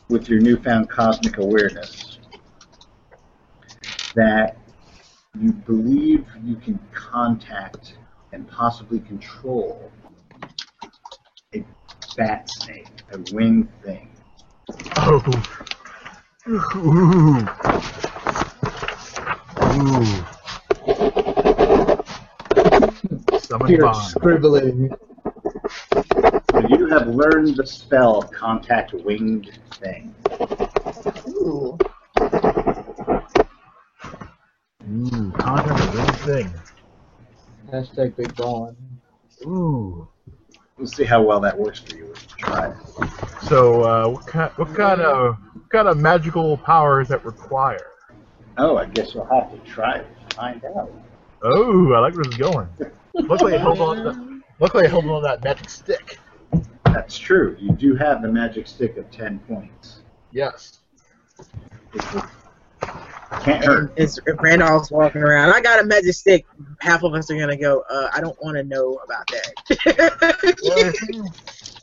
Speaker 1: with your newfound cosmic awareness, that you believe you can contact and possibly control a bat snake, a winged thing.
Speaker 4: Oh. Ooh. Ooh. Summon
Speaker 7: Here,
Speaker 4: bond.
Speaker 7: scribbling.
Speaker 1: So you have learned the spell contact winged thing.
Speaker 3: Ooh.
Speaker 4: Ooh, contact is everything.
Speaker 7: Hashtag big ballin'.
Speaker 4: Ooh.
Speaker 1: We'll see how well that works for you when you try it.
Speaker 4: So, uh, what kind, what kind of, what kind of magical power does that require?
Speaker 1: Oh, I guess you'll have to try it to find out.
Speaker 4: Oh, I like where this is going. Luckily, I held on. To, luckily, I held on to that magic stick.
Speaker 1: That's true. You do have the magic stick of 10 points.
Speaker 4: Yes.
Speaker 1: It can't hurt.
Speaker 10: It's Randolph's walking around. I got a magic stick. Half of us are gonna go. Uh, I don't want to know about that.
Speaker 4: Well, if you-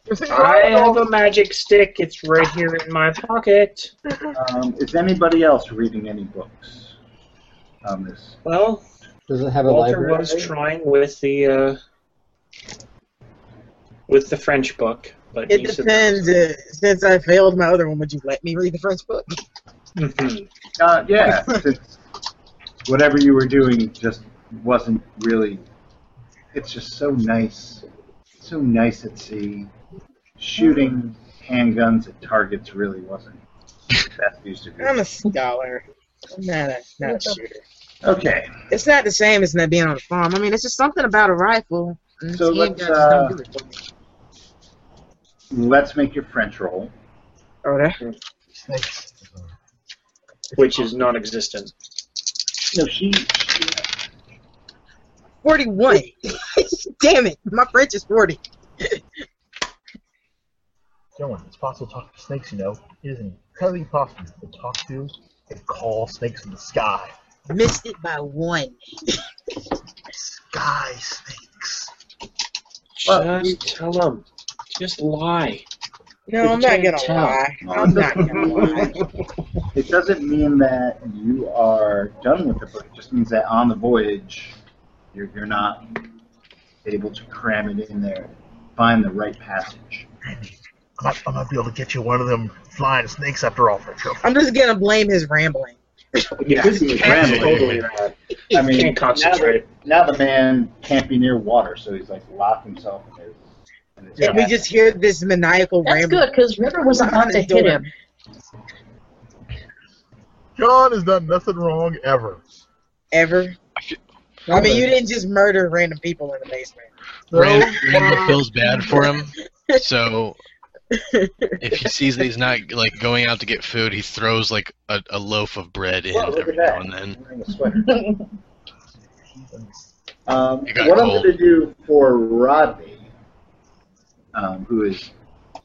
Speaker 4: if you-
Speaker 5: I have a magic stick. It's right here in my pocket.
Speaker 1: Um, is anybody else reading any books on this?
Speaker 5: Well,
Speaker 7: Does it have a
Speaker 5: Walter
Speaker 7: library?
Speaker 5: was trying with the uh, with the French book, but
Speaker 10: it
Speaker 5: he said-
Speaker 10: depends. Uh, since I failed my other one, would you let me read the French book?
Speaker 5: Mhm.
Speaker 1: Uh, yeah, since whatever you were doing just wasn't really. It's just so nice, so nice at sea. Shooting handguns at targets really wasn't the best use of
Speaker 10: I'm
Speaker 1: it.
Speaker 10: a scholar. I'm not a not a shooter.
Speaker 1: Okay,
Speaker 10: It's not the same as not being on a farm. I mean, it's just something about a rifle. And
Speaker 1: So
Speaker 10: you
Speaker 1: let's,
Speaker 10: guys just don't
Speaker 1: uh,
Speaker 10: do it.
Speaker 1: let's make your French roll.
Speaker 10: Okay.
Speaker 5: which is non-existent.
Speaker 1: No, she.
Speaker 10: Forty-one. Damn it, my French is forty.
Speaker 4: Dylan, it's possible to talk to snakes, you know. It is entirely possible to talk to and call snakes in the sky.
Speaker 10: Missed it by one.
Speaker 4: Sky snakes.
Speaker 1: Well,
Speaker 5: Just tell him. Just lie.
Speaker 10: No, I'm not gonna lie. I'm not gonna lie.
Speaker 1: Um, It doesn't mean that you are done with the book. It just means that on the voyage, you're, you're not able to cram it in there, find the right passage.
Speaker 4: I might, I might be able to get you one of them flying snakes after all for a trophy.
Speaker 10: I'm just gonna blame his rambling.
Speaker 1: Yeah, he's
Speaker 5: That's
Speaker 1: rambling.
Speaker 5: totally bad.
Speaker 1: I
Speaker 5: He
Speaker 1: mean,
Speaker 5: can't concentrate.
Speaker 1: Now the man can't be near water, so he's like locked himself in his. In his
Speaker 10: And we
Speaker 1: cabin.
Speaker 10: just hear this maniacal
Speaker 3: That's
Speaker 10: rambling.
Speaker 3: good, because River was about to hit him.
Speaker 4: John has done nothing wrong ever.
Speaker 10: Ever. I mean, you didn't just murder random people in the basement.
Speaker 4: No,
Speaker 9: Rand, Randall feels bad for him, so if he sees that he's not like going out to get food, he throws like a, a loaf of bread in
Speaker 1: Well, look
Speaker 9: every
Speaker 1: at
Speaker 9: now
Speaker 1: that.
Speaker 9: and then.
Speaker 1: He's wearing a sweater. Um,
Speaker 9: You got
Speaker 1: what I'm
Speaker 9: cold.
Speaker 1: going to do for Rodney, um, who is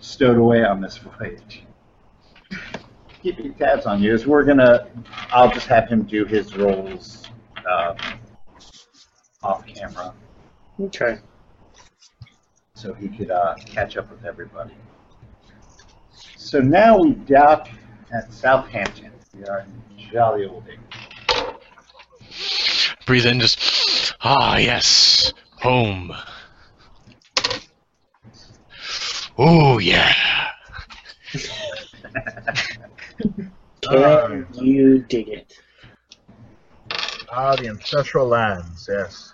Speaker 1: stowed away on this voyage, keeping tabs on you, is we're going to, I'll just have him do his roles um, off camera
Speaker 5: Okay.
Speaker 1: so he could uh, catch up with everybody. So now we dock at Southampton. We are in jolly old England.
Speaker 9: Breathe in, just ah yes, home. Oh yeah.
Speaker 5: Can
Speaker 4: Uh,
Speaker 5: Um, you dig it?
Speaker 4: Ah, the ancestral lands, yes.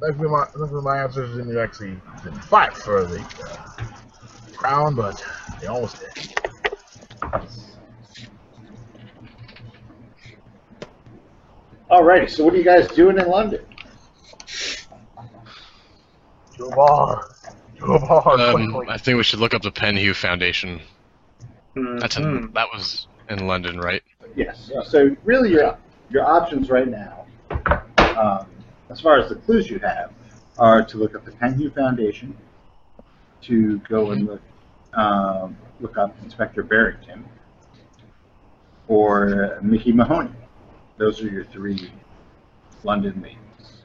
Speaker 4: Luckily my, luckily my ancestors in the actually didn't fight for the uh, crown, but they almost did.
Speaker 1: Alrighty, so what are you guys doing in London?
Speaker 4: Jobar! Jobar!
Speaker 9: Um,
Speaker 4: quickly.
Speaker 9: I think we should look up the Penhue Foundation. That's in,
Speaker 5: Mhm.
Speaker 9: that was in London, right?
Speaker 1: Yes. So really, your your options right now, um, as far as the clues you have, are to look up the Penhue Foundation, to go and look um, look up Inspector Barrington, or Mickey Mahoney. Those are your three London names.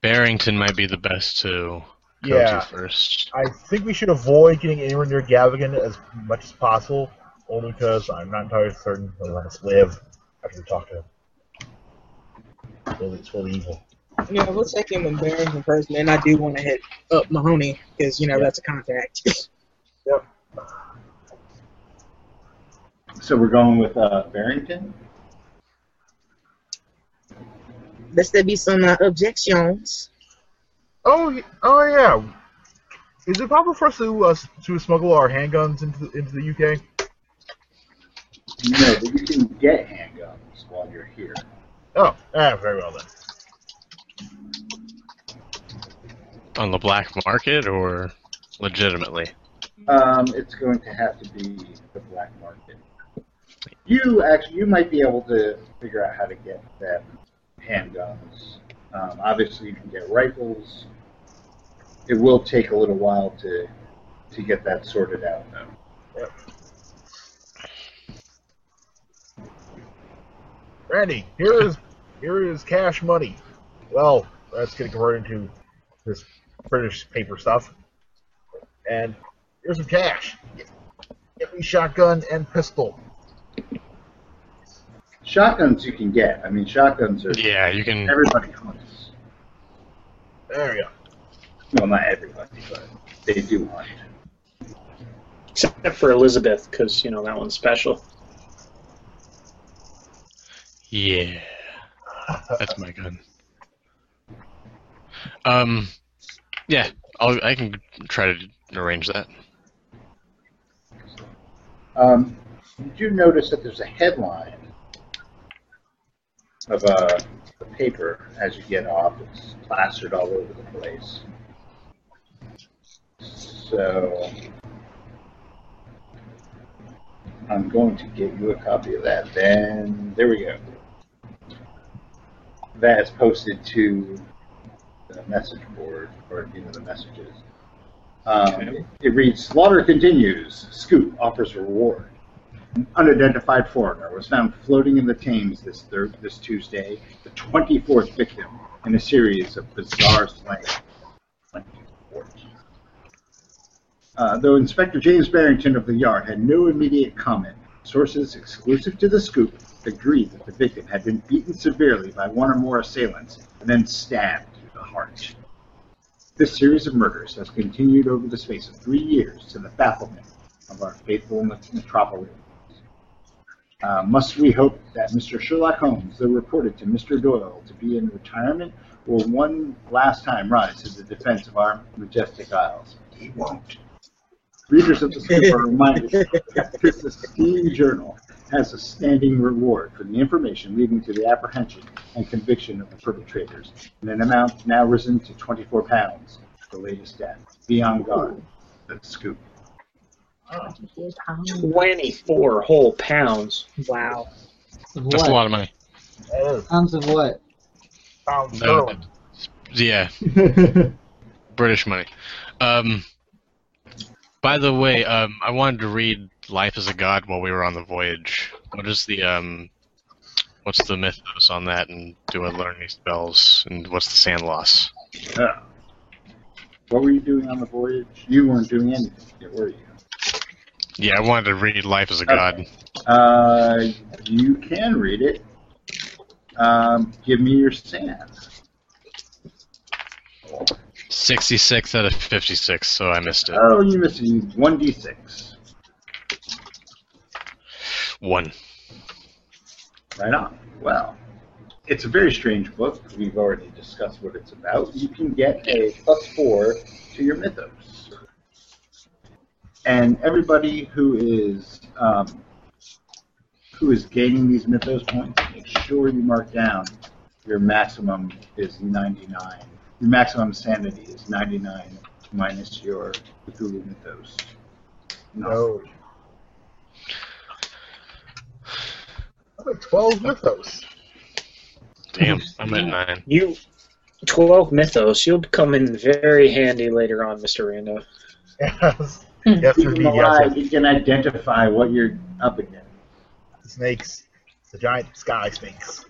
Speaker 9: Barrington might be the best to go
Speaker 4: Yeah.
Speaker 9: to first.
Speaker 4: I think we should avoid getting anywhere near Gavigan as much as possible, only because I'm not entirely certain he'll let us live after we talk to him. Well, it's really evil.
Speaker 8: Yeah, we'll check in with Barrington in person, and I do want to hit up Mahoney because you know that's a contact.
Speaker 1: So we're going with uh, Barrington.
Speaker 8: Lest there be some uh, objections.
Speaker 4: Oh, y- oh yeah. Is it proper for us to uh, s- to smuggle our handguns into the, into the UK?
Speaker 1: No, but you can get handguns while you're here.
Speaker 4: Oh, ah, very well then.
Speaker 9: On the black market or legitimately?
Speaker 1: Um, it's going to have to be the black market. You actually, you might be able to figure out how to get that handguns. Um, obviously, you can get rifles. It will take a little while to to get that sorted out, though.
Speaker 4: Randy, here is here is cash money. Well, that's gonna convert into this British paper stuff. And here's some cash. Get me shotgun and pistol.
Speaker 1: Shotguns you can get. I mean, shotguns are
Speaker 9: Yeah, you can.
Speaker 1: everybody hunts.
Speaker 4: There we go.
Speaker 1: Well, not everybody, but they do hunt.
Speaker 5: Except for Elizabeth, because, you know, that one's special.
Speaker 9: Yeah, that's my gun. Um, yeah, I'll, I can try to arrange that.
Speaker 1: Um, you do notice that there's a headline of uh, a paper as you get off. It's plastered all over the place. So I'm going to get you a copy of that. Then there we go. That is posted to the message board or you know the messages. Um, it reads, Slaughter continues. Scoop offers reward. An unidentified foreigner was found floating in the Thames this thir- this Tuesday, the 24th victim in a series of bizarre slayings. 2014. Uh, though Inspector James Barrington of the Yard had no immediate comment, sources exclusive to the scoop agreed that the victim had been beaten severely by one or more assailants and then stabbed through the heart. This series of murders has continued over the space of three years to the bafflement of our faithful metropolitan. Uh, must we hope that Mr. Sherlock Holmes, though reported to Mr. Doyle to be in retirement, will one last time rise to the defense of our majestic isles? He won't. Readers of the scoop are reminded that this esteemed journal has a standing reward for the information leading to the apprehension and conviction of the perpetrators in an amount now risen to 24 pounds, the latest death. Be on guard. The scoop.
Speaker 5: 24 whole pounds. Wow.
Speaker 9: That's a
Speaker 7: What?
Speaker 9: lot of money.
Speaker 4: That is
Speaker 7: Pounds of what?
Speaker 4: pound
Speaker 9: No,
Speaker 4: sterling.
Speaker 9: uh, yeah, British money. Um, by the way, um, I wanted to read "Life as a God" while we were on the voyage. What is the um, what's the mythos on that, and do I learn any spells, and what's the sand loss?
Speaker 1: Uh, What were you doing on the voyage? You weren't doing anything, yet, were you?
Speaker 9: Yeah, I wanted to read "Life as a God."
Speaker 1: Uh, you can read it. Um, give me your sand.
Speaker 9: Sixty-six out of fifty-six, so I missed it.
Speaker 1: Oh, you missed it. You- 1d6.
Speaker 9: One.
Speaker 1: Right on. Well, it's a very strange book. We've already discussed what it's about. You can get a plus four to your mythos. And everybody who is um, who is gaining these mythos points, make sure you mark down your maximum is 99. Your maximum sanity is 99 minus your Cthulhu mythos.
Speaker 4: No. I'm at 12 mythos.
Speaker 9: Damn, I'm at nine.
Speaker 5: You. 12 mythos. You'll come in very handy later on, Mr. Rando.
Speaker 4: Yes. yes,
Speaker 1: Keep them
Speaker 4: indeed, yes,
Speaker 1: alive. You can identify what you're up against.
Speaker 4: yes. Snakes. The giant sky snakes.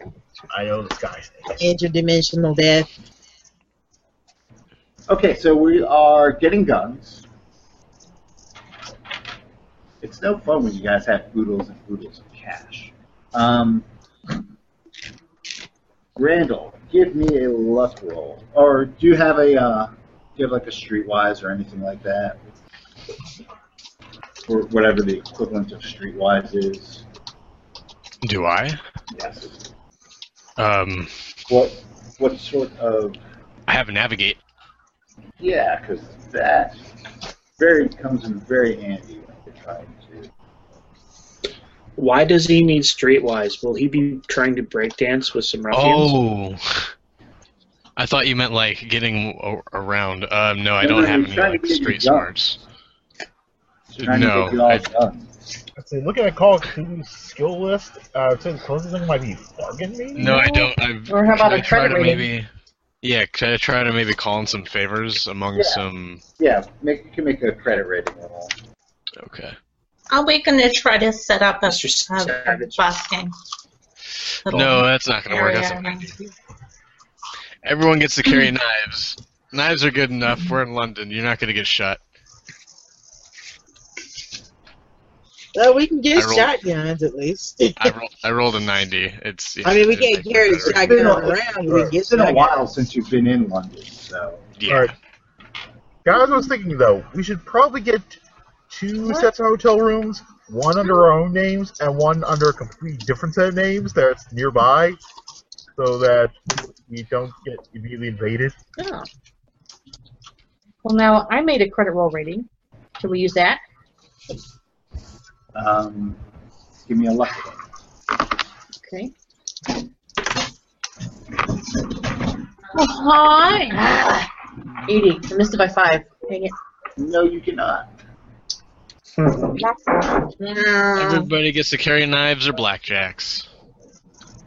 Speaker 4: I know the sky snakes.
Speaker 8: Interdimensional death.
Speaker 1: Okay, so we are getting guns. It's no fun when you guys have boodles and boodles of cash. Um, Randall, give me a luck roll, or do you have a uh, do you have like a streetwise or anything like that, or whatever the equivalent of streetwise is?
Speaker 9: Do I?
Speaker 1: Yes.
Speaker 9: Um,
Speaker 1: What what sort of
Speaker 9: I have a navigate.
Speaker 1: Yeah, because that very comes in very handy when you're trying to.
Speaker 5: Why does he need Streetwise? Will he be trying to breakdance with some ruffians?
Speaker 9: Oh, I thought you meant like getting a- around. Um, no, I
Speaker 1: No,
Speaker 9: don't
Speaker 1: no,
Speaker 9: have
Speaker 1: he's
Speaker 9: any
Speaker 1: trying to
Speaker 9: like,
Speaker 1: get you
Speaker 9: street
Speaker 1: drunk.
Speaker 9: smarts.
Speaker 1: Trying to
Speaker 9: No,
Speaker 1: get you all
Speaker 9: I-
Speaker 1: done.
Speaker 4: Let's see, looking at Call of Cthulhu's skill list, uh, so the closest thing might be bargain maybe?
Speaker 9: No, I don't. I've,
Speaker 3: Or how about a
Speaker 9: could I try
Speaker 3: credit
Speaker 9: to
Speaker 3: rating?
Speaker 9: maybe? Yeah, could I try to maybe call in some favors among
Speaker 1: Yeah.
Speaker 9: some?
Speaker 1: Yeah, make, you can make a credit rating roll.
Speaker 9: Okay.
Speaker 2: Are we going to try to set up a,
Speaker 5: Mr.
Speaker 2: a, a
Speaker 5: Savage.
Speaker 2: busking?
Speaker 9: No, that's not gonna work. That's not- Everyone gets to carry knives. Knives are good enough. We're in London. You're not gonna get shot.
Speaker 10: Well, we can get
Speaker 9: I rolled-
Speaker 10: shotguns at least.
Speaker 9: I, roll, I rolled a ninety. It's.
Speaker 10: I mean, we
Speaker 9: it's-
Speaker 10: can't carry
Speaker 9: it's-
Speaker 10: shotguns around. We can get
Speaker 1: It's been a
Speaker 10: shotguns.
Speaker 1: while since you've been in London, so.
Speaker 9: Yeah.
Speaker 4: Alright. Guys, I was thinking though, we should probably get two sets of hotel rooms, one under our own names and one under a completely different set of names that's nearby, so that we don't get immediately invaded.
Speaker 3: Yeah. Well, now I made a credit roll rating. Should we use that?
Speaker 1: Um, give me a luck roll.
Speaker 3: Okay.
Speaker 6: Oh, hi.
Speaker 3: Ah, 80. I missed it by 5. Dang it.
Speaker 1: No, you cannot.
Speaker 10: No.
Speaker 9: Everybody gets to carry knives or blackjacks.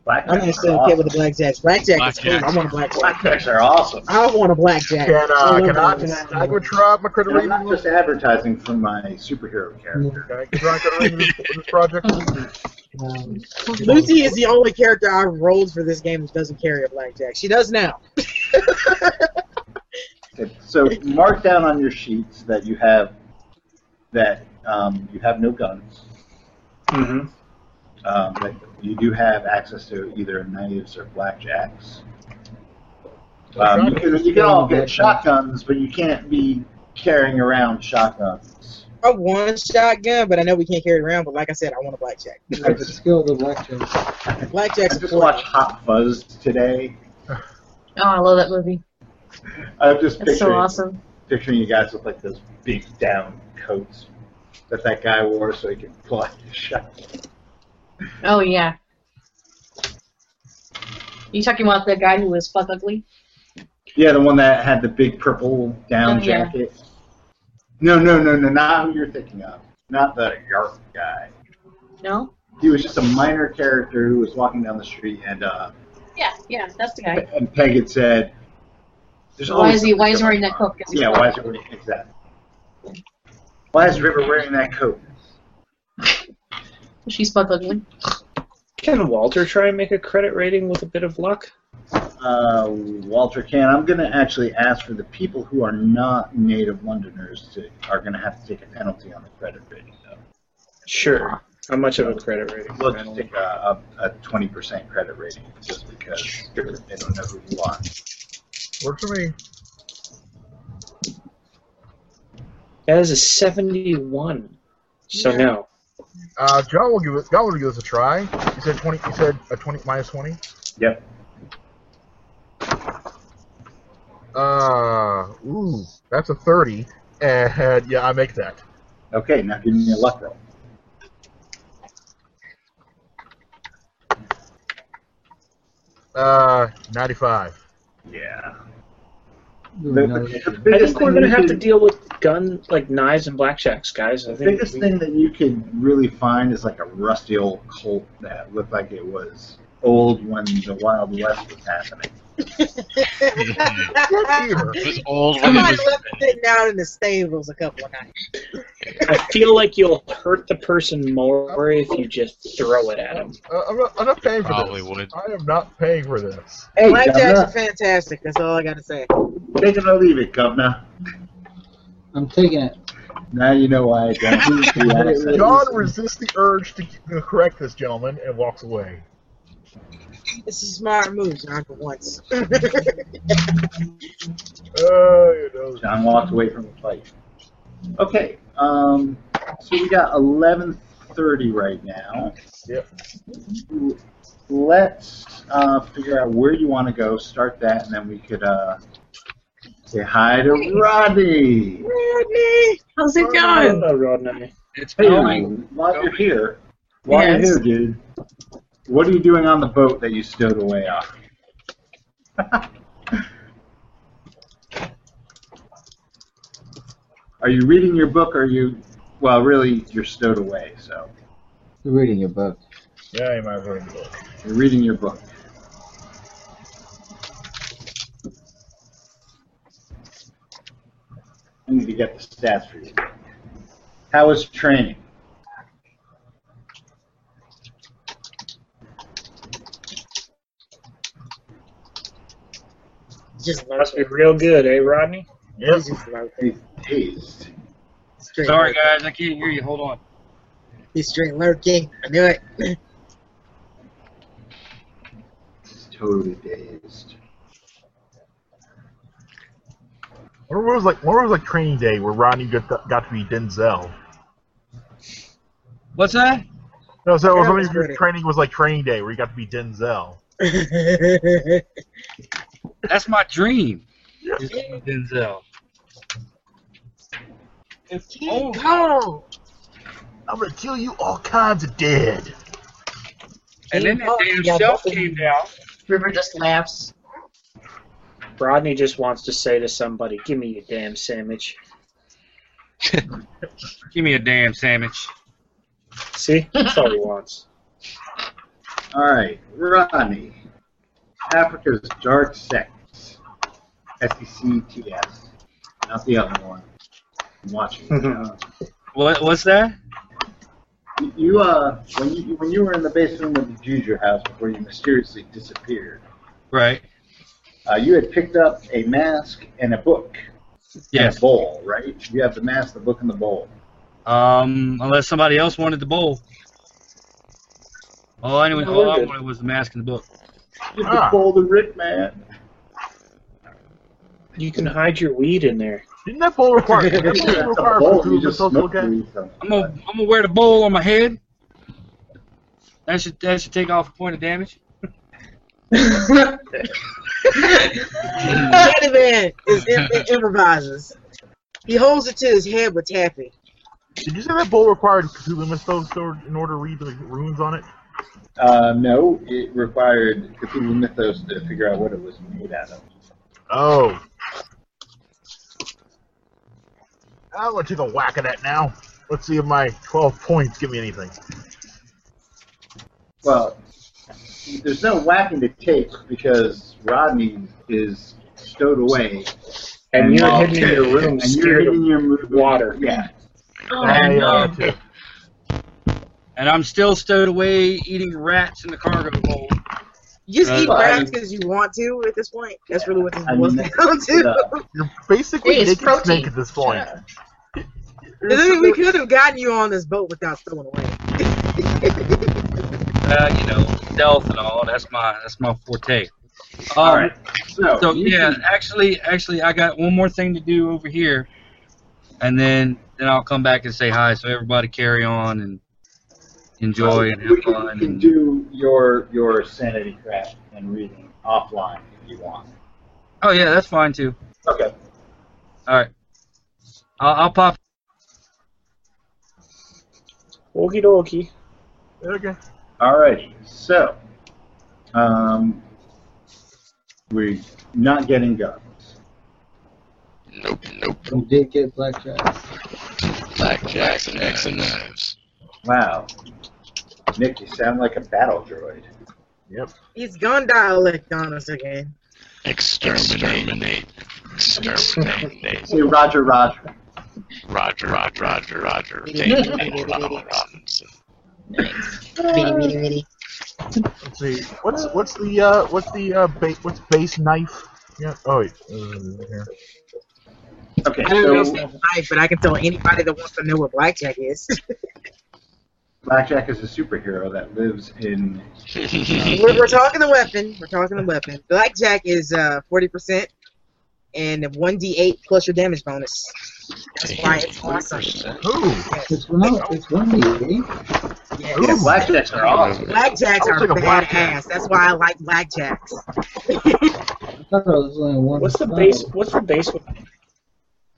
Speaker 1: Black
Speaker 10: I'm not so okay with the blackjacks. Blackjack is cool. I
Speaker 9: Blackjack.
Speaker 10: want a blackjack.
Speaker 1: Blackjacks are awesome.
Speaker 10: I want a blackjack.
Speaker 4: Can, uh,
Speaker 10: I
Speaker 4: can I,
Speaker 10: love
Speaker 4: can
Speaker 10: blackjack.
Speaker 4: I go try my credit
Speaker 1: And I'm
Speaker 4: rating?
Speaker 1: not just advertising for my superhero character.
Speaker 4: Can I go try my credit rating for this project?
Speaker 10: Um, Lucy is the only character I've rolled for this game that doesn't carry a blackjack. She does now.
Speaker 1: So mark down on your sheets that you have that um, you have no guns. Mm-hmm.
Speaker 5: hmm
Speaker 1: Um, but you do have access to either knives or blackjacks. Um, you, can, you can all get shotguns, but you can't be carrying around shotguns.
Speaker 10: I want a shotgun, but I know we can't carry it around. But like I said, I want a blackjack.
Speaker 1: I
Speaker 7: What's the
Speaker 1: just,
Speaker 7: skill of the blackjack?
Speaker 1: I
Speaker 10: Blackjack's a
Speaker 1: just
Speaker 10: play.
Speaker 1: watched Hot Fuzz today.
Speaker 3: Oh, I love that movie.
Speaker 1: I'm just
Speaker 3: That's so
Speaker 1: picturing,
Speaker 3: awesome.
Speaker 1: picturing you guys with like those big down coats that that guy wore so he could pull out his shotgun.
Speaker 3: Oh, yeah. You talking about the guy who was fuck ugly?
Speaker 1: Yeah, the one that had the big purple down
Speaker 3: Oh, yeah.
Speaker 1: jacket. No, no, no, no, not who you're thinking of. Not the Yarp guy.
Speaker 3: No?
Speaker 1: He was just a minor character who was walking down the street, and uh,
Speaker 3: Yeah, yeah, that's the guy.
Speaker 1: and Peg had said, There's
Speaker 3: Why
Speaker 1: always
Speaker 3: is he- why is he
Speaker 1: something
Speaker 3: wearing that
Speaker 1: going
Speaker 3: coat?
Speaker 1: on."
Speaker 3: 'Cause he's
Speaker 1: Yeah,
Speaker 3: black.
Speaker 1: why is he wearing exactly? Why is River wearing that coat?
Speaker 3: She's fuck ugly.
Speaker 5: Can Walter try and make a credit rating with a bit of luck?
Speaker 1: Uh, Walter can. I'm going to actually ask for the people who are not native Londoners to are going to have to take a penalty on the credit rating. Though.
Speaker 5: Sure. How much of a credit rating?
Speaker 1: We'll just take a, a, a 20% credit rating just because they don't know who you are.
Speaker 4: Works for me.
Speaker 5: That is a 71. So no.
Speaker 4: Uh, John will give it. John will give this a try. You said twenty. You said a twenty minus twenty.
Speaker 1: Yep.
Speaker 4: Uh, ooh, that's a thirty, and yeah, I make that.
Speaker 1: Okay, now give me a luck roll.
Speaker 4: Uh, ninety-five.
Speaker 1: Yeah.
Speaker 7: Ooh,
Speaker 1: The-
Speaker 7: no,
Speaker 1: the- the
Speaker 5: I
Speaker 1: biggest
Speaker 5: think we're
Speaker 1: thing
Speaker 5: gonna
Speaker 1: you
Speaker 5: have
Speaker 1: could-
Speaker 5: to deal with gun like knives and blackjacks, guys. I
Speaker 1: The
Speaker 5: think
Speaker 1: biggest
Speaker 5: we-
Speaker 1: thing that you could really find is like a rusty old Colt that looked like it was old when the Wild West was happening.
Speaker 4: Peter.
Speaker 9: It was old when it
Speaker 10: Somebody
Speaker 9: was.
Speaker 10: left it sitting out in the stables a couple of nights.
Speaker 5: I feel like you'll hurt the person more if you just throw it at them.
Speaker 4: Uh, I'm, not, I'm not paying for
Speaker 9: Probably
Speaker 4: this.
Speaker 9: would.
Speaker 4: I am not paying for this.
Speaker 1: Hey,
Speaker 10: Blackjacks
Speaker 1: Governor,
Speaker 10: are fantastic. That's all I gotta say.
Speaker 1: Take it or leave it, Governor.
Speaker 7: I'm taking it.
Speaker 1: Now you know why I don't use the accent.
Speaker 4: John resists the urge to to correct this gentleman and walks away.
Speaker 8: It's a smart move, John, for once.
Speaker 4: Uh, you know,
Speaker 1: John walked away from the fight. Okay, um, so we got 11:30 right now.
Speaker 4: Yep.
Speaker 1: Let's uh, figure out where you want to go. Start that, and then we could uh, say hi to Rodney.
Speaker 2: How's it going?
Speaker 5: Hello, Rodney.
Speaker 11: It's
Speaker 1: Hey,
Speaker 9: oh
Speaker 11: going.
Speaker 1: while you're here, while
Speaker 2: Yes.
Speaker 1: you're here, dude, what are you doing on the boat that you stowed away on? are you reading your book? Or are you? Well, really, you're stowed away, so
Speaker 7: You're reading your book.
Speaker 4: yeah, you might as well go.
Speaker 1: you're reading your book. I need to get the stats for you. How was training?
Speaker 8: just low
Speaker 5: Must be real good, eh, Rodney?
Speaker 4: Yep.
Speaker 8: just low
Speaker 1: He's dazed.
Speaker 8: Straight
Speaker 11: Sorry,
Speaker 8: lurking.
Speaker 11: guys, I can't hear you. Hold on.
Speaker 8: He's straight lurking. I knew it.
Speaker 1: He's totally dazed.
Speaker 4: Wonder what was like what was like training day where Rodney got to, got to be Denzel.
Speaker 11: What's that?
Speaker 4: No, so
Speaker 8: Yeah,
Speaker 4: if
Speaker 8: that's
Speaker 4: somebody your
Speaker 8: pretty.
Speaker 4: training was like training day where you got to be Denzel.
Speaker 11: That's my dream. Is to be Denzel. If
Speaker 1: Oh.
Speaker 11: only-
Speaker 8: Go!
Speaker 4: I'm gonna kill you all kinds of dead.
Speaker 11: and then that damn shelf came down.
Speaker 3: River just laughs.
Speaker 5: Rodney just wants to say to somebody, "Give me your damn sandwich."
Speaker 11: Give me a damn sandwich.
Speaker 5: See, that's all he wants.
Speaker 1: All right, Ronnie. Africa's dark sects. S E C T S. Not the other one. I'm watching. it now.
Speaker 11: What? What's that?
Speaker 1: You- you uh, when you when you were in the basement of the Juju house before you mysteriously disappeared,
Speaker 11: Right.
Speaker 1: uh, you had picked up a mask and a book. And a
Speaker 11: Yes.
Speaker 1: bowl, right? You have the mask, the book, and the bowl.
Speaker 11: Um, unless somebody else wanted the bowl. All I knew,
Speaker 5: No,
Speaker 11: all
Speaker 5: we're
Speaker 11: I
Speaker 5: good.
Speaker 11: wanted was the mask and the book.
Speaker 1: Give
Speaker 4: Ah.
Speaker 1: the bowl to Rick, man.
Speaker 5: You can hide your weed in there.
Speaker 4: Didn't that bowl require? didn't that
Speaker 1: It's
Speaker 4: bowl
Speaker 1: a
Speaker 4: require
Speaker 1: bowl,
Speaker 4: for two
Speaker 1: you
Speaker 4: of us
Speaker 1: just
Speaker 4: to look
Speaker 1: smoked
Speaker 4: at?
Speaker 1: through something.
Speaker 11: I'm gonna, I'm gonna wear the bowl on my head. That should, that should take off a point of damage.
Speaker 8: Catavan is im- im- improvises. He holds it to his head with tapping.
Speaker 4: Did you say that bowl required Cthulhu Mythos to- in order to read the runes on it?
Speaker 1: Uh, no, it required Cthulhu Mythos to figure out what it was made out of.
Speaker 4: Oh. I'm gonna take a whack of that now. Let's see if my 12 points give me anything.
Speaker 1: Well, there's no whacking to take because Rodney is stowed away.
Speaker 5: And, you're
Speaker 1: uh,
Speaker 5: hidden in your room,
Speaker 1: and you're
Speaker 5: scared
Speaker 1: hidden
Speaker 5: of
Speaker 1: in your room-
Speaker 5: water.
Speaker 1: Yeah.
Speaker 4: I,
Speaker 11: And,
Speaker 4: uh,
Speaker 11: um,
Speaker 4: too.
Speaker 11: and I'm still stowed away eating rats in the cargo hold.
Speaker 8: You just
Speaker 11: Right.
Speaker 8: eat
Speaker 1: Well, I
Speaker 8: rats
Speaker 1: mean-
Speaker 8: because you want to at this point. That's really what this
Speaker 1: I mean,
Speaker 8: boils down
Speaker 1: that-
Speaker 8: to.
Speaker 4: You're basically
Speaker 3: Hey, it's
Speaker 4: naked
Speaker 3: protein.
Speaker 4: snake at this point.
Speaker 8: I mean, we could have gotten you on this boat without throwing away.
Speaker 11: Uh, you know, stealth and all. That's my that's my forte. Um,
Speaker 1: All right.
Speaker 7: Oh,
Speaker 1: So,
Speaker 11: So
Speaker 1: you
Speaker 11: yeah,
Speaker 1: can-
Speaker 11: actually, actually, I got one more thing to do over here, and then then I'll come back and say hi. So everybody carry on and enjoy and
Speaker 1: we
Speaker 11: have
Speaker 1: can,
Speaker 11: fun.
Speaker 1: you can
Speaker 11: And,
Speaker 1: do your your sanity craft and reading offline if you want.
Speaker 11: oh yeah, that's fine too.
Speaker 1: Okay.
Speaker 11: All right, I'll, I'll pop.
Speaker 5: Okie dokie.
Speaker 4: Okay.
Speaker 1: Alrighty. So, um, we're not getting guns.
Speaker 9: Nope, nope.
Speaker 7: We did get blackjack.
Speaker 9: Blackjacks and X and knives.
Speaker 1: Wow. Nick, you sound like a battle droid.
Speaker 4: Yep.
Speaker 8: He's gun dialect on us again.
Speaker 9: Exterminate. Exterminate.
Speaker 1: Say Roger, Roger.
Speaker 9: Roger, Roger, Roger, Roger. David, David, Robin, Robinson.
Speaker 3: Bitty, bitty, bitty.
Speaker 4: Let's see. What's what's the uh what's the uh ba- what's base knife? Yeah. Oh, wait. Uh, here.
Speaker 1: Okay,
Speaker 8: I don't know if
Speaker 1: so
Speaker 8: it's black, but I can tell anybody that wants to know what blackjack is.
Speaker 1: Blackjack is a superhero that lives in.
Speaker 8: we're, we're talking the weapon. We're talking the weapon. Blackjack is uh, 40% and 1d8 plus your damage bonus. That's why it's awesome.
Speaker 4: Ooh.
Speaker 7: It's one. It's one lady.
Speaker 1: Yeah,
Speaker 8: Yes.
Speaker 1: blackjacks are awesome.
Speaker 8: Blackjacks
Speaker 4: I'll
Speaker 8: are
Speaker 4: take a blackjack.
Speaker 8: badass. That's why I like blackjacks.
Speaker 7: I thought it was only one.
Speaker 5: What's the
Speaker 7: spell.
Speaker 5: base? What's the base? weapon?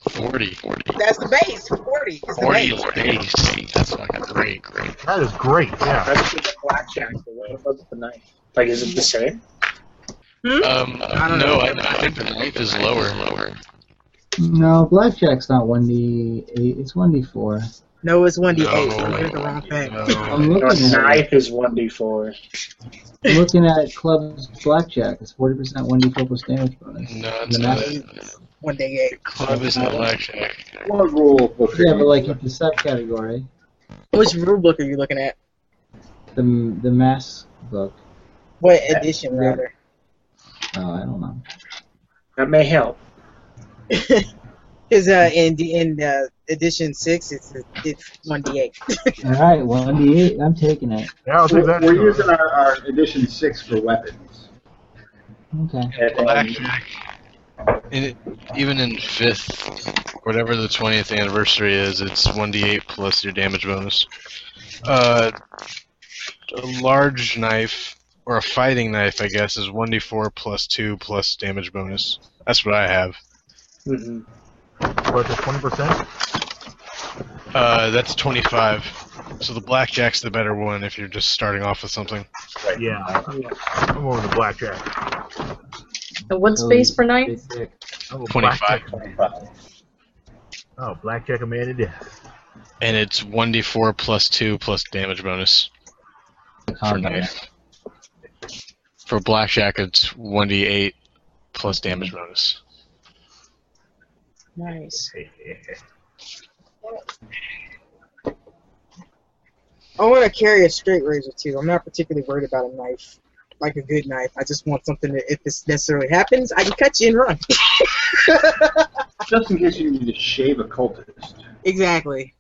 Speaker 9: 40. 40.
Speaker 8: That's the base. 40 is the
Speaker 9: 40
Speaker 8: base.
Speaker 9: is base. That's fucking great, great.
Speaker 4: That is great. Yeah.
Speaker 5: That's the blackjack. but What about the knife? Like, is it the same?
Speaker 9: Um,
Speaker 8: I don't
Speaker 9: no,
Speaker 8: know.
Speaker 9: I, I think the knife is lower and lower.
Speaker 7: No, blackjack's not one d eight. It's one d four.
Speaker 8: No, it's 1d8.
Speaker 9: No.
Speaker 8: I read the wrong thing.
Speaker 7: I'm
Speaker 5: Your
Speaker 7: looking at
Speaker 5: knife is one d four.
Speaker 7: I'm looking at club's blackjack. It's forty percent one d four plus damage bonus.
Speaker 9: No,
Speaker 7: And
Speaker 9: it's
Speaker 7: the
Speaker 9: not.
Speaker 7: max-
Speaker 8: 1d8.
Speaker 9: Club is not blackjack.
Speaker 1: What rule book? are
Speaker 7: Yeah,
Speaker 1: you
Speaker 7: but like
Speaker 1: using?
Speaker 7: the subcategory,
Speaker 8: Which rule book are you looking at?
Speaker 7: the the mask book.
Speaker 8: What edition, rather?
Speaker 7: Oh, I don't know.
Speaker 5: That may help.
Speaker 8: Because uh, in the in uh, edition six, it's it's one d eight.
Speaker 7: All right, one d eight. I'm taking it.
Speaker 4: Yeah, I'll take
Speaker 1: We're,
Speaker 4: that.
Speaker 1: we're
Speaker 4: too.
Speaker 1: using our, our edition six for weapons.
Speaker 7: Okay.
Speaker 1: And, um,
Speaker 9: Blackjack. In, even in fifth, whatever the twentieth anniversary is, it's one d eight plus your damage bonus. Uh, a large knife or a fighting knife, I guess, is one d four plus two plus damage bonus. That's what I have.
Speaker 5: hmm
Speaker 4: What, the 20%?
Speaker 9: Uh, that's twenty five. So the blackjack's the better one if you're just starting off with something.
Speaker 4: Yeah. I'm over the blackjack.
Speaker 3: And what's base for knife?
Speaker 7: Basic.
Speaker 4: I'm over
Speaker 9: 25.
Speaker 4: blackjack. Oh, blackjack a man to death.
Speaker 9: And it's one d four plus two plus damage bonus for
Speaker 7: combat.
Speaker 9: knife. For blackjack, it's one d eight plus damage bonus.
Speaker 3: Nice.
Speaker 8: I want to carry a straight razor too. I'm not particularly worried about a knife, like a good knife. I just want something that, if this necessarily happens, I can cut you and run.
Speaker 1: Just in case you need to shave a cultist.
Speaker 8: exactly.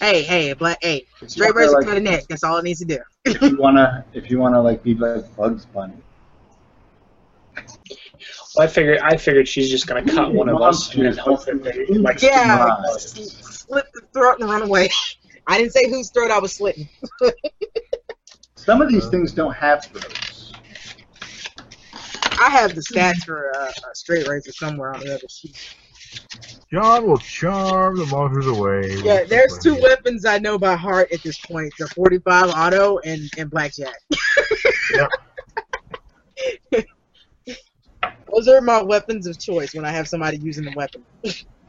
Speaker 8: Hey, hey, black, hey,
Speaker 1: If you
Speaker 8: straight
Speaker 1: wanna,
Speaker 8: razor
Speaker 1: like,
Speaker 8: to the neck. That's all it needs to do.
Speaker 1: if you wanna, if you wanna like be like Bugs Bunny.
Speaker 5: I figured. I figured she's just gonna cut one of us and then hope that they like.
Speaker 8: Yeah,
Speaker 1: Right.
Speaker 8: like, s- slit the throat and run away. I didn't say whose throat I was slitting.
Speaker 1: Some of these things don't have throats.
Speaker 8: I have the stats for uh, a straight razor somewhere on the other sheet.
Speaker 4: John will charm the monsters away.
Speaker 8: Yeah, there's two weapons I know by heart at this point: the 45 auto and and blackjack.
Speaker 4: Yep.
Speaker 8: Those are my weapons of choice when I have somebody using the weapon.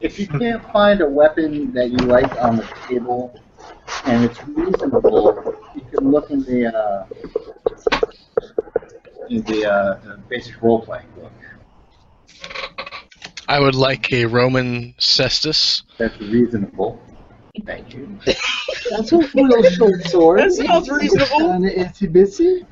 Speaker 1: If you can't find a weapon that you like on the table and it's reasonable, you can look in the uh, in the uh, the basic role playing book.
Speaker 9: I would like a Roman cestus.
Speaker 1: That's reasonable. Thank you.
Speaker 7: That's a real short sword.
Speaker 8: That sounds reasonable.
Speaker 7: And it's busy.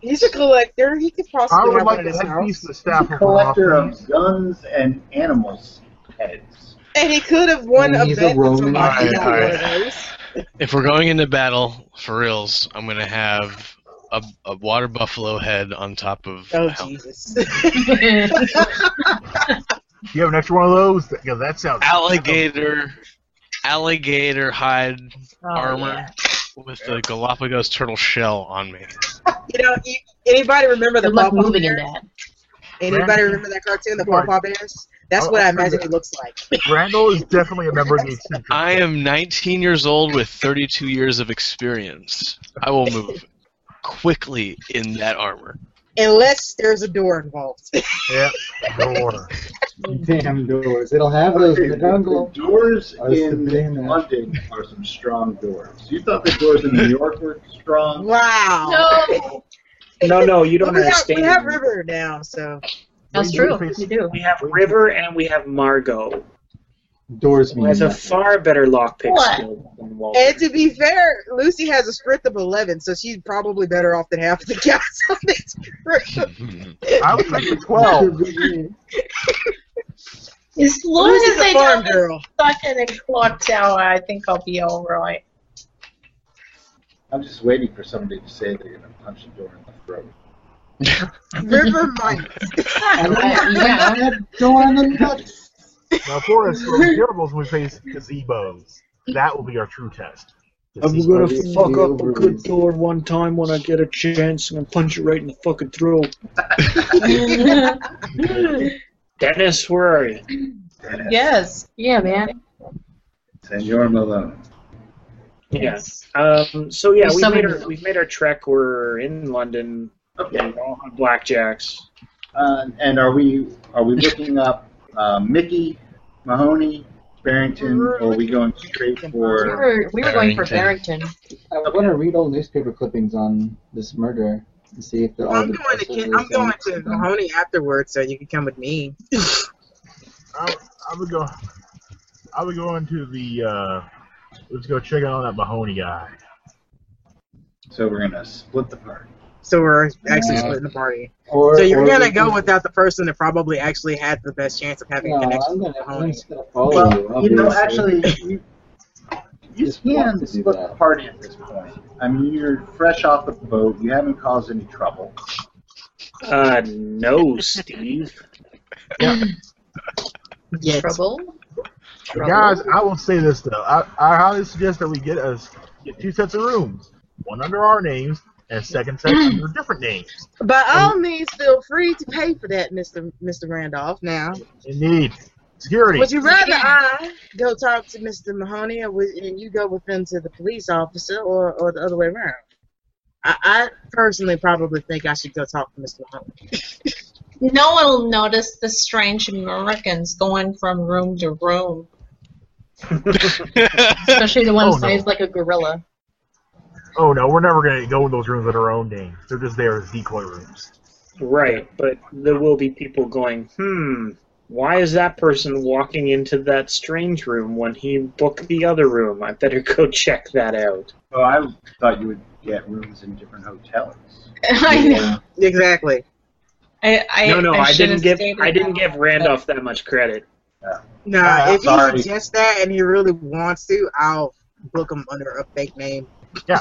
Speaker 8: He's a collector. He could
Speaker 4: I
Speaker 8: possibly
Speaker 4: would
Speaker 8: have
Speaker 4: like
Speaker 8: one in
Speaker 4: a
Speaker 8: his
Speaker 4: headpiece
Speaker 8: house.
Speaker 4: to staff for
Speaker 1: Collector
Speaker 4: Roth,
Speaker 1: of guns and animals heads.
Speaker 8: And he could have won a
Speaker 7: He's a
Speaker 8: bet with
Speaker 7: Roman.
Speaker 8: somebody
Speaker 9: Alright,
Speaker 8: that won
Speaker 9: alright.
Speaker 8: one of those.
Speaker 9: If we're going into battle for reals, I'm gonna have a, a water buffalo head on top of.
Speaker 8: Oh
Speaker 9: hel-
Speaker 8: Jesus!
Speaker 4: please. You have an extra one of those? Yeah, that sounds.
Speaker 9: Alligator, alligator hide
Speaker 3: Oh,
Speaker 9: armor
Speaker 3: yeah.
Speaker 9: with the Galapagos turtle shell on me.
Speaker 8: you know, you, anybody remember the
Speaker 3: Good luck
Speaker 8: Paw Paw
Speaker 3: moving in
Speaker 8: Bear?
Speaker 3: that.
Speaker 8: Anybody remember that cartoon, the Paw Paw Bears? That's
Speaker 4: Oh,
Speaker 8: what
Speaker 4: I
Speaker 8: I
Speaker 4: remember
Speaker 8: imagine it looks like.
Speaker 4: Randall is definitely a member of the eccentric.
Speaker 9: I am 19 years old with 32 years of experience. I will move quickly in that armor.
Speaker 8: Unless there's a door involved.
Speaker 4: Yeah. Door.
Speaker 7: Damn doors. It'll have those in the jungle.
Speaker 1: The doors
Speaker 7: I was thinking
Speaker 1: in
Speaker 7: that.
Speaker 1: London are some strong doors. You thought the doors in New York were strong?
Speaker 8: wow.
Speaker 3: No.
Speaker 5: No, no, you
Speaker 8: But
Speaker 5: don't
Speaker 8: we, have,
Speaker 5: understand.
Speaker 8: we have River now, so
Speaker 3: That's true. You do.
Speaker 5: We have River and we have Margot,
Speaker 7: Doors
Speaker 5: who
Speaker 7: mean
Speaker 5: has a
Speaker 7: nothing.
Speaker 5: Mm. far better lockpick
Speaker 3: What?
Speaker 5: skill than and Walter.
Speaker 8: And to be fair, Lucy has a strength of 11, so she's probably better off than half of the guys on this group.
Speaker 4: I was thinking 12.
Speaker 6: As long
Speaker 8: Lucy's
Speaker 6: as
Speaker 8: a
Speaker 6: I
Speaker 8: farm
Speaker 6: don't get
Speaker 8: girl.
Speaker 6: stuck in a clock tower, I think I'll be alright.
Speaker 1: I'm just waiting for somebody to say they're going to punch a door in the throat.
Speaker 8: River Mike.
Speaker 3: yeah.
Speaker 4: Now, for us, for the terribles, we face gazebos. That will be our true test.
Speaker 5: I'm
Speaker 4: Gazebos.
Speaker 5: gonna fuck up a good door one time when I get a chance and punch it right in the fucking throat. Dennis, where are you?
Speaker 6: Yes.
Speaker 3: Yeah, man.
Speaker 1: Senor Malone.
Speaker 5: Yeah. Um, so yeah,
Speaker 3: There's
Speaker 5: we
Speaker 3: somebody-
Speaker 5: made our we made our trek. We're in London.
Speaker 1: Okay.
Speaker 5: We're all on blackjacks.
Speaker 1: Uh, and are we are we looking up uh, Mickey, Mahoney, Barrington, or are we going straight
Speaker 3: We
Speaker 1: for?
Speaker 3: were, we were going for
Speaker 9: Barrington.
Speaker 3: Barrington.
Speaker 7: I want to read all newspaper clippings on this murder and see if they're all
Speaker 8: I'm
Speaker 7: the
Speaker 8: going to
Speaker 7: parcels
Speaker 8: Ken-
Speaker 7: are
Speaker 8: I'm going to
Speaker 7: the same.
Speaker 8: Mahoney afterwards, so you can come with me.
Speaker 4: I, I would go. I would go into the. Uh, let's go check out on that Mahoney guy.
Speaker 1: So we're gonna split the party.
Speaker 8: So we're actually
Speaker 7: Yeah.
Speaker 8: splitting the party.
Speaker 7: Or,
Speaker 8: So you're
Speaker 7: or
Speaker 8: gonna
Speaker 7: we
Speaker 8: go
Speaker 7: can-
Speaker 8: without the person that probably actually had the best chance of having
Speaker 7: No,
Speaker 8: a
Speaker 7: I'm
Speaker 8: connection
Speaker 7: gonna,
Speaker 8: with
Speaker 7: I'm
Speaker 8: Mahoney.
Speaker 7: just gonna follow you.
Speaker 1: Well, you know,
Speaker 7: obviously.
Speaker 1: actually, you, you
Speaker 7: Just want
Speaker 1: can
Speaker 7: to do
Speaker 1: split the
Speaker 7: that.
Speaker 1: party at this point. I mean, you're fresh off the boat. You haven't caused any trouble.
Speaker 5: Uh, no, Steve.
Speaker 8: Yes.
Speaker 3: Trouble. Trouble.
Speaker 4: Guys, I will say this though. I, I highly suggest that we get us get two sets of rooms, one under our names and a second set under different names.
Speaker 10: By all means, feel free to pay for that, Mr. Mr. Randolph. Now,
Speaker 4: Indeed, security.
Speaker 10: would you rather I go talk to Mr. Mahoney, or would, and you go with them to the police officer, or, or the other way around? I, I personally probably think I should go talk to Mr. Mahoney.
Speaker 2: No one will notice the strange Americans going from room to room.
Speaker 3: Especially the one
Speaker 4: Oh, no.
Speaker 3: sized like a gorilla.
Speaker 4: Oh no, we're never gonna go in those rooms under our own names. They're just there as decoy rooms.
Speaker 5: Right, but there will be people going, hmm, why is that person walking into that strange room when he booked the other room? I better go check that out.
Speaker 1: Oh, I thought you would get rooms in different hotels.
Speaker 2: I know.
Speaker 8: Exactly.
Speaker 2: I, I,
Speaker 5: no, no, I,
Speaker 2: should
Speaker 5: didn't
Speaker 2: have
Speaker 5: give
Speaker 2: stated
Speaker 5: I didn't
Speaker 2: that.
Speaker 5: give Randolph that much credit.
Speaker 8: No,
Speaker 1: Uh,
Speaker 8: if
Speaker 1: sorry.
Speaker 8: he suggests that and he really wants to, I'll book him under a fake name.
Speaker 4: No,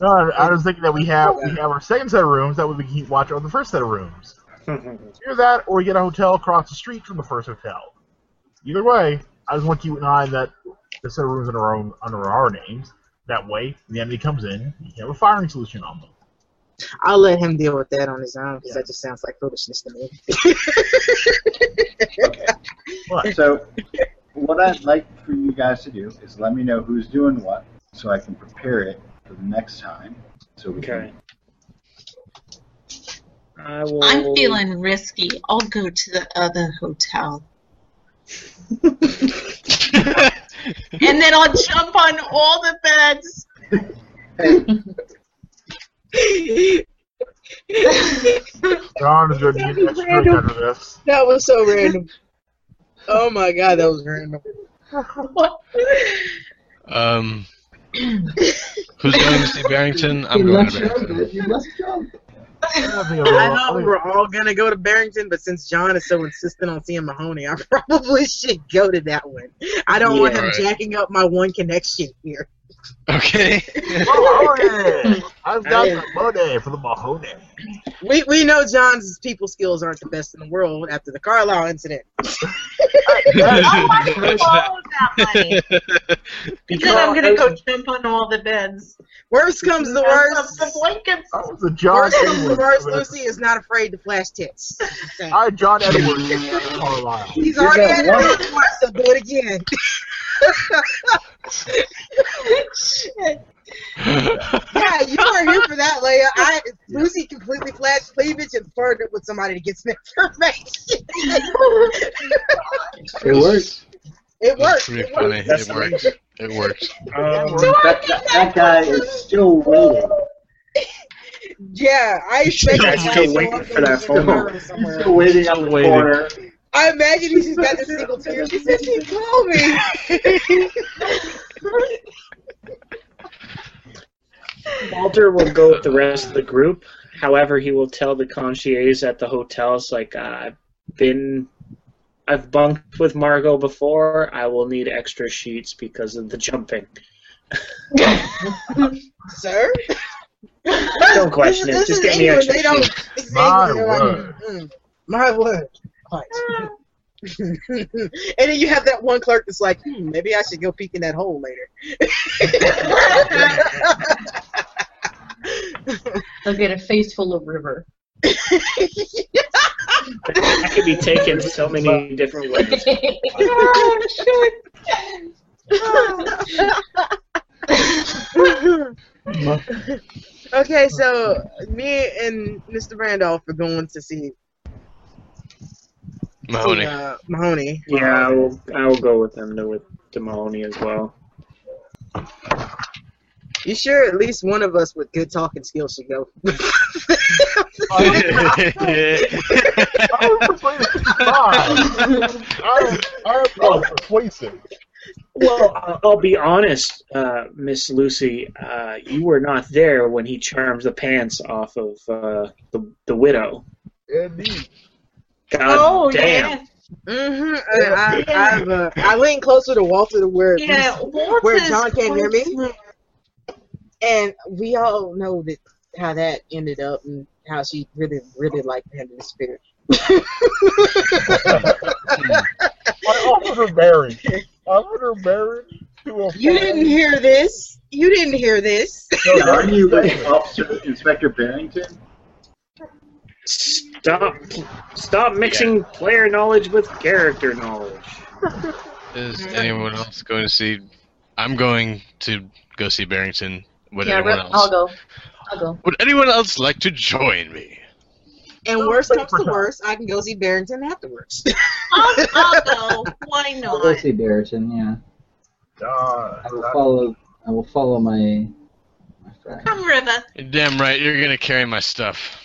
Speaker 4: I, I was thinking that we have we have our second set of rooms that way we can keep watch on the first set of rooms. Either that, or we get a hotel across the street from the first hotel. Either way, I just want you and I that the set of rooms under our own under our names. That way, when the enemy comes in, you can have a firing solution on them.
Speaker 8: I'll let him deal with that on his own because that just sounds like foolishness to me.
Speaker 4: But
Speaker 1: So, what I'd like for you guys to do is let me know who's doing what, so I can prepare it for the next time. So we
Speaker 5: okay.
Speaker 1: can.
Speaker 5: I will
Speaker 8: Oh.
Speaker 2: I'm feeling risky. I'll go to the other hotel.
Speaker 6: And then I'll jump on all the beds.
Speaker 4: John is going to get extra out of this.
Speaker 8: That was so random. Oh my god, that was random.
Speaker 9: Um, who's going to see Barrington? I'm
Speaker 7: You
Speaker 9: going
Speaker 7: must
Speaker 9: to
Speaker 7: jump
Speaker 9: Barrington.
Speaker 7: it, you must jump.
Speaker 4: I don't think
Speaker 8: I
Speaker 4: I'll-
Speaker 8: thought we
Speaker 4: I'll-
Speaker 8: were all gonna go to Barrington, but since John is so insistent on seeing Mahoney, I probably should go to that one. I don't want
Speaker 5: Yeah.
Speaker 8: him jacking up my one connection here.
Speaker 9: Okay.
Speaker 4: Mahoney! I've got the money for the Mahoney.
Speaker 8: We we know John's people skills aren't the best in the world after the Carlisle incident.
Speaker 6: I want to borrow that money. Then I'm gonna go jump on all the beds.
Speaker 8: Worst comes the worst.
Speaker 6: The blankets.
Speaker 4: That was a John
Speaker 8: Worst comes the
Speaker 4: Edwards.
Speaker 8: worst. Lucy is not afraid to flash tits.
Speaker 4: I, John Edwards, Carlisle.
Speaker 8: He's
Speaker 1: You're
Speaker 8: already
Speaker 1: gonna
Speaker 8: had
Speaker 1: want
Speaker 8: it once, so do it again. Yeah, you weren't here for that, Leia. I Lucy completely flashed cleavage and flirted with somebody to get some information.
Speaker 7: It works.
Speaker 8: it
Speaker 9: That's
Speaker 8: worked.
Speaker 9: pretty
Speaker 8: It
Speaker 9: funny.
Speaker 8: worked.
Speaker 9: It worked. It worked.
Speaker 5: um,
Speaker 1: That, that, that guy is still waiting.
Speaker 8: Yeah, I expect
Speaker 5: I'm
Speaker 8: that
Speaker 5: still
Speaker 8: guy
Speaker 5: waiting
Speaker 8: to
Speaker 5: for that
Speaker 8: walk over to
Speaker 5: phone
Speaker 1: He's
Speaker 8: the mirror
Speaker 5: call.
Speaker 8: somewhere.
Speaker 1: still waiting
Speaker 11: Still
Speaker 1: on the
Speaker 11: waiting.
Speaker 1: corner.
Speaker 8: I imagine she's got this single tear. She said she called me.
Speaker 5: Walter will go with the rest of the group. However, he will tell the concierge at the hotels, like, uh, I've been, I've bunked with Margot before. I will need extra sheets because of the jumping.
Speaker 8: Sir?
Speaker 5: Don't question it.
Speaker 8: This
Speaker 5: Just
Speaker 8: is
Speaker 5: get me
Speaker 8: English.
Speaker 5: extra
Speaker 8: They don't.
Speaker 5: sheets.
Speaker 8: it's
Speaker 4: My
Speaker 8: English. They're like,
Speaker 4: word.
Speaker 8: mm, my word. Right. and then you have that one clerk that's like, hmm, maybe I should go peek in that hole later.
Speaker 3: They'll get a face full of river.
Speaker 5: That could be taken so many different ways.
Speaker 8: okay, so me and Mr. Randolph are going to see
Speaker 9: Mahoney.
Speaker 8: see, uh, Mahoney.
Speaker 5: Yeah, I will, I will go with them to, with Demone as well.
Speaker 8: You sure at least one of us with good talking skills should go?
Speaker 4: I'm persuasive. I'm, I'm, I'm persuasive.
Speaker 5: Well, I- I'll be honest, uh, Miss Lucy. Uh, you were not there when he charms the pants off of uh, the, the widow.
Speaker 4: Indeed.
Speaker 5: God
Speaker 6: oh
Speaker 5: damn.
Speaker 6: yeah,
Speaker 8: mm-hmm. I, I, I've, uh, I lean closer to Walter to where
Speaker 6: yeah.
Speaker 8: where
Speaker 6: Walter's
Speaker 8: John can't hear me?
Speaker 6: quite-
Speaker 8: and we all know that how that ended up and how she really really liked him in the spirit.
Speaker 4: I offered her marriage. I offered her marriage to a
Speaker 8: You didn't hear this. You didn't hear this.
Speaker 1: So are you with Officer Inspector Barrington?
Speaker 5: Stop! Stop mixing player knowledge with character knowledge.
Speaker 9: Is anyone else going to see? I'm going to go see Barrington. Would
Speaker 3: yeah,
Speaker 9: anyone
Speaker 3: Ri-
Speaker 9: else?
Speaker 3: I'll go. I'll go.
Speaker 9: Would anyone else like to join me?
Speaker 8: And worst comes to worst, I can go see Barrington afterwards.
Speaker 6: I'll, I'll go. Why
Speaker 7: I'll go
Speaker 6: not?
Speaker 7: see Barrington. Yeah,
Speaker 4: God.
Speaker 7: I will follow. I will follow my my friend.
Speaker 6: Come, River.
Speaker 9: You're damn right, you're gonna carry my stuff.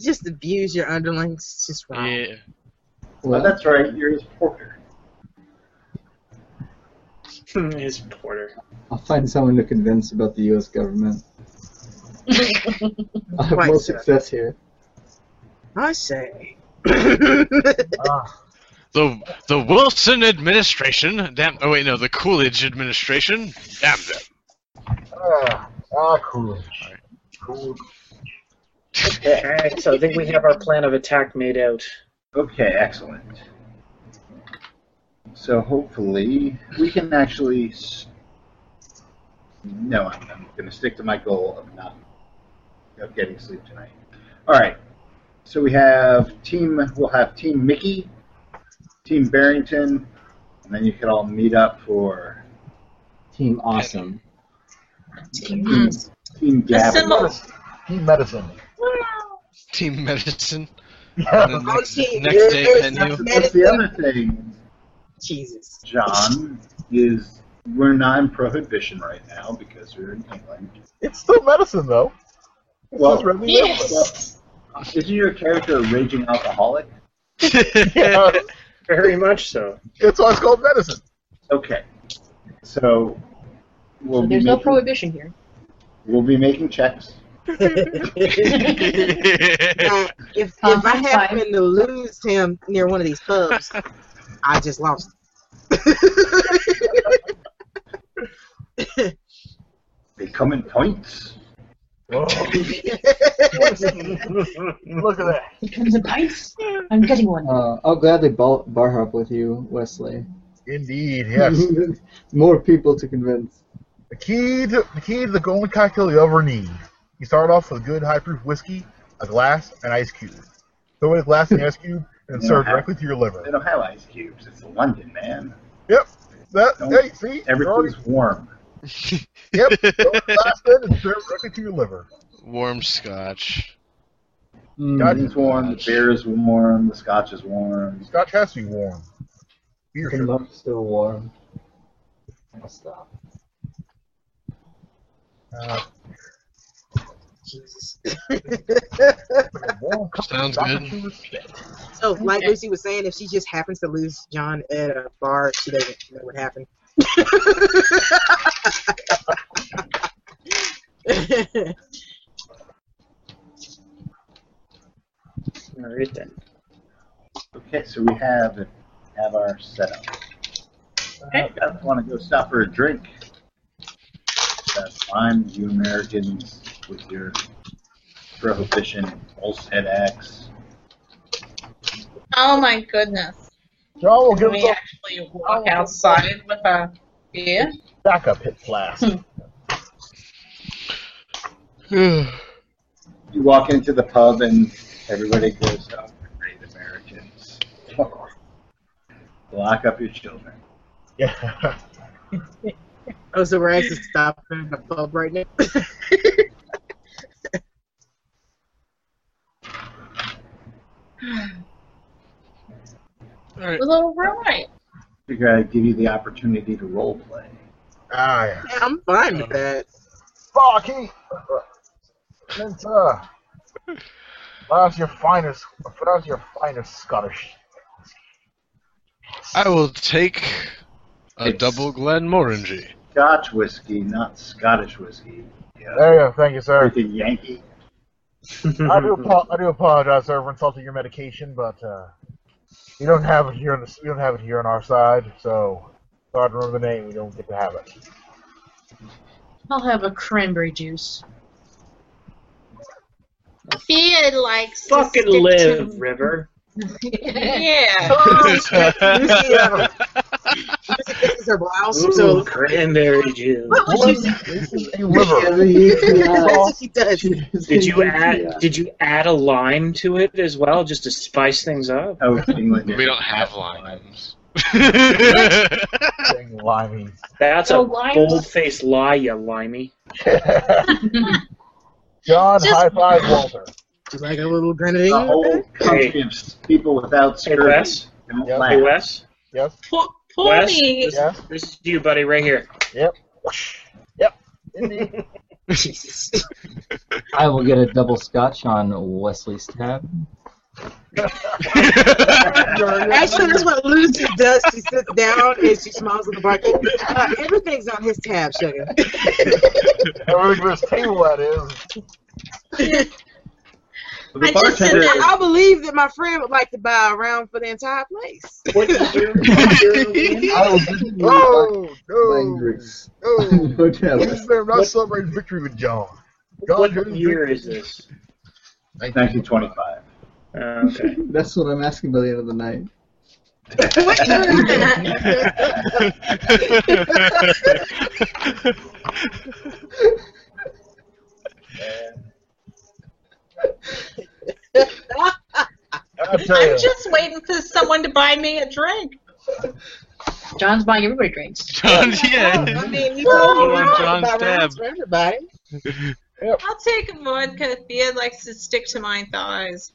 Speaker 8: Just abuse your underlings. It's just wrong.
Speaker 9: Yeah.
Speaker 1: Well, Oh,
Speaker 7: Well,
Speaker 1: that's right. You're his porter.
Speaker 5: His porter.
Speaker 7: I'll find someone to convince about the U.S. government. I'll have
Speaker 8: Quite
Speaker 7: more
Speaker 8: so.
Speaker 7: success here.
Speaker 8: I say.
Speaker 4: Ah,
Speaker 9: The the Wilson administration. Damn. Oh wait, no, the Coolidge administration. Damn them.
Speaker 4: ah, ah, cool. Cool.
Speaker 1: Okay.
Speaker 5: Alright, so I think we have our plan of attack made out.
Speaker 1: Okay, excellent. So hopefully we can actually. S- no, I'm, I'm going to stick to my goal of not of getting sleep tonight. All right. So we have team. We'll have team Mickey, team Barrington, and then you can all meet up for
Speaker 7: Team awesome.
Speaker 1: team Gavin.
Speaker 6: Assemble.
Speaker 4: Team medicine.
Speaker 9: Team medicine. And
Speaker 4: Yeah.
Speaker 9: then next,
Speaker 8: Okay,
Speaker 9: next day,
Speaker 8: there's
Speaker 9: can
Speaker 1: That's,
Speaker 9: you?
Speaker 1: that's the other thing.
Speaker 8: Jesus.
Speaker 1: John, is we're not in prohibition right now because we're in England.
Speaker 4: It's still medicine, though. It's
Speaker 1: Well-
Speaker 4: just regular
Speaker 1: Isn't your character a raging alcoholic?
Speaker 4: medicine. Yeah,
Speaker 5: Very much so.
Speaker 4: That's why it's called medicine.
Speaker 1: Okay. So we'll
Speaker 3: So
Speaker 1: be
Speaker 3: there's no
Speaker 1: making,
Speaker 3: prohibition here.
Speaker 1: we'll be making checks.
Speaker 8: Now, if
Speaker 3: Uh,
Speaker 8: if I
Speaker 3: high five.
Speaker 8: happen to lose him near one of these pubs, I just lost.
Speaker 1: They come in points.
Speaker 4: Oh, look at that.
Speaker 3: He comes in pints. I'm getting one.
Speaker 7: Uh, I'll gladly bar, bar hop with you, Wesley.
Speaker 4: Indeed, yes.
Speaker 7: More people to convince.
Speaker 4: The key to the key to the golden cocktail you ever need. You start off with good high proof whiskey, a glass, an ice cube. Throw in a glass and ice cube and
Speaker 1: Yeah.
Speaker 4: serve directly to your
Speaker 1: They
Speaker 4: liver.
Speaker 1: don't have ice cubes. It's London, man.
Speaker 4: That,
Speaker 1: Don't-
Speaker 4: hey, see? You're already-
Speaker 1: Everything's warm.
Speaker 4: Yep. Throw a glass in and serve directly to your liver.
Speaker 9: Warm scotch.
Speaker 1: Everything's warm. The beer is warm. The scotch is warm.
Speaker 4: Scotch has to be warm. Beer
Speaker 7: The
Speaker 4: should.
Speaker 7: love's still warm. I'll stop.
Speaker 4: Uh,
Speaker 8: Jesus.
Speaker 4: warm cocktail,
Speaker 9: Sounds
Speaker 4: Dr.
Speaker 9: good.
Speaker 4: Seuss.
Speaker 8: So, like Lucy was saying, if she just happens to lose John at a bar, she doesn't know what happened.
Speaker 5: All right then.
Speaker 1: Okay, so we have have our setup.
Speaker 3: Okay.
Speaker 1: I don't want to go stop for a drink. That's fine, you Americans with your prohibition, Olstead Acts.
Speaker 6: Oh my goodness.
Speaker 4: Y'all will give
Speaker 6: Can we
Speaker 4: us
Speaker 6: actually walk outside with a beer?
Speaker 4: a backup hit flask.
Speaker 6: Hmm.
Speaker 1: You walk into the pub and everybody goes, oh, great Americans. Lock up your children.
Speaker 4: yeah.
Speaker 10: Oh, so we're actually stopping the pub right now.
Speaker 2: Well, right.
Speaker 1: Figure I'd give you the opportunity to role play.
Speaker 4: Ah, yeah.
Speaker 10: Yeah, I'm fine with that.
Speaker 4: Sparky! Since, uh, pronounce your finest, pronounce your finest Scottish.
Speaker 9: I will take a
Speaker 1: It's-
Speaker 9: double Glenmorangie.
Speaker 1: Scotch whiskey, not Scottish whiskey. Yeah.
Speaker 4: There you go, thank you, sir.
Speaker 1: Like a Yankee.
Speaker 4: I do,
Speaker 5: Mm-hmm.
Speaker 4: apo- I do apologize, sir, for insulting your medication, but uh, you don't have it here on the, you don't have it here on our side, so sorry to remember the name. We don't get to have it.
Speaker 3: I'll have a cranberry juice.
Speaker 6: Beer likes to
Speaker 5: Fucking
Speaker 6: stick
Speaker 5: live,
Speaker 6: to-
Speaker 5: River.
Speaker 6: Yeah.
Speaker 10: This is her blouse.
Speaker 5: Ooh,
Speaker 10: so
Speaker 5: cranberry juice.
Speaker 10: what would you
Speaker 4: This is a liver.
Speaker 10: That's what she does.
Speaker 5: Did you add? Did you add a lime to it as well, just to spice things up?
Speaker 1: Oh, England.
Speaker 9: We don't have limes.
Speaker 4: Thing, limey.
Speaker 5: That's
Speaker 3: No
Speaker 5: a
Speaker 3: limes?
Speaker 5: bold-faced lie, you limey.
Speaker 4: John, high five, Walter.
Speaker 10: She's like a little grenadine.
Speaker 1: The whole country of people without
Speaker 5: Hey
Speaker 1: skirts
Speaker 5: Wes.
Speaker 1: don't
Speaker 4: Yep.
Speaker 5: Hey
Speaker 1: laugh.
Speaker 5: Wes.
Speaker 4: Yes.
Speaker 2: Pour,
Speaker 5: Wes.
Speaker 2: me.
Speaker 5: This,
Speaker 4: Yeah.
Speaker 5: this is you, buddy, right here.
Speaker 4: Indeed.
Speaker 7: I will get a double scotch on Wesley's tab.
Speaker 10: Actually, that's what Lucy does. She sits down and she smiles at the bartender. Uh, everything's on his tab, sugar.
Speaker 4: Everything this table that is.
Speaker 1: The
Speaker 2: I just said
Speaker 1: bartender,
Speaker 10: I believe that my friend would like to buy a round for the entire place.
Speaker 5: What year- what year are we in?
Speaker 7: I will give you
Speaker 4: Oh no!
Speaker 7: drinks.
Speaker 4: No!
Speaker 7: hotel.
Speaker 4: Please better not
Speaker 5: What-
Speaker 4: celebrate victory with John. John
Speaker 5: What
Speaker 4: didn't
Speaker 5: year
Speaker 4: drink-
Speaker 5: is this?
Speaker 1: 1925.
Speaker 5: Uh, okay.
Speaker 7: That's what I'm asking by the end of the night.
Speaker 10: What year is that?
Speaker 4: I tell you,
Speaker 6: I'm just waiting for someone to buy me a drink.
Speaker 3: John's buying everybody drinks.
Speaker 9: John,
Speaker 10: I
Speaker 9: yeah.
Speaker 10: mean, you told
Speaker 9: Go
Speaker 10: me
Speaker 9: on
Speaker 10: about rounds
Speaker 9: John's tab.
Speaker 10: for everybody.
Speaker 6: I'll take a vodka. Beer likes to stick to my thighs.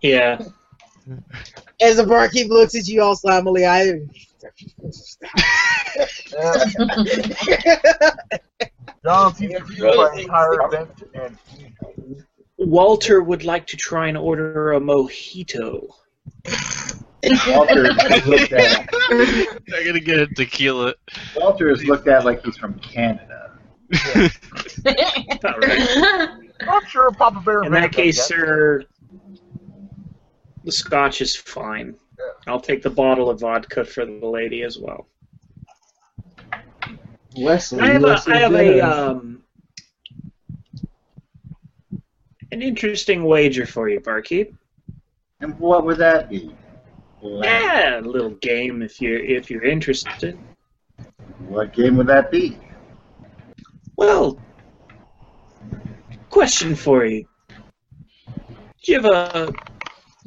Speaker 5: Yeah.
Speaker 10: As the barkeep looks at you all solemnly, I.
Speaker 4: yeah, John seems confused by the entire event, and
Speaker 5: Walter would like to try and order a mojito.
Speaker 1: Walter is looked at.
Speaker 9: I gotta get a tequila.
Speaker 1: Walter is looked at like he's from Canada.
Speaker 5: All right.
Speaker 4: I'm sure Papa Bear.
Speaker 5: In
Speaker 4: invented
Speaker 5: that case,
Speaker 4: yet.
Speaker 5: sir, the scotch is fine. I'll take the bottle of vodka for the lady as well.
Speaker 7: Wesley,
Speaker 5: I have
Speaker 7: you are
Speaker 5: a,
Speaker 7: so
Speaker 5: I have a
Speaker 7: generous.
Speaker 5: um, an interesting wager for you, barkeep.
Speaker 1: And what would that be? What
Speaker 5: Yeah, a little game if you're if you're interested.
Speaker 1: game would that be?
Speaker 5: Well, question for you. Do you have a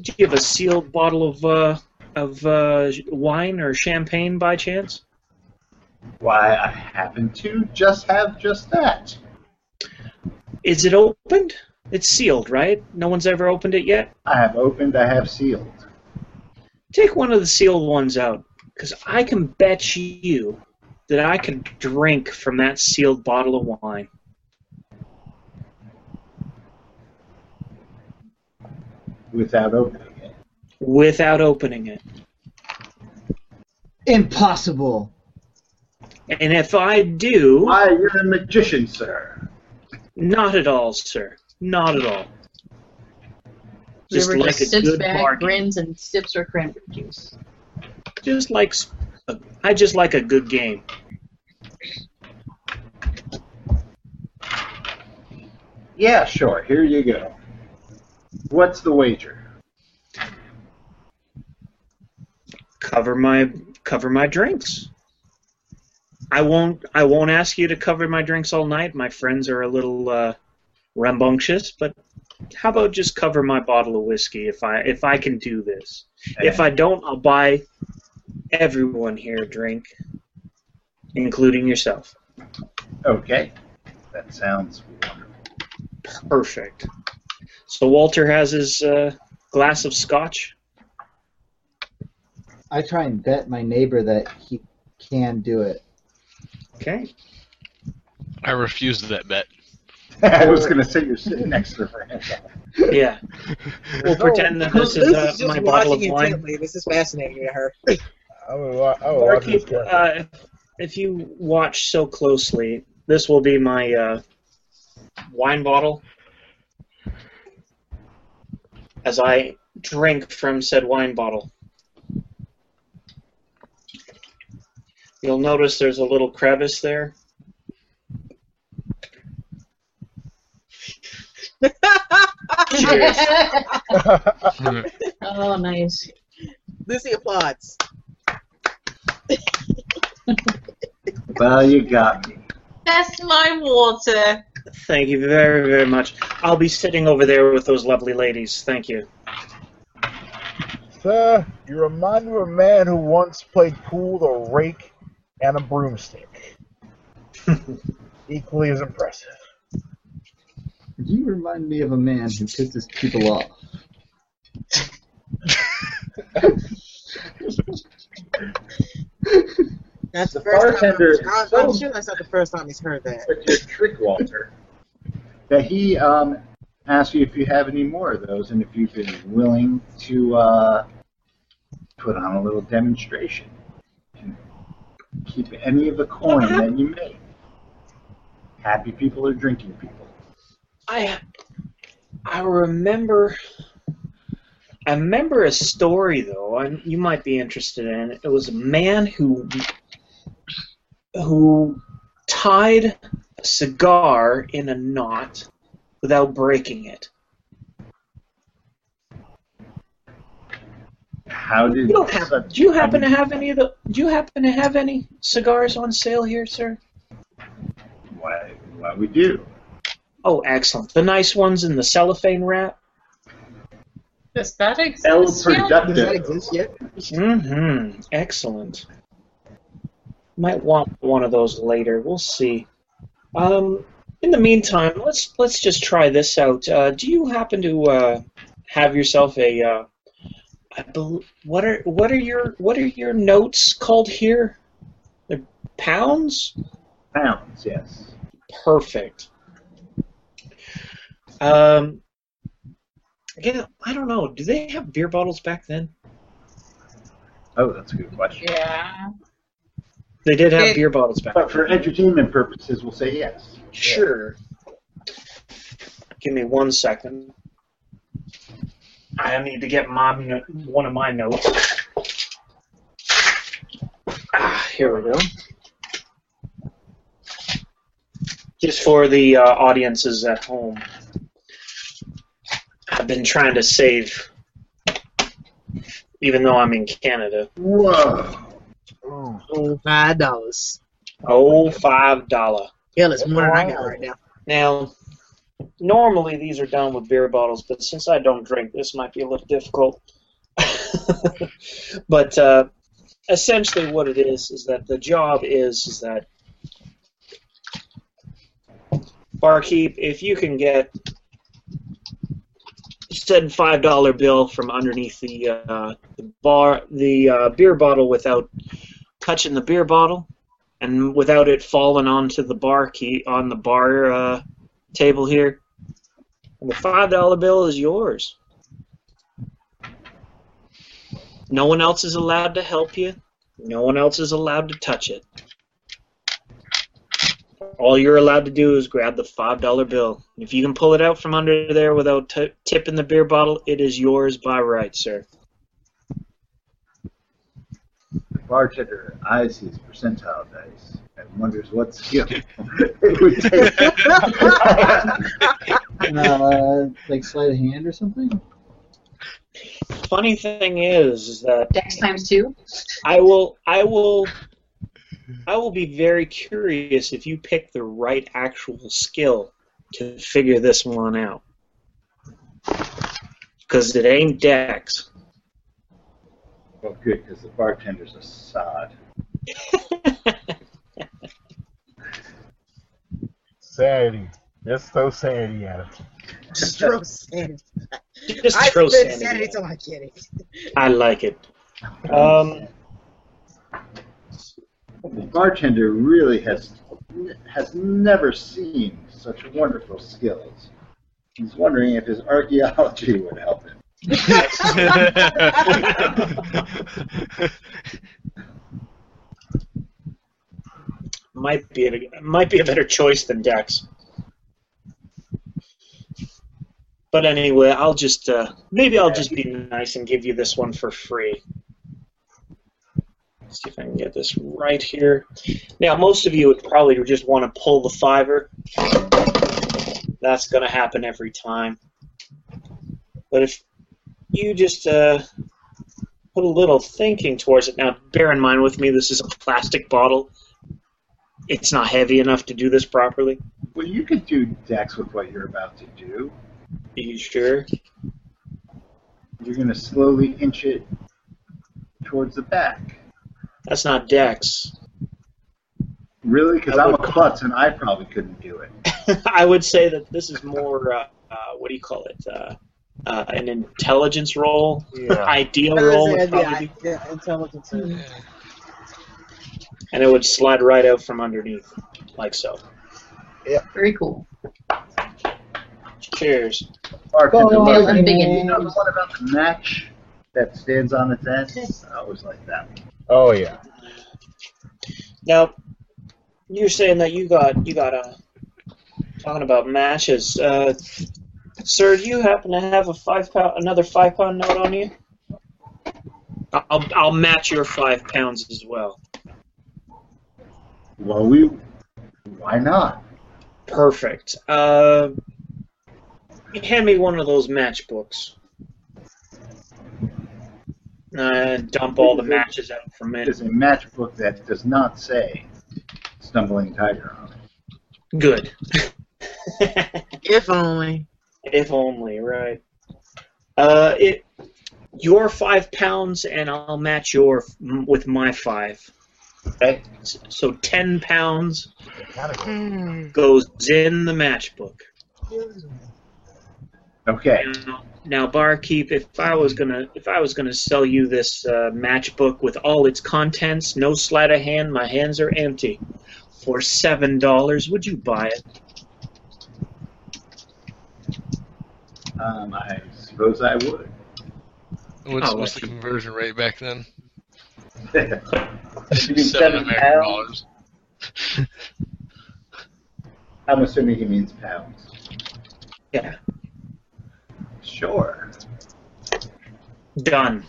Speaker 5: do you have a sealed bottle of uh, of uh, wine or champagne by chance?
Speaker 1: Why, I happen to just have just that.
Speaker 5: Is it opened? It's sealed, right? No one's ever opened it yet.
Speaker 1: I have opened, I have sealed.
Speaker 5: Take one of the sealed ones out, because I can bet you that I could drink from that sealed bottle of wine.
Speaker 1: without opening it.
Speaker 5: Without opening it.
Speaker 7: Impossible.
Speaker 5: And if I do.
Speaker 1: Why, you're a magician, sir.
Speaker 5: Not at all, sir. Not at all. Just
Speaker 3: River
Speaker 5: like
Speaker 3: just
Speaker 5: a
Speaker 3: sits
Speaker 5: good
Speaker 3: back,
Speaker 5: bargain.
Speaker 3: grins, and sips her cranberry juice.
Speaker 5: Just like s- uh, I just like a good game.
Speaker 1: Yeah, sure. Here you go. What's the wager?
Speaker 5: Cover my cover my drinks. I won't I won't ask you to cover my drinks all night. My friends are a little uh, rambunctious, but how about just cover my bottle of whiskey if I if I can do this. If I don't, I'll buy everyone here a drink, including yourself.
Speaker 1: Okay. That sounds wonderful.
Speaker 5: Perfect. So Walter has his uh, glass of scotch.
Speaker 7: I try and bet my neighbor that he can do it.
Speaker 5: Okay.
Speaker 12: I refused that bet.
Speaker 1: I was going to say you're sitting next to her.
Speaker 5: Yeah. We'll pretend that this is uh, my bottle of wine.
Speaker 10: This is fascinating to her.
Speaker 4: I would, wa- I would watch this guy.
Speaker 5: Barkeep, uh, if you watch so closely, this will be my uh, wine bottle. As I drink from said wine bottle, you'll notice there's a little crevice there. Cheers.
Speaker 3: oh, nice.
Speaker 10: Lucy applauds.
Speaker 1: Well, you got me.
Speaker 2: That's my water.
Speaker 5: Thank you very, very much. I'll be sitting over there with those lovely ladies. Thank you.
Speaker 4: Sir, you remind me of a man who once played pool with a rake and a broomstick. Equally as impressive.
Speaker 7: You remind me of a man who pisses people off.
Speaker 10: That's the,
Speaker 1: The
Speaker 10: first time.
Speaker 1: bartender
Speaker 10: I'm,
Speaker 1: is
Speaker 10: I'm
Speaker 1: so-
Speaker 10: sure that's not the first time he's heard that.
Speaker 1: But your trick, Walter, that he um, asked you if you have any more of those and if you've been willing to uh, put on a little demonstration. Keep any of the coin that you make. Happy people are drinking people.
Speaker 5: I I remember I remember a story though, and you might be interested in. It It was a man who who tied a cigar in a knot without breaking it.
Speaker 1: How did
Speaker 5: You don't have,
Speaker 1: such-
Speaker 5: do you happen to have any of the? Do you happen to have any cigars on sale here, sir?
Speaker 1: Why, why we do?
Speaker 5: Oh, excellent! The nice ones in the cellophane wrap.
Speaker 3: Does that
Speaker 1: El
Speaker 3: exist?
Speaker 1: Producto.
Speaker 10: yet?
Speaker 5: Mm-hmm. Excellent. Might want one of those later. We'll see. Um, in the meantime, let's let's just try this out. Uh, do you happen to uh, have yourself a? Uh, I bel what are what are your what are your notes called here? They're pounds.
Speaker 1: Pounds, yes.
Speaker 5: Perfect. Um, again, I don't know. Do they have beer bottles back then?
Speaker 1: Oh, that's a good question.
Speaker 3: Yeah.
Speaker 5: They did have
Speaker 2: They-
Speaker 5: beer bottles back.
Speaker 1: But
Speaker 5: then.
Speaker 1: for entertainment purposes, we'll say yes.
Speaker 5: Sure. Give me one second. I need to get my no- one of my notes. Ah, here we go. Just for the uh, audiences at home, I've been trying to save, even though I'm in Canada.
Speaker 1: Whoa.
Speaker 4: Ooh.
Speaker 10: Oh, five dollars.
Speaker 5: Oh, five dollar.
Speaker 10: Hell, it's more than I got right now.
Speaker 5: Now, normally these are done with beer bottles, but since I don't drink, this might be a little difficult. but uh, essentially, what it is is that the job is is that barkeep, if you can get said five dollar bill from underneath the, uh, the bar, the uh, beer bottle without touching the beer bottle, and without it falling onto the bar key on the bar uh, table here. And the five dollar bill is yours. No one else is allowed to help you. No one else is allowed to touch it. All you're allowed to do is grab the five dollar bill. If you can pull it out from under there without t- tipping the beer bottle, it is yours by right, sir.
Speaker 1: Bartender eyes his percentile dice and wonders what skill it would take.
Speaker 7: Uh, like sleight of hand or something?
Speaker 5: Funny thing is, is that
Speaker 3: Dex times two.
Speaker 5: I will, I will, I will be very curious if you pick the right actual skill to figure this one out, because it ain't Dex.
Speaker 1: well, good, because the bartender's a sod.
Speaker 4: Sanity. Just throw sanity at him.
Speaker 8: Just throw sanity.
Speaker 5: Just
Speaker 8: I
Speaker 5: throw
Speaker 8: spend
Speaker 5: sanity
Speaker 8: sanity
Speaker 5: at
Speaker 8: till I get it.
Speaker 5: I like it. Um,
Speaker 1: The bartender really has has never seen such wonderful skills. He's wondering if his archaeology would help him.
Speaker 5: might be a, might be a better choice than Dex. But anyway, I'll just uh, maybe I'll just be nice and give you this one for free. Let's see if I can get this right here. Now, most of you would probably just want to pull the fiver. That's going to happen every time. But if you just uh, put a little thinking towards it, now bear in mind with me, this is a plastic bottle. It's not heavy enough to do this properly.
Speaker 1: Well, you could do Dex with what you're about to do.
Speaker 5: Are you sure?
Speaker 1: You're going to slowly inch it towards the back.
Speaker 5: That's not Dex.
Speaker 1: Really? Because I'm a klutz and I probably couldn't do it.
Speaker 5: I would say that this is more, uh, uh, what do you call it? Uh, uh, an intelligence roll,
Speaker 4: Yeah.
Speaker 5: ideal
Speaker 8: Other
Speaker 5: roll,
Speaker 8: than
Speaker 5: would
Speaker 8: the
Speaker 5: probably be,
Speaker 8: idea- intelligence.
Speaker 5: and it would slide right out from underneath, like so.
Speaker 3: Very cool.
Speaker 5: Cheers.
Speaker 1: Bartender
Speaker 3: Go
Speaker 1: loves
Speaker 3: on,
Speaker 1: it.
Speaker 3: big
Speaker 1: You know the one about the match that stands on its ass? I always like that one.
Speaker 4: Oh yeah.
Speaker 5: Now, you're saying that you got you got a talking about matches, uh, sir. Do you happen to have a five pound another five pound note on you? I- I'll I'll match your five pounds as well.
Speaker 1: Well, we. Why not?
Speaker 5: Perfect. Uh, hand me one of those matchbooks. Uh, dump all the matches out from it.
Speaker 1: There's a matchbook that does not say Stumbling Tiger on it.
Speaker 5: Good.
Speaker 8: If only.
Speaker 5: If only, right? Uh, it your five pounds, and I'll match your m- with my five.
Speaker 1: Okay.
Speaker 5: S- So ten pounds
Speaker 4: Gotta
Speaker 8: Mm.
Speaker 5: goes in the matchbook.
Speaker 4: go.
Speaker 1: Okay.
Speaker 5: Now, now, barkeep, if I was gonna if I was gonna sell you this uh, matchbook with all its contents, no sleight of hand, my hands are empty, for seven dollars, would you buy it?
Speaker 1: Um, I suppose I would.
Speaker 12: What's,
Speaker 9: Oh,
Speaker 5: I'll
Speaker 12: what's the
Speaker 5: let you-
Speaker 12: conversion rate back then?
Speaker 1: You mean seven
Speaker 12: American
Speaker 1: pounds?
Speaker 12: dollars.
Speaker 1: I'm assuming he means pounds.
Speaker 5: Yeah.
Speaker 1: Sure.
Speaker 5: Done.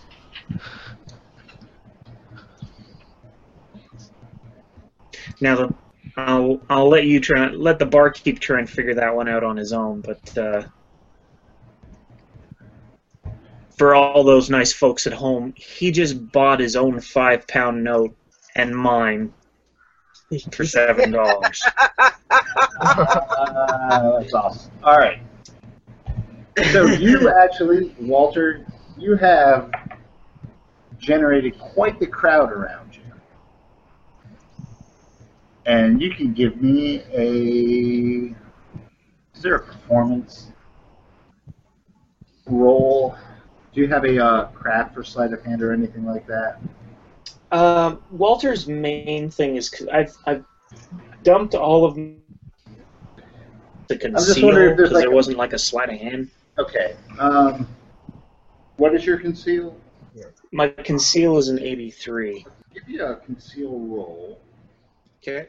Speaker 5: Now, the, I'll I'll let you try let the barkeep try and figure that one out on his own. But uh, for all those nice folks at home, he just bought his own five pound note and mine for seven dollars.
Speaker 1: Uh, that's awesome. All right. So you actually, Walter, you have generated quite the crowd around you, and you can give me a. Is there a performance role? Do you have a uh, craft or sleight of hand or anything like that?
Speaker 5: Um, Walter's main thing is 'cause I've I've dumped all of the conceal
Speaker 1: wondering if there's
Speaker 5: because
Speaker 1: like
Speaker 5: there
Speaker 1: a-
Speaker 5: wasn't like a sleight of hand.
Speaker 1: Okay. Um, what is your conceal?
Speaker 5: My conceal is an 83.
Speaker 1: Give me a conceal roll.
Speaker 5: Okay.